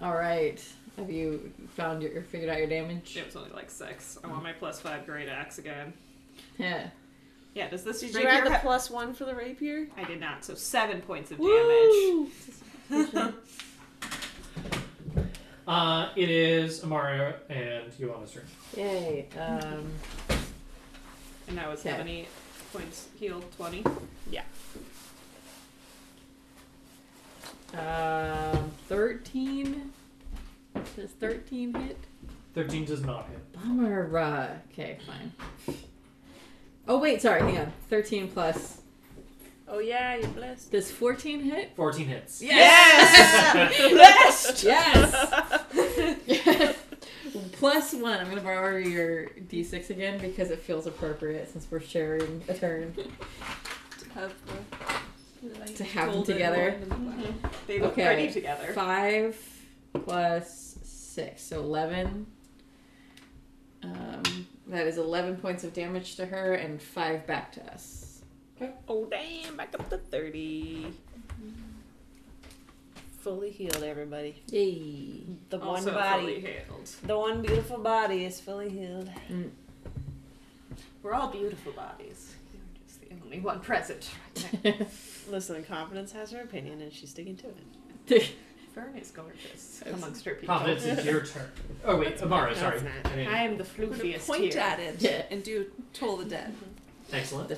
S3: All right. Have you found your figured out your damage?
S5: it was only like six. I want my plus five great axe again.
S3: Yeah.
S5: Yeah, does this
S2: Did you
S5: rapier
S2: add the *laughs*
S5: ha-
S2: plus one for the rapier?
S5: I did not. So seven points of
S2: *laughs* Woo!
S5: damage.
S4: *laughs* Uh, it is Amara and Yoana's turn.
S3: Yay. Um,
S5: and that was
S3: Okay.
S5: how many points healed? Twenty.
S3: um, thirteen. Does thirteen hit?
S4: 13 does not hit.
S3: Bummer. Uh, okay, fine. Oh wait, sorry. Hang on. Thirteen plus.
S2: Oh yeah, you're blessed.
S3: Does fourteen hit?
S4: 14 *laughs* hits.
S2: *laughs*
S3: *laughs* Yes. yes.
S1: *laughs*
S3: yes. *laughs* Plus one. I'm gonna borrow your d6 again because it feels appropriate since we're sharing a turn.
S1: To have the, like,
S3: To have them
S1: golden
S3: together.
S1: one and the black.
S5: Mm-hmm. They look
S3: Okay.
S5: pretty together.
S3: Five plus six, so eleven. Um, that is eleven points of damage to her and five back to us.
S2: Oh damn! Back up to thirty. Fully healed, everybody.
S3: Yay!
S2: The one
S5: also
S2: body.
S5: fully healed.
S2: The one beautiful body is fully healed.
S5: We're all beautiful bodies. You're just the only one present. *laughs*
S2: Listen, confidence has her opinion, and she's sticking to it.
S5: Fern is gorgeous amongst her people.
S4: Providence, it's your turn. Oh, wait, Amara, sorry.
S2: That's not-
S4: I
S5: *laughs*
S4: mean,
S5: I am the
S1: We're gonna
S5: floofiest
S1: point
S5: here.
S1: at it
S3: Yeah.
S1: and do toll the dead.
S4: Excellent.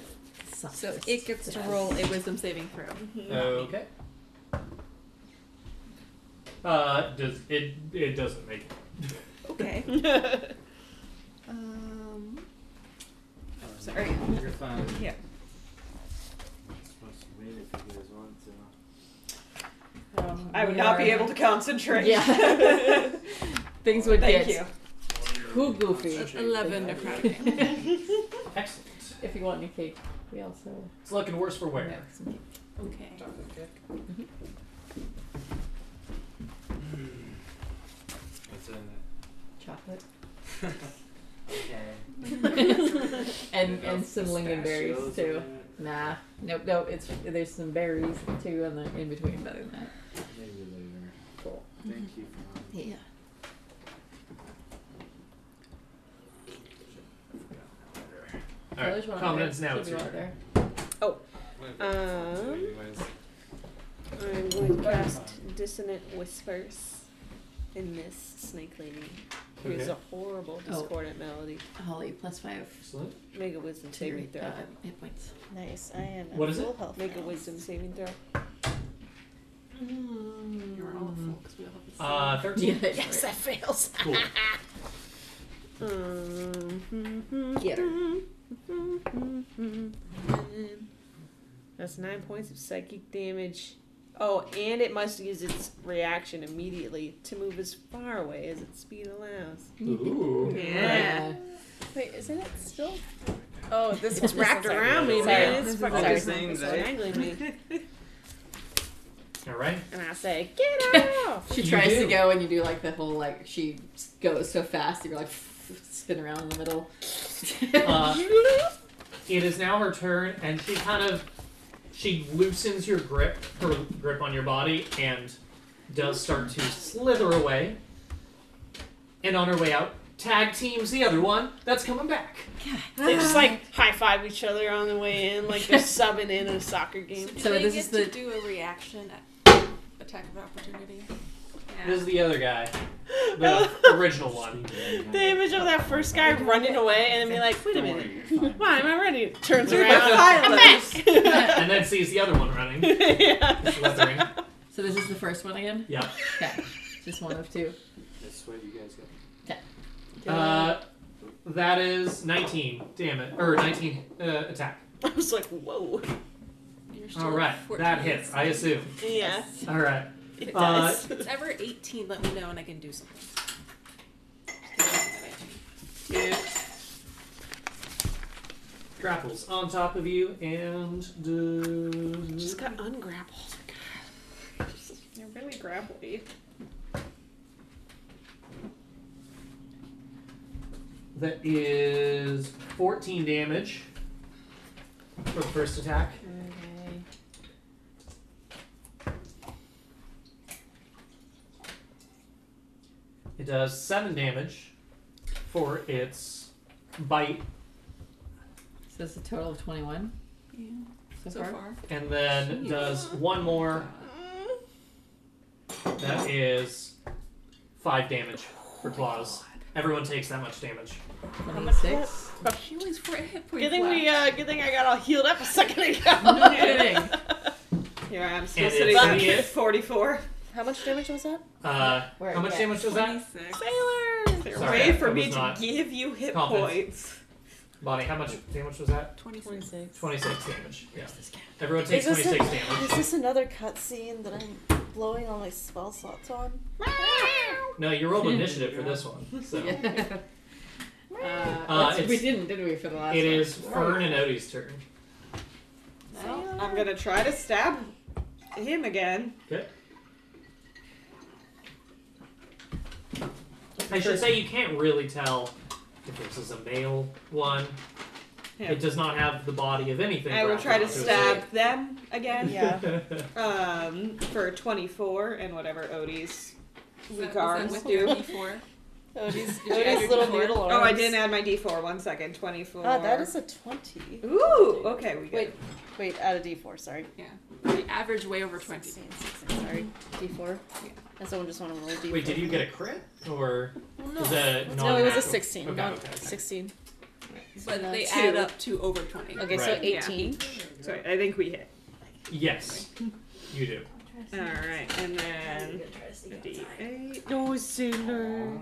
S1: So it gets to roll a wisdom saving throw.
S5: Mm-hmm.
S4: Okay. Uh, does it? It doesn't make.
S1: Okay. um,
S5: Sorry.
S17: You're fine.
S5: Yeah.
S17: Supposed to wait if you guys want to.
S5: I would
S3: We
S5: not be
S3: are-
S5: able to concentrate. *laughs*
S3: Yeah. Things would
S5: Thank
S3: get
S5: you.
S3: Who goofy?
S1: eleven
S3: *laughs*
S1: necrotic damage.
S4: Excellent.
S3: if you want any cake. We also
S4: It's looking worse for wear.
S3: have some cake.
S1: Okay.
S17: What's in it?
S3: chocolate
S17: Okay.
S3: and
S17: Did it have
S3: and some lingonberries
S17: pistachios
S3: too.
S17: in it?
S3: Nah, nope, nope. It's there's some berries too, and the in between. But other than that,
S17: Maybe later.
S3: Cool.
S17: Thank you for
S3: yeah.
S4: All right. Providence, now it's your turn.
S2: Um, I'm going to cast Dissonant Whispers in this snake lady. Who's
S4: Okay.
S2: a horrible discordant melody.
S3: Holly plus five
S4: Excellent.
S2: Make a wisdom
S3: to your
S2: saving throw.
S3: uh, hit points. *laughs*
S6: Nice. I am
S4: What is
S6: full
S4: it?
S6: health.
S2: Make a
S6: now.
S2: wisdom saving throw.
S5: Mm.
S1: You're all full because we all have the same.
S4: Uh, thirteen.
S3: yes, I fails.
S4: Cool.
S2: Um,
S3: Get her.
S2: That's nine points of psychic damage. Oh, and it must use its reaction immediately to move as far away as its speed allows.
S4: Ooh.
S3: Yeah.
S6: Wait, isn't it still?
S2: Oh, *laughs* this is wrapped around me, man. It's fucking strangling *laughs* me.
S4: All right.
S2: And I say, get off!
S3: She
S4: You
S3: tries to
S4: do.
S3: go, and you do like the whole like she s- goes so fast, you're like spin around in the middle.
S4: Uh, it is now her turn, and she kind of she loosens your grip, her grip on your body, and does start to slither away. And on her way out, tag teams the other one that's coming back.
S2: They just like high five each other on the way in, like they're subbing in a soccer game.
S1: do
S3: So
S1: they
S3: this
S1: get
S3: is the-
S1: to do a reaction at attack of opportunity.
S4: This is the other guy, *laughs* the original one.
S2: The image of that first guy running away and then be like, wait a minute, why am I running? Turns around, I'm
S4: *laughs*
S2: back!
S4: and then sees the other one running,
S2: yeah.
S4: slithering.
S3: so this is the first one again.
S4: Yeah.
S3: Okay, just one of two.
S17: That's what you guys got.
S4: Uh, That is 19 damage, or 19 uh, attack.
S2: *laughs* I was like, whoa.
S18: You're still
S4: All
S18: at
S4: right,
S18: 14.
S4: that hits, I assume.
S2: Yeah,
S4: All right.
S2: it
S4: Uh,
S2: does.
S18: If it's ever 18, let me know and I can do something.
S4: It grapples on top of you and uh, does.
S2: Just got ungrappled.
S5: You're really grapply.
S4: That is 14 damage for the first attack.
S2: Okay.
S4: It does 7 damage for its bite,
S3: So it's a total of 21
S18: Yeah.
S3: so,
S18: So
S3: far.
S18: far.
S4: and then does one more.
S18: Mm,
S4: That is 5 damage for claws. Everyone takes that much damage.
S3: 26.
S18: She always for a hit point.
S2: Good thing we, uh, good thing I got all healed up a second ago.
S3: *laughs* No
S18: *laughs*
S3: kidding.
S6: *laughs* Here I am.
S4: And
S6: Supposed to
S4: it's
S6: be
S4: gonna
S6: back.
S4: get,
S5: Forty-four.
S6: How much damage was that?
S4: uh,
S6: Where
S4: how
S6: are
S4: much
S6: you
S4: damage was that?
S2: Sailor!
S5: There's a
S4: Sorry,
S5: way
S4: I- I
S5: for me
S4: was
S5: to
S4: not
S5: give you hit
S4: confident.
S5: points.
S4: Bonnie, how much damage was that?
S18: 26.
S4: 26 damage. Yeah. Everyone takes
S6: Is this
S4: 26
S6: a-
S4: damage.
S6: Is *laughs* this another cutscene that I'm blowing all my spell slots on?
S4: No, you rolled initiative for this one.
S6: *laughs*
S4: So.
S3: Yeah. Uh,
S4: Uh,
S3: we
S4: it's-
S3: didn't, did we, for the last
S4: It
S3: one?
S4: is Fern and Odie's turn.
S5: Well, I'm gonna try to stab him again.
S4: Okay. I should say you can't really tell if this is a male one.
S5: Yeah.
S4: It does not have the body of anything.
S5: I will
S4: wrapped
S5: try to
S4: around it.
S5: stab
S4: *laughs*
S5: them again.
S6: Yeah.
S5: *laughs* Um, for 24 and whatever Odie's weak arms
S18: with
S5: do.
S18: your D4?
S6: Odie's,
S18: you add
S6: Odie's
S18: your
S6: little
S18: D4?
S6: noodle arms.
S5: Oh, I didn't add my D4. One second. 24.
S6: Ah, that is a 20.
S5: Ooh. Okay, we
S6: Wait,
S5: good.
S6: wait, add a d4, sorry.
S18: Yeah. The average way over 20.
S6: 16, 16, sorry. D4.
S18: Yeah.
S6: And someone just want to roll a d4.
S4: Wait, did you get a crit or
S18: Well,
S4: is that
S6: No, it was a
S4: non-natural?
S6: 16.
S4: Okay,
S6: not
S4: okay, okay.
S6: 16.
S18: But
S6: No,
S18: they
S6: two.
S18: add up to over 20.
S6: Okay, so
S4: Right.
S5: Yeah.
S6: 18.
S5: So I think we hit.
S4: Yes, you do.
S5: All right, and then a D8.
S2: No, Sailor.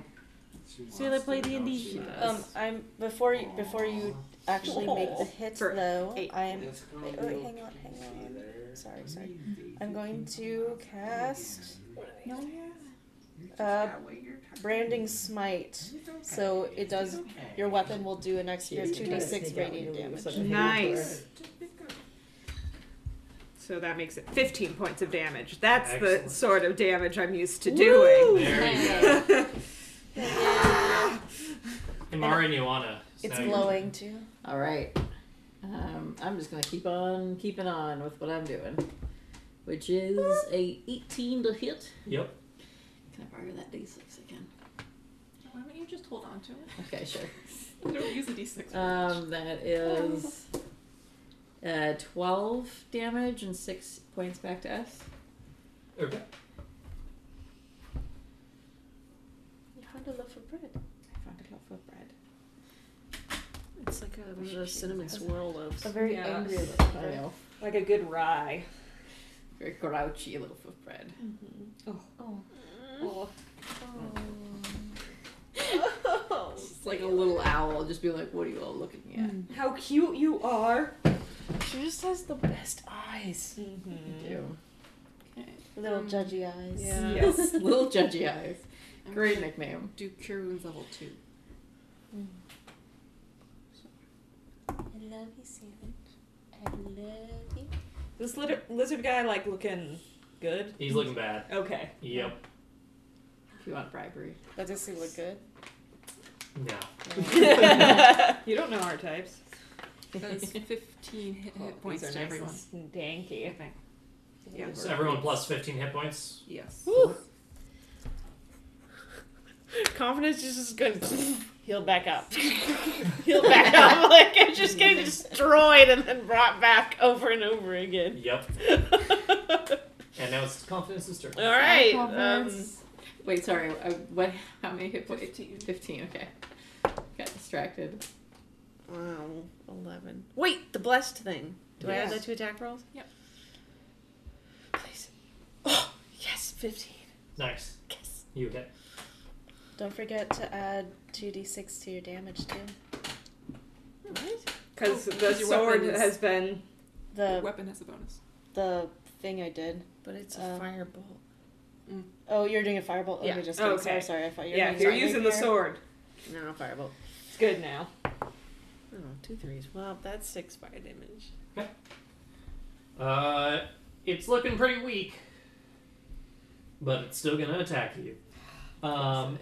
S19: Sailor play D and D.
S6: Um, I'm before you before you actually make the hit
S5: For
S6: though.
S5: eight.
S6: I am. Wait, wait, Oh, hang on, hang on. Sorry, sorry. I'm going to cast uh, branding smite. So it does. Your weapon will do an extra two d six radiant damage.
S5: Nice. So that makes it 15 points of damage. That's the
S4: Excellent.
S5: sort of damage I'm used to doing.
S18: *laughs*
S5: *laughs*
S4: There you go. And Mara and Ioana. so
S6: It's
S4: you're-
S6: glowing too.
S3: All right. Um, I'm just gonna keep on keeping on with what I'm doing, which is a 18 to hit.
S4: Yep.
S3: Can I borrow that d6 again?
S6: *laughs*
S18: Why don't you just hold on to it?
S3: Okay, sure.
S18: You *laughs* don't use a D6.
S3: Um, that is uh, 12 damage and six points back to us.
S4: Okay.
S6: You found a loaf of bread.
S3: I found a loaf of bread.
S2: It's like a, one of those cinnamon swirl loaves.
S6: A very
S5: Yeah.
S6: angry loaf of
S3: I
S6: bread.
S3: know.
S5: Like a good rye.
S3: Very grouchy loaf of bread.
S18: Mm-hmm.
S6: Oh.
S1: Hmm.
S18: Oh.
S3: It's like a little owl, just be like, "What are you all looking at?"
S2: Mm.
S5: How cute you are.
S2: She just has the best eyes. Mm.
S18: Mm-hmm.
S3: Ew.
S6: Little judgy eyes.
S1: *laughs*
S2: Yeah.
S5: Yes.
S3: little judgy eyes.
S2: *laughs*
S18: I'm
S3: Great
S18: gonna
S3: nickname.
S18: Do cure wounds level 2.
S6: I love you, Steven. I love you.
S5: *laughs* This lizard, lizard guy, like, looking good.
S4: He's looking bad.
S18: *laughs*
S5: Okay.
S4: Yep.
S3: If you want bribery.
S6: But does he look good?
S4: No.
S5: you don't know our types.
S18: That's 15 hit,
S5: Oh,
S18: hit points
S5: these are
S18: to
S5: nice
S18: everyone.
S5: and Danky, I think. Yeah.
S4: So everyone plus 15 hit points.
S18: Yes.
S2: Confidence is just going *laughs* heal back up. heal back up. *laughs* Like I'm just getting destroyed and then brought back over and over again. *laughs*
S4: Yep.
S2: All
S4: And now it's confidence's turn.
S2: right. Um,
S3: Confidence. Wait, sorry. I, what? How many hit points? Fifteen. Okay. Got distracted.
S2: Wow, 11. Wait, the blessed thing. Do I add that to attack rolls?
S18: Yep.
S2: Please. Oh, yes, 15.
S4: Nice.
S2: Yes.
S4: You hit.
S6: Don't forget to add 2d6 to your damage too.
S1: Because
S5: Oh,
S1: the
S5: your
S1: sword
S5: weapons-
S1: has been.
S5: Your
S6: The
S5: weapon has a bonus.
S6: the thing I did.
S2: But it's
S6: Uh,
S2: a firebolt.
S6: Oh, you're doing a fireball. Okay,
S2: Yeah.
S6: just
S1: Oh,
S6: kidding.
S1: okay.
S6: Sorry, sorry. I thought you were
S1: yeah,
S6: doing
S1: if you're
S6: something
S1: using the
S6: there.
S1: sword.
S2: No, firebolt.
S1: It's good now.
S2: Oh, two threes. Well, that's six fire damage.
S4: Uh, it's looking pretty weak, but it's still gonna attack you. Um,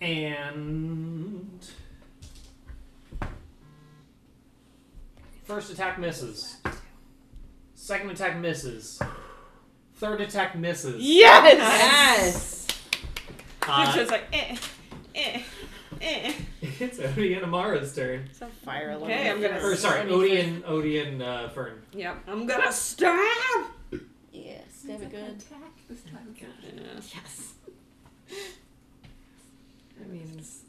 S4: and first attack misses. Second attack misses. Third attack misses.
S2: Yes!
S1: it's
S4: Uh,
S1: just like, eh, eh, eh.
S4: *laughs* it's Odie and Amara's turn.
S2: It's a fire alarm.
S1: Okay, I'm
S4: *laughs*
S1: gonna.
S4: Or sorry, Odie and Odie and uh, Fern.
S1: Yep, I'm gonna stab.
S6: Yeah, stab it good.
S5: Attack this time.
S3: Yes. That means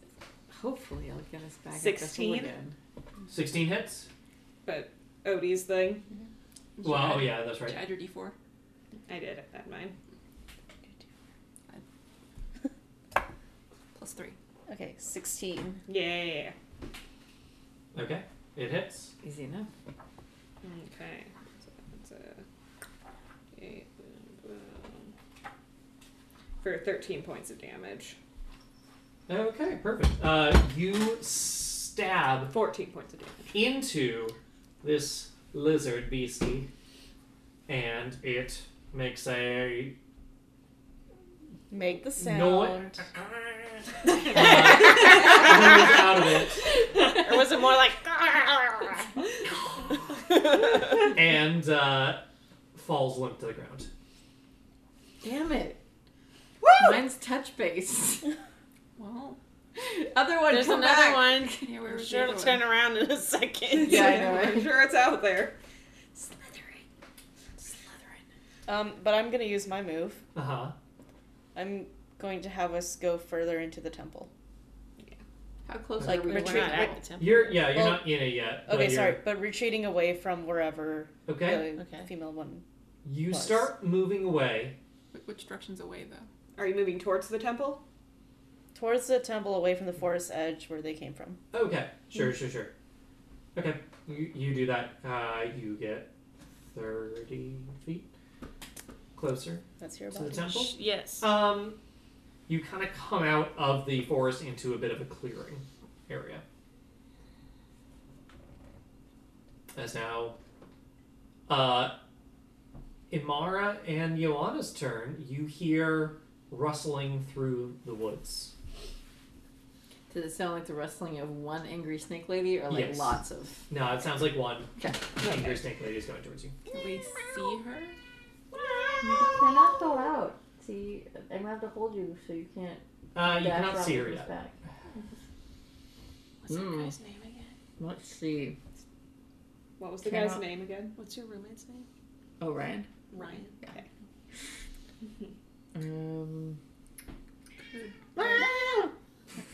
S3: hopefully I'll get us back
S1: Sixteen?
S3: at this again.
S4: Sixteen hits.
S1: But Odie's thing,
S4: Well, oh yeah, that's right.
S5: Add your d4.
S1: I did it at mine.
S5: Plus three.
S6: Okay, 16.
S1: Yeah.
S4: Okay, it hits.
S3: Easy enough.
S1: Okay. So that's a eight, boom, boom. for 13 points of damage.
S4: Okay, perfect. Uh, you stab
S1: 14 points of damage.
S4: into this lizard beastie, and it makes
S6: *laughs*
S4: a
S6: Make the sound.
S4: noise. *laughs* out of it,
S2: Or was it more like. *laughs*
S4: and uh, falls limp to the ground.
S3: Damn it. Mine's touch *laughs* base.
S5: Well,
S3: Other one,
S2: There's
S3: come
S2: another
S3: back.
S2: one. *laughs*
S5: yeah, where
S2: I'm
S5: was
S2: sure
S5: the
S2: it'll
S5: other
S2: turn
S5: one?
S2: around in a second.
S3: Yeah, I know.
S1: I'm sure it's out there.
S6: Um, but I'm gonna use my move.
S4: Uh huh.
S6: I'm going to have us go further into the temple.
S20: How close
S6: Like
S20: are we?
S2: We're
S6: retreat.
S2: not at the temple.
S4: You're yeah. You're
S6: Well-
S4: not in it yet. but
S6: Okay,
S4: you're-
S6: sorry, but retreating away from wherever
S4: Okay.
S6: the
S2: Okay.
S6: female one.
S4: You
S6: Close.
S4: start moving away.
S5: Wh- Which direction's away, though?
S1: Are you moving towards the temple?
S6: Towards the temple, away from the forest edge where they came from.
S4: Okay. Sure. Sure. Sure. Okay. You, you do that. Uh, you get thirty feet closer
S6: That's your
S4: to the
S6: body.
S4: temple.
S2: Yes.
S4: Um, you kind of come out of the forest into a bit of a clearing area. As now, uh, Imara and Ioanna's turn, you hear rustling through the woods.
S3: Did it sound like the rustling of one angry snake lady or like
S4: Yes.
S3: lots of?
S4: No, it sounds like one
S3: Okay.
S4: angry snake lady is going towards you.
S5: Do we see her?
S3: They're not all out. See, I'm gonna have to hold you so you can't.
S4: Uh, you cannot see her yet.
S3: Back.
S2: What's that
S3: Mm.
S2: guy's name again?
S3: Let's see.
S1: What was the
S3: Cannot-
S1: guy's name again?
S2: What's your roommate's name?
S3: Oh, Ryan.
S2: Ryan.
S3: Um.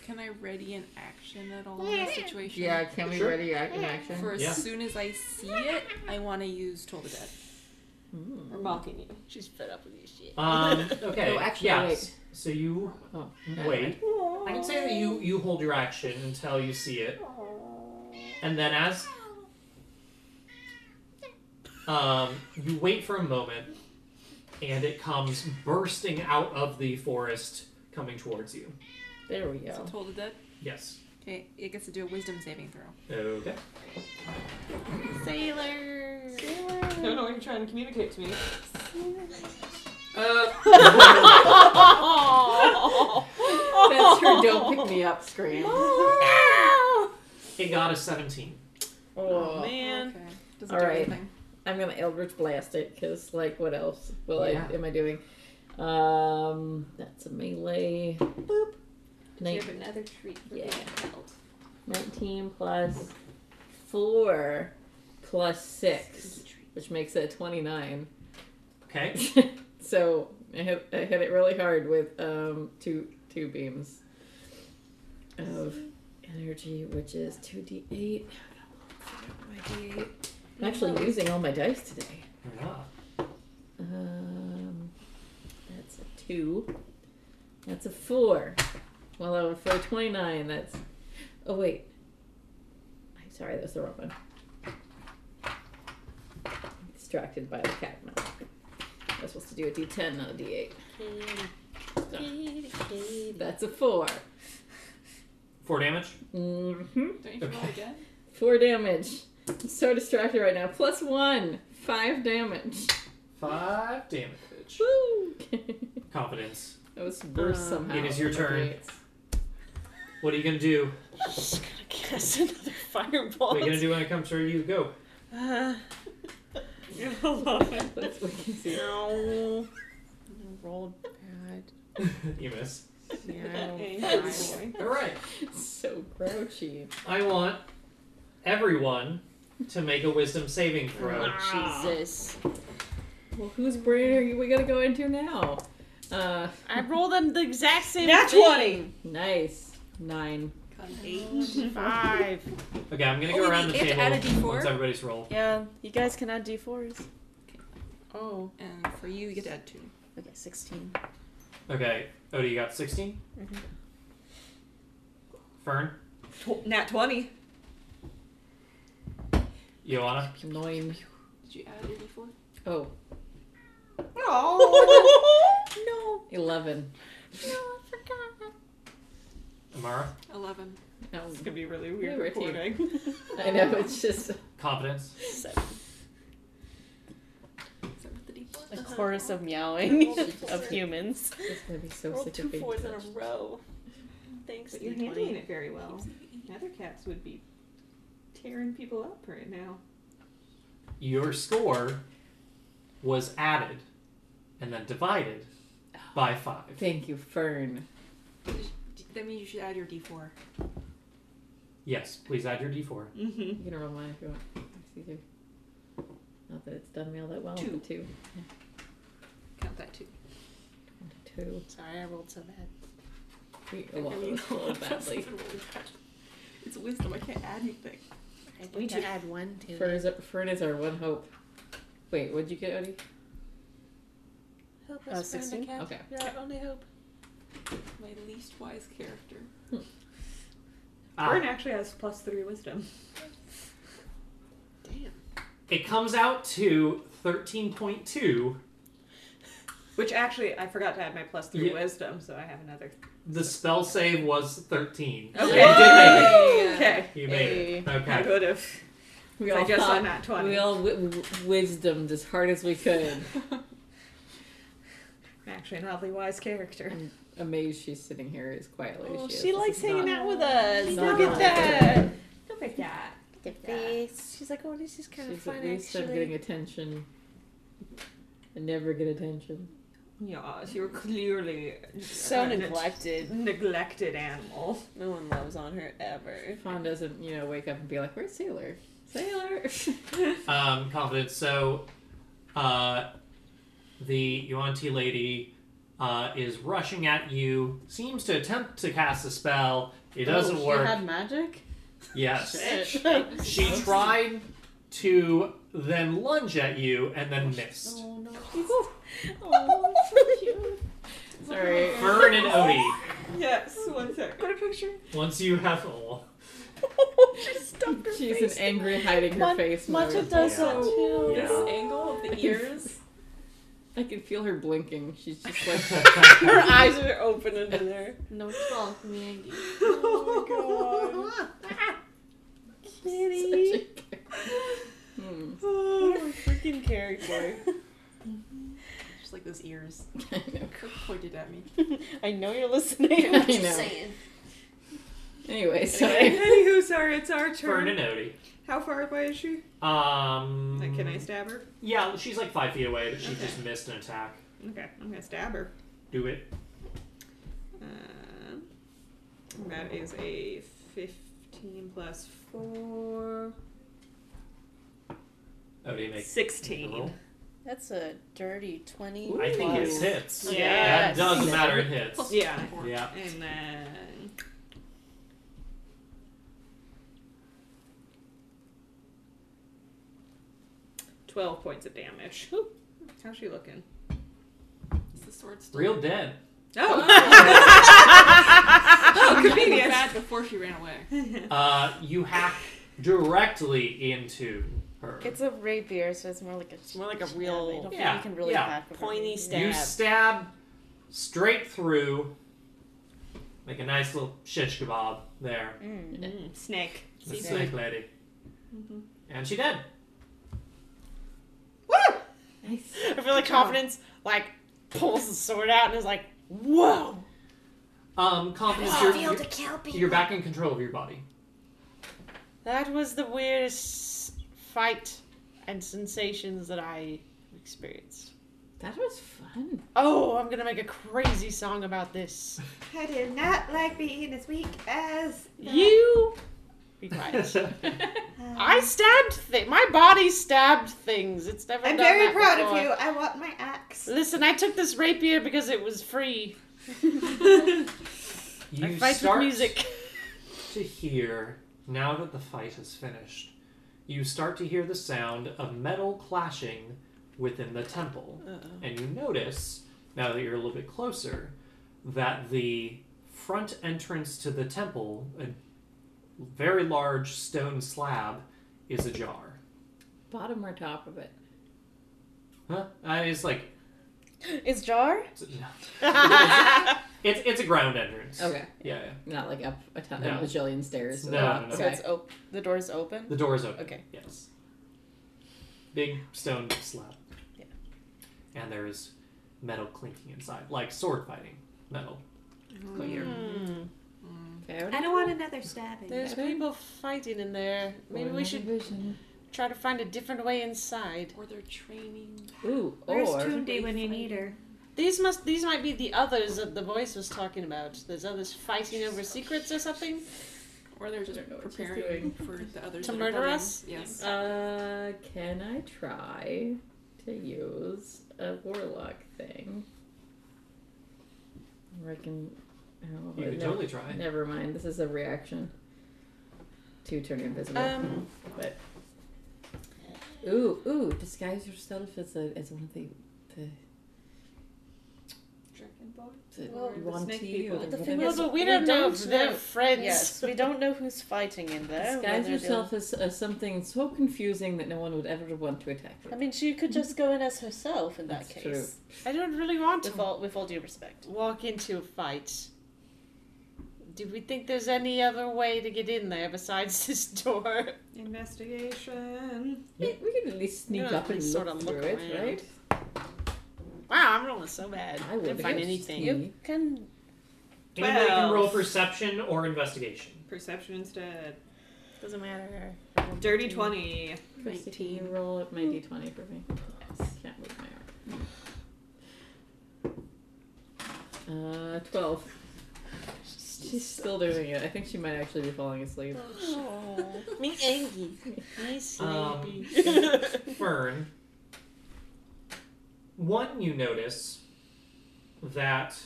S5: Can I ready an action at all in this situation?
S3: Yeah, can we
S4: Sure.
S3: ready act in action?
S5: For as
S4: Yeah.
S5: soon as I see it, I want to use Toll the Dead.
S1: Or mocking you.
S2: She's fed up with your shit.
S4: Um, okay.
S3: Oh, actually,
S4: yeah,
S3: wait.
S4: s- So you
S3: Oh,
S4: Wait. I can say that you you hold your action until you see it, and then as um, you wait for a moment, and it comes bursting out of the forest, coming towards you.
S3: There we
S5: So
S3: *laughs* go.
S5: Toll the Dead.
S4: Yes.
S5: Okay, it gets to do a Wisdom saving throw.
S4: Okay.
S2: Sailor.
S1: I don't know what you're trying to communicate to me.
S4: Uh,
S3: That's her don't pick me up *laughs* scream.
S4: it got a seventeen.
S2: Oh, man.
S5: Okay. Doesn't
S3: All
S5: do
S3: right.
S5: anything.
S3: I'm gonna Eldritch Blast it because, like, what else will
S4: Yeah.
S3: I am I doing? Um, that's a melee. Boop. Nin-
S1: another treat
S3: for being Nineteen plus four plus six, which makes it twenty-nine.
S4: Okay.
S3: *laughs* so I hit I hit it really hard with um two two beams of energy, which is two d eight. I'm actually using all my dice today.
S4: Ah,
S3: Um, that's a two. That's a four. Well, that would for 29, that's. Oh, wait. I'm sorry, that's the wrong one. I'm distracted by the cat mouth. I was supposed to do a d10, not a d8. That's a 4.
S4: Four damage.
S3: Mm-hmm.
S20: Don't you roll again?
S3: Four damage. I'm so distracted right now. Plus one. Five damage.
S4: Five damage.
S3: Woo!
S4: Confidence.
S3: *laughs* that was worse
S2: Uh,
S3: somehow.
S4: it is your turn.
S3: Okay.
S4: What are you gonna do?
S2: Just gonna cast another fireball.
S4: What are you gonna do when it comes to you? Go. *laughs*
S2: *laughs* Uh,
S3: That's what you see.
S2: no. Rolled
S1: *laughs*
S2: bad.
S4: you miss.
S2: Yeah,
S4: All right.
S3: So grouchy.
S4: I want everyone to make a wisdom saving throw.
S2: Oh, Jesus.
S3: Well, whose brain are you, we gonna go into now? Uh,
S2: I rolled them the exact same
S6: Nat
S2: thing.
S6: 20.
S3: nice. Nine.
S2: Eight. Five.
S4: Okay, I'm gonna
S5: Oh,
S4: go
S5: wait,
S4: around the
S5: you have to
S4: table
S5: add a D4?
S4: once everybody's roll.
S2: Yeah, you guys can add d4s.
S13: Oh.
S5: And for you, you get to add two.
S2: Okay, 16.
S4: Okay, Odie, you got 16.
S5: Mm-hmm.
S4: Fern,
S1: Tw- nat 20.
S4: Joanna,
S3: Nine.
S5: Did you add your d4?
S3: Oh,
S1: Oh.
S2: no.
S3: 11.
S4: Amara,
S5: *laughs* Eleven.
S3: No,
S1: It's gonna be really weird
S3: were
S1: recording.
S13: *laughs*
S3: I know, it's just
S4: confidence.
S5: Is that with the d4?
S6: A
S2: Uh-huh.
S6: chorus of meowing *laughs* of
S2: *laughs*
S6: humans.
S3: it's gonna be so sick of being touched.
S2: row. Thanks.
S1: But you're handling it very well. Other cats would be tearing people up right now.
S4: Your score was added and then divided by five.
S3: Thank you, Fern.
S5: That means you should add your d4.
S4: Yes, please add your d4.
S1: Mm-hmm.
S3: You can roll mine if you want. It's easier. Not that it's done me all that well.
S5: Two.
S3: but Two.
S5: Count that too.
S3: Two.
S2: Sorry, I rolled so bad.
S3: Three. Oh, well,
S5: I mean, *laughs*
S3: those rolled badly.
S5: It's wisdom. I can't add anything.
S2: I need to add one to
S3: Fern is, our- Fern is our one hope. Wait, what'd you get, Odie?
S2: Uh, 16?
S3: Okay.
S5: Yeah, only hope. My least wise character.
S1: Fern
S4: Ah,
S1: actually has plus three wisdom.
S2: Damn.
S4: it comes out to 13.2.
S1: Which actually, I forgot to add my plus three
S4: Yeah.
S1: wisdom, so I have another.
S4: The spell save was 13. So
S1: Okay.
S4: you did make
S1: Okay.
S4: it. You made it.
S1: I
S4: Okay.
S1: would have.
S3: We
S1: I just saw
S3: thought-
S1: nat 20.
S3: We all w- w- wisdomed as hard as we could.
S1: I'm actually an oddly wise character.
S3: Amazed she's sitting here as quietly
S2: Oh,
S3: as she is.
S2: she
S3: This
S2: likes
S3: is
S2: hanging
S3: not-
S2: out with us.
S3: not
S2: Look at
S3: nice.
S2: that.
S1: Look at that.
S2: The face. She's like, oh, this is kind of
S3: She's
S2: fun,
S3: at least I'm
S2: actually.
S3: getting attention. I never get attention.
S1: Yes, you're clearly
S13: So
S1: a
S13: neglected.
S2: *laughs*
S1: neglected animal.
S13: No one loves on her ever.
S3: Fawn doesn't, you know, wake up and be like, "Where's Sailor? Sailor!"
S4: Um, confidence. So, uh, the Yuan-Ti lady uh, is rushing at you, seems to attempt to cast a spell. It doesn't
S13: Oh, She
S4: work.
S13: had magic?
S4: Yes.
S2: Oh,
S13: Shit.
S4: She tried to then lunge at you and then missed.
S13: oh no.
S2: Oh,
S3: Sorry.
S4: Fern and Odie,
S1: Yes, one sec. Got a picture?
S4: once you have all.
S13: *laughs*
S2: she stuffed her
S3: *laughs* She's
S2: face
S3: an angry hiding her
S2: Mon-
S3: face.
S2: Matcha
S3: mode.
S2: does
S4: Yeah.
S2: that too.
S4: Yeah.
S20: This angle of
S1: *laughs*
S3: I
S20: the
S3: can-
S20: ears.
S3: I can feel her blinking. She's
S2: *laughs*
S3: just
S13: *laughs*
S3: like, *laughs*
S13: Her eyes are open under there.
S20: No talk, Maggie.
S1: Oh my god.
S13: *laughs*
S2: Kitty.
S3: Such a- *laughs* Hmm.
S13: What a
S1: *laughs*
S13: freaking character.
S2: *laughs*
S5: Just like those ears
S1: *sighs*
S3: I know.
S5: pointed at me.
S2: I know you're listening. *laughs*
S3: I know. Anyway, sorry.
S1: *laughs* Anywho, sorry, it's our
S4: Fern
S1: turn.
S4: and Odie.
S1: How far away is she?
S4: Um,
S1: Like, can I stab her?
S4: Yeah, she's like five feet away, but she just missed an attack.
S1: Okay, I'm gonna stab her.
S4: Do it.
S1: Um, that is a 15 plus 4.
S4: Odie, make
S1: 16.
S6: That's a dirty 20.
S4: I think it
S6: plus-
S4: hits.
S1: Yeah.
S4: That doesn't matter, it hits.
S2: *laughs*
S5: Plus
S1: Yeah.
S5: four.
S4: Yeah.
S1: And then. Twelve points of damage. How's she looking?
S5: Is the sword still?
S21: Oh.
S5: *laughs*
S4: Real dead.
S1: Oh,
S5: Oh. Convenience.
S21: Bad before she ran away.
S4: Uh, you hack directly into her.
S6: It's a rapier, so it's more like a. It's
S2: more like a
S6: I
S2: real
S6: don't
S4: Yeah,
S6: think you can really
S4: yeah.
S6: hack with a
S2: Pointy
S6: rapier.
S2: stab.
S4: You stab straight through. Make a nice little shish kebab there.
S6: Mm.
S5: Mm, Snake.
S4: The snake lady.
S2: Mm-hmm.
S4: And she did.
S2: I feel like confidence like pulls the sword out and is like, whoa.
S4: Um, confidence,
S1: I
S4: you're,
S1: feel to
S4: you're,
S1: kill people.
S4: you're back in control of your body.
S2: That was the weirdest fight and sensations that I experienced.
S3: *laughs* That was fun.
S2: Oh, I'm gonna make a crazy song about this.
S1: I did not like being as weak as.
S2: You be quiet.
S6: *laughs*
S1: um,
S2: I stabbed things. My body stabbed things. It's never. done that before.
S1: I want my axe.
S2: Listen, I took this rapier because it was free.
S4: *laughs* You
S2: I fight
S4: start
S2: with music.
S4: to hear, now that the fight is finished, you start to hear the sound of metal clashing within the temple. And you notice, now that you're a little bit closer, that the front entrance to the temple, a very large stone slab, is ajar.
S3: Bottom or top of it?
S4: Huh? Uh, it's like.
S6: Is jar?
S4: It's, *laughs* it's, it's a ground entrance.
S3: Okay.
S4: Yeah, yeah.
S3: Not like up a ton,
S4: No.
S3: a bajillion stairs.
S4: No, no, no.
S6: So
S3: Okay.
S6: it's op- the door's open.
S4: The door is open.
S6: Okay.
S4: Yes. Big stone slab.
S6: Yeah.
S4: And there is metal clinking inside, like sword fighting metal.
S2: Hmm.
S21: Mm.
S3: Fair
S1: I don't want another stabbing.
S2: There's people fighting in there. Maybe we should
S3: Vision.
S2: try to find a different way inside.
S21: or they're training.
S3: Ooh,
S1: Where's
S3: or
S1: Tundi when you need her?
S2: These must. These might be the others that the voice was talking about. There's others fighting over secrets or something.
S21: Or they're just
S3: don't know what she's
S21: preparing for the others
S2: To
S21: that are
S2: murder
S21: coming.
S2: us?
S21: Yes.
S3: Uh, can I try to use a warlock thing? Or I can. Oh,
S4: You could
S3: no,
S4: totally try.
S3: Never mind. This is a reaction to turn invisible.
S2: Um,
S3: but ooh, ooh, disguise yourself as a as one of the the the
S21: Well, the snake
S3: wantee
S21: people.
S3: or
S21: But
S3: the
S6: the thing
S2: well,
S6: Yes,
S3: whatever.
S2: but we
S6: we
S2: don't know
S6: don't
S2: if they're
S6: know.
S2: friends.
S6: Yes, we don't know who's fighting in there.
S3: Disguise
S6: whether
S3: yourself as, as something so confusing that no one would ever want to attack
S6: they'll-
S3: you.
S6: I mean, she could just go in as herself in that
S3: That's true.
S6: case.
S2: I don't really want to
S6: With all with all due respect.
S2: walk into a fight. Do we think there's any other way to get in there besides *laughs* this door?
S5: Investigation.
S3: We, we can at least sneak
S2: You know,
S3: up
S2: at
S3: and
S2: least
S3: look
S2: sorta
S3: through
S2: look
S3: it,
S2: around.
S3: right?
S2: Wow, I'm rolling so bad.
S3: I would
S2: Didn't find
S3: have
S2: anything.
S3: seen.
S6: You can.
S4: Anybody can roll
S5: Twelve.
S4: perception or investigation.
S5: Perception instead.
S2: Doesn't matter.
S5: Dirty 20.
S3: Christy, can you roll up my
S6: Hmm.
S3: d20 for me? Can't move my arm. Uh, 12. She's still doing it. I think she might actually be falling asleep.
S6: *laughs*
S2: Me angry. Me
S4: Um,
S2: *laughs* sleepy.
S4: Fern, one, you notice that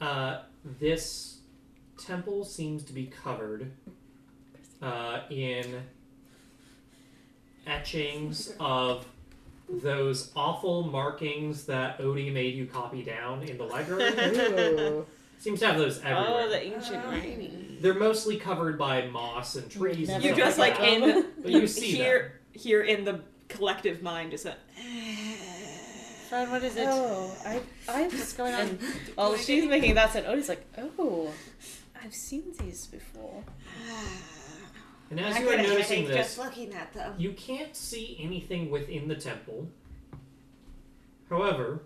S4: uh, this temple seems to be covered uh, in etchings of those awful markings that Odie made you copy down in the
S3: *laughs*
S4: library.
S3: Ooh.
S4: seems to have those everywhere.
S2: oh, the
S6: Ah.
S2: ancient writing.
S4: They're mostly covered by moss and trees. and
S2: Never
S5: You
S4: stuff
S5: just like
S4: that.
S5: in
S4: But you see
S5: here here in the collective mind is a
S2: Fred, what is it?
S6: Oh, I I
S2: What's going on?
S6: And
S1: Oh,
S6: while she's making that sound, Odie's like, oh, I've seen these before.
S4: And as
S1: I
S4: you are
S1: get a
S4: noticing
S1: headache
S4: this,
S1: just looking at them.
S4: you can't see anything within the temple. However,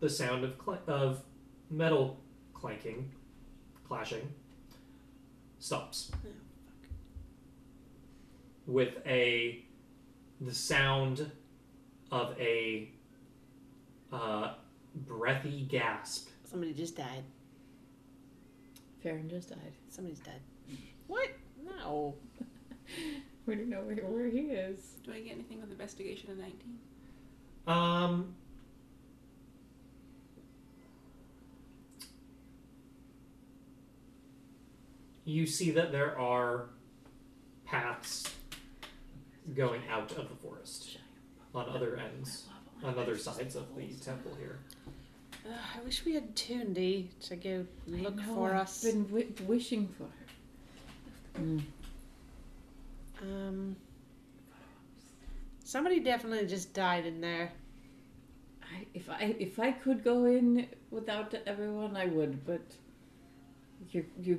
S4: the sound of cl- of metal clanking, clashing, stops. With a the sound of a uh, breathy gasp.
S2: Somebody just died.
S3: Farron just died.
S2: Somebody's dead. What? No.
S3: We don't know where, where he is.
S21: Do I get anything with investigation of 19?
S4: Um. You see that there are paths going out of the forest on other ends, on other sides of the temple here.
S2: Ugh, I wish we had Tunde to go look
S3: I know,
S2: for
S3: I've
S2: us.
S3: Been wi- wishing for her.
S2: Um, somebody definitely just died in there.
S3: I, if I if I could go in without everyone, I would. But you're you're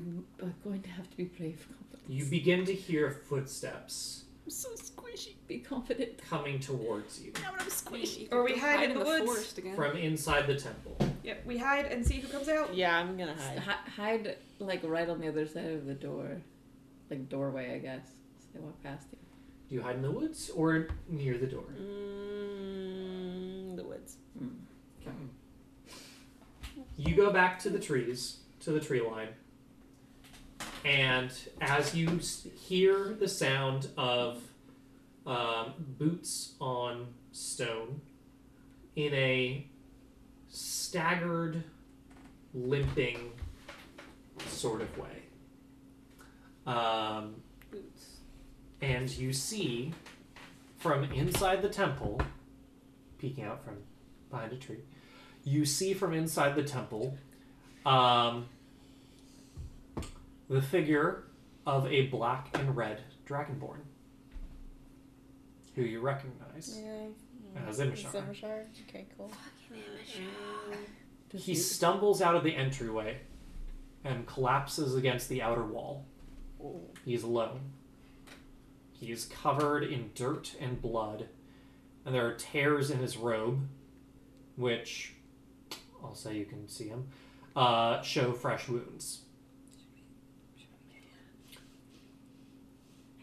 S3: going to have to be brave. Confidence.
S4: You begin to hear footsteps
S3: I'm so squishy. Be confident.
S4: coming towards you
S3: Now I'm squishy.
S1: Or we hide in the woods.
S5: forest again.
S4: from inside the temple.
S1: Yep, we hide and see who comes out.
S13: Yeah, I'm gonna hide.
S3: Hi- hide like right on the other side of the door, like doorway, I guess. So they walk past you.
S4: Do you hide in the woods or near the door?
S13: Mm, the woods.
S4: You go back to the trees, to the tree line, and as you s- hear the sound of um, boots on stone in a staggered, limping sort of way, um,
S13: Boots.
S4: and you see from inside the temple, peeking out from behind a tree, you see from inside the temple um, the figure of a black and red dragonborn who you recognize as Imshar.
S6: Zemshar. Okay, cool.
S3: Does
S4: He
S3: you-
S4: stumbles out of the entryway and collapses against the outer wall. He's alone. He is covered in dirt and blood, and there are tears in his robe, which I'll say you can see him, uh, show fresh wounds.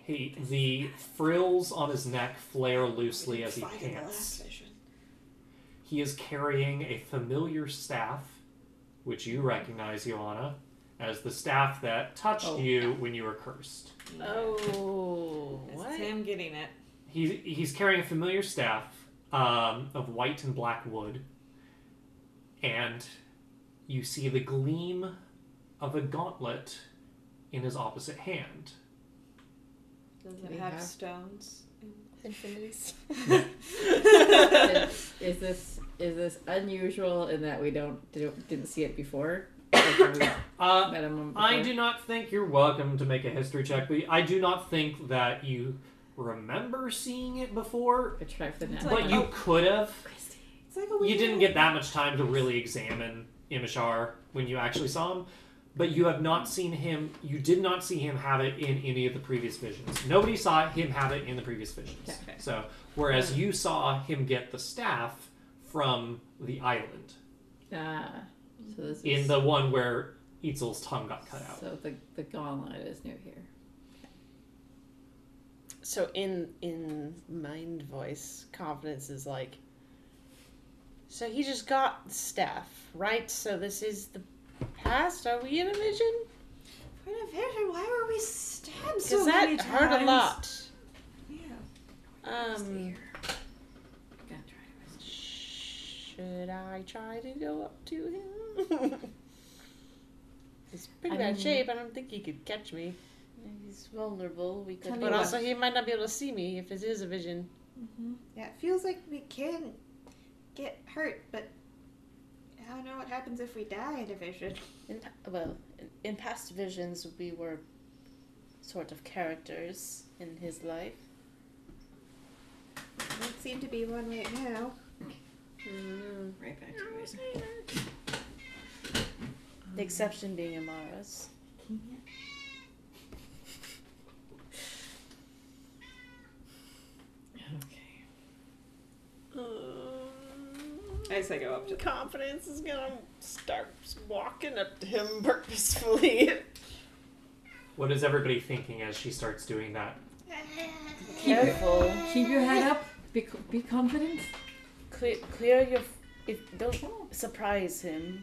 S4: He, the frills on his neck flare loosely as he pants. He is carrying a familiar staff, which you recognize, Joanna, as the staff that touched
S3: Oh.
S4: you when you were cursed.
S13: Oh,
S1: It's
S13: what?
S1: him getting it.
S4: He's, he's carrying a familiar staff um, of white and black wood, and you see the gleam of a gauntlet in his opposite hand.
S5: Does
S3: Do
S5: it
S3: we
S5: have,
S3: have-
S5: stones?
S6: Infinities.
S3: is this is this unusual in that we don't didn't, didn't see it before? Like, when we
S4: Uh,
S3: met him before?
S4: I do not think you're welcome to make a history check, but I do not think that you remember seeing it before,
S3: I try for that.
S5: like-
S4: but you could have.
S5: It's like a
S4: You
S5: weird-
S4: didn't get that much time to really examine Imishar when you actually saw him, but you have not seen him. You did not see him have it in any of the previous visions. Nobody saw him have it in the previous visions.
S1: Okay.
S4: So, whereas you saw him get the staff from the island
S3: Ah, so this is
S4: in the one where Itzel's tongue got cut out.
S3: So the the gauntlet is new here.
S13: So in in mind voice, confidence is like. So he just got the staff, right? So this is the past. Are we in a vision?
S5: Point of vision, why were we stabbed
S13: Because
S5: so
S13: that
S5: many
S13: hurt a
S5: times?
S13: lot.
S5: Yeah.
S13: Um,
S3: Gotta try
S13: should I try to go up to
S3: *laughs*
S13: him? He's pretty
S3: I
S13: bad
S3: mean-
S13: shape. I don't think he could catch me.
S6: He's vulnerable. We
S3: Tell
S6: could.
S3: me
S13: But
S3: what-
S13: also, he might not be able to see me if it is a vision.
S5: Mm-hmm. Yeah, it feels like we can get hurt, but I don't know what happens if we die in a vision.
S6: In, well, in, in past visions, we were sort of characters in his life.
S5: There doesn't seem to be one right now.
S13: Mm-hmm.
S3: Right back to it.
S2: Mm-hmm.
S6: The exception being Amara's.
S3: Okay.
S1: I say go up to
S13: Confidence is gonna start walking up to him purposefully. *laughs*
S4: What is everybody thinking as she starts doing that?
S6: Careful.
S3: Keep your head up. Be co- be confident.
S6: Clear, clear your. f- If don't surprise him.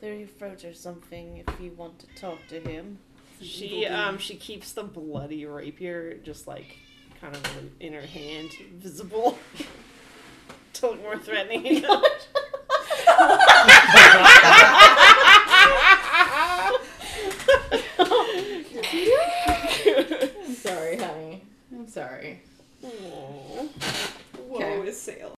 S6: Clear your throat or something if you want to talk to him.
S13: She um she keeps the bloody rapier just like kind of in her hand, visible, *laughs* to look more threatening. *laughs*
S3: I'm sorry, honey. I'm sorry.
S1: Whoa,
S3: Okay.
S1: is sail.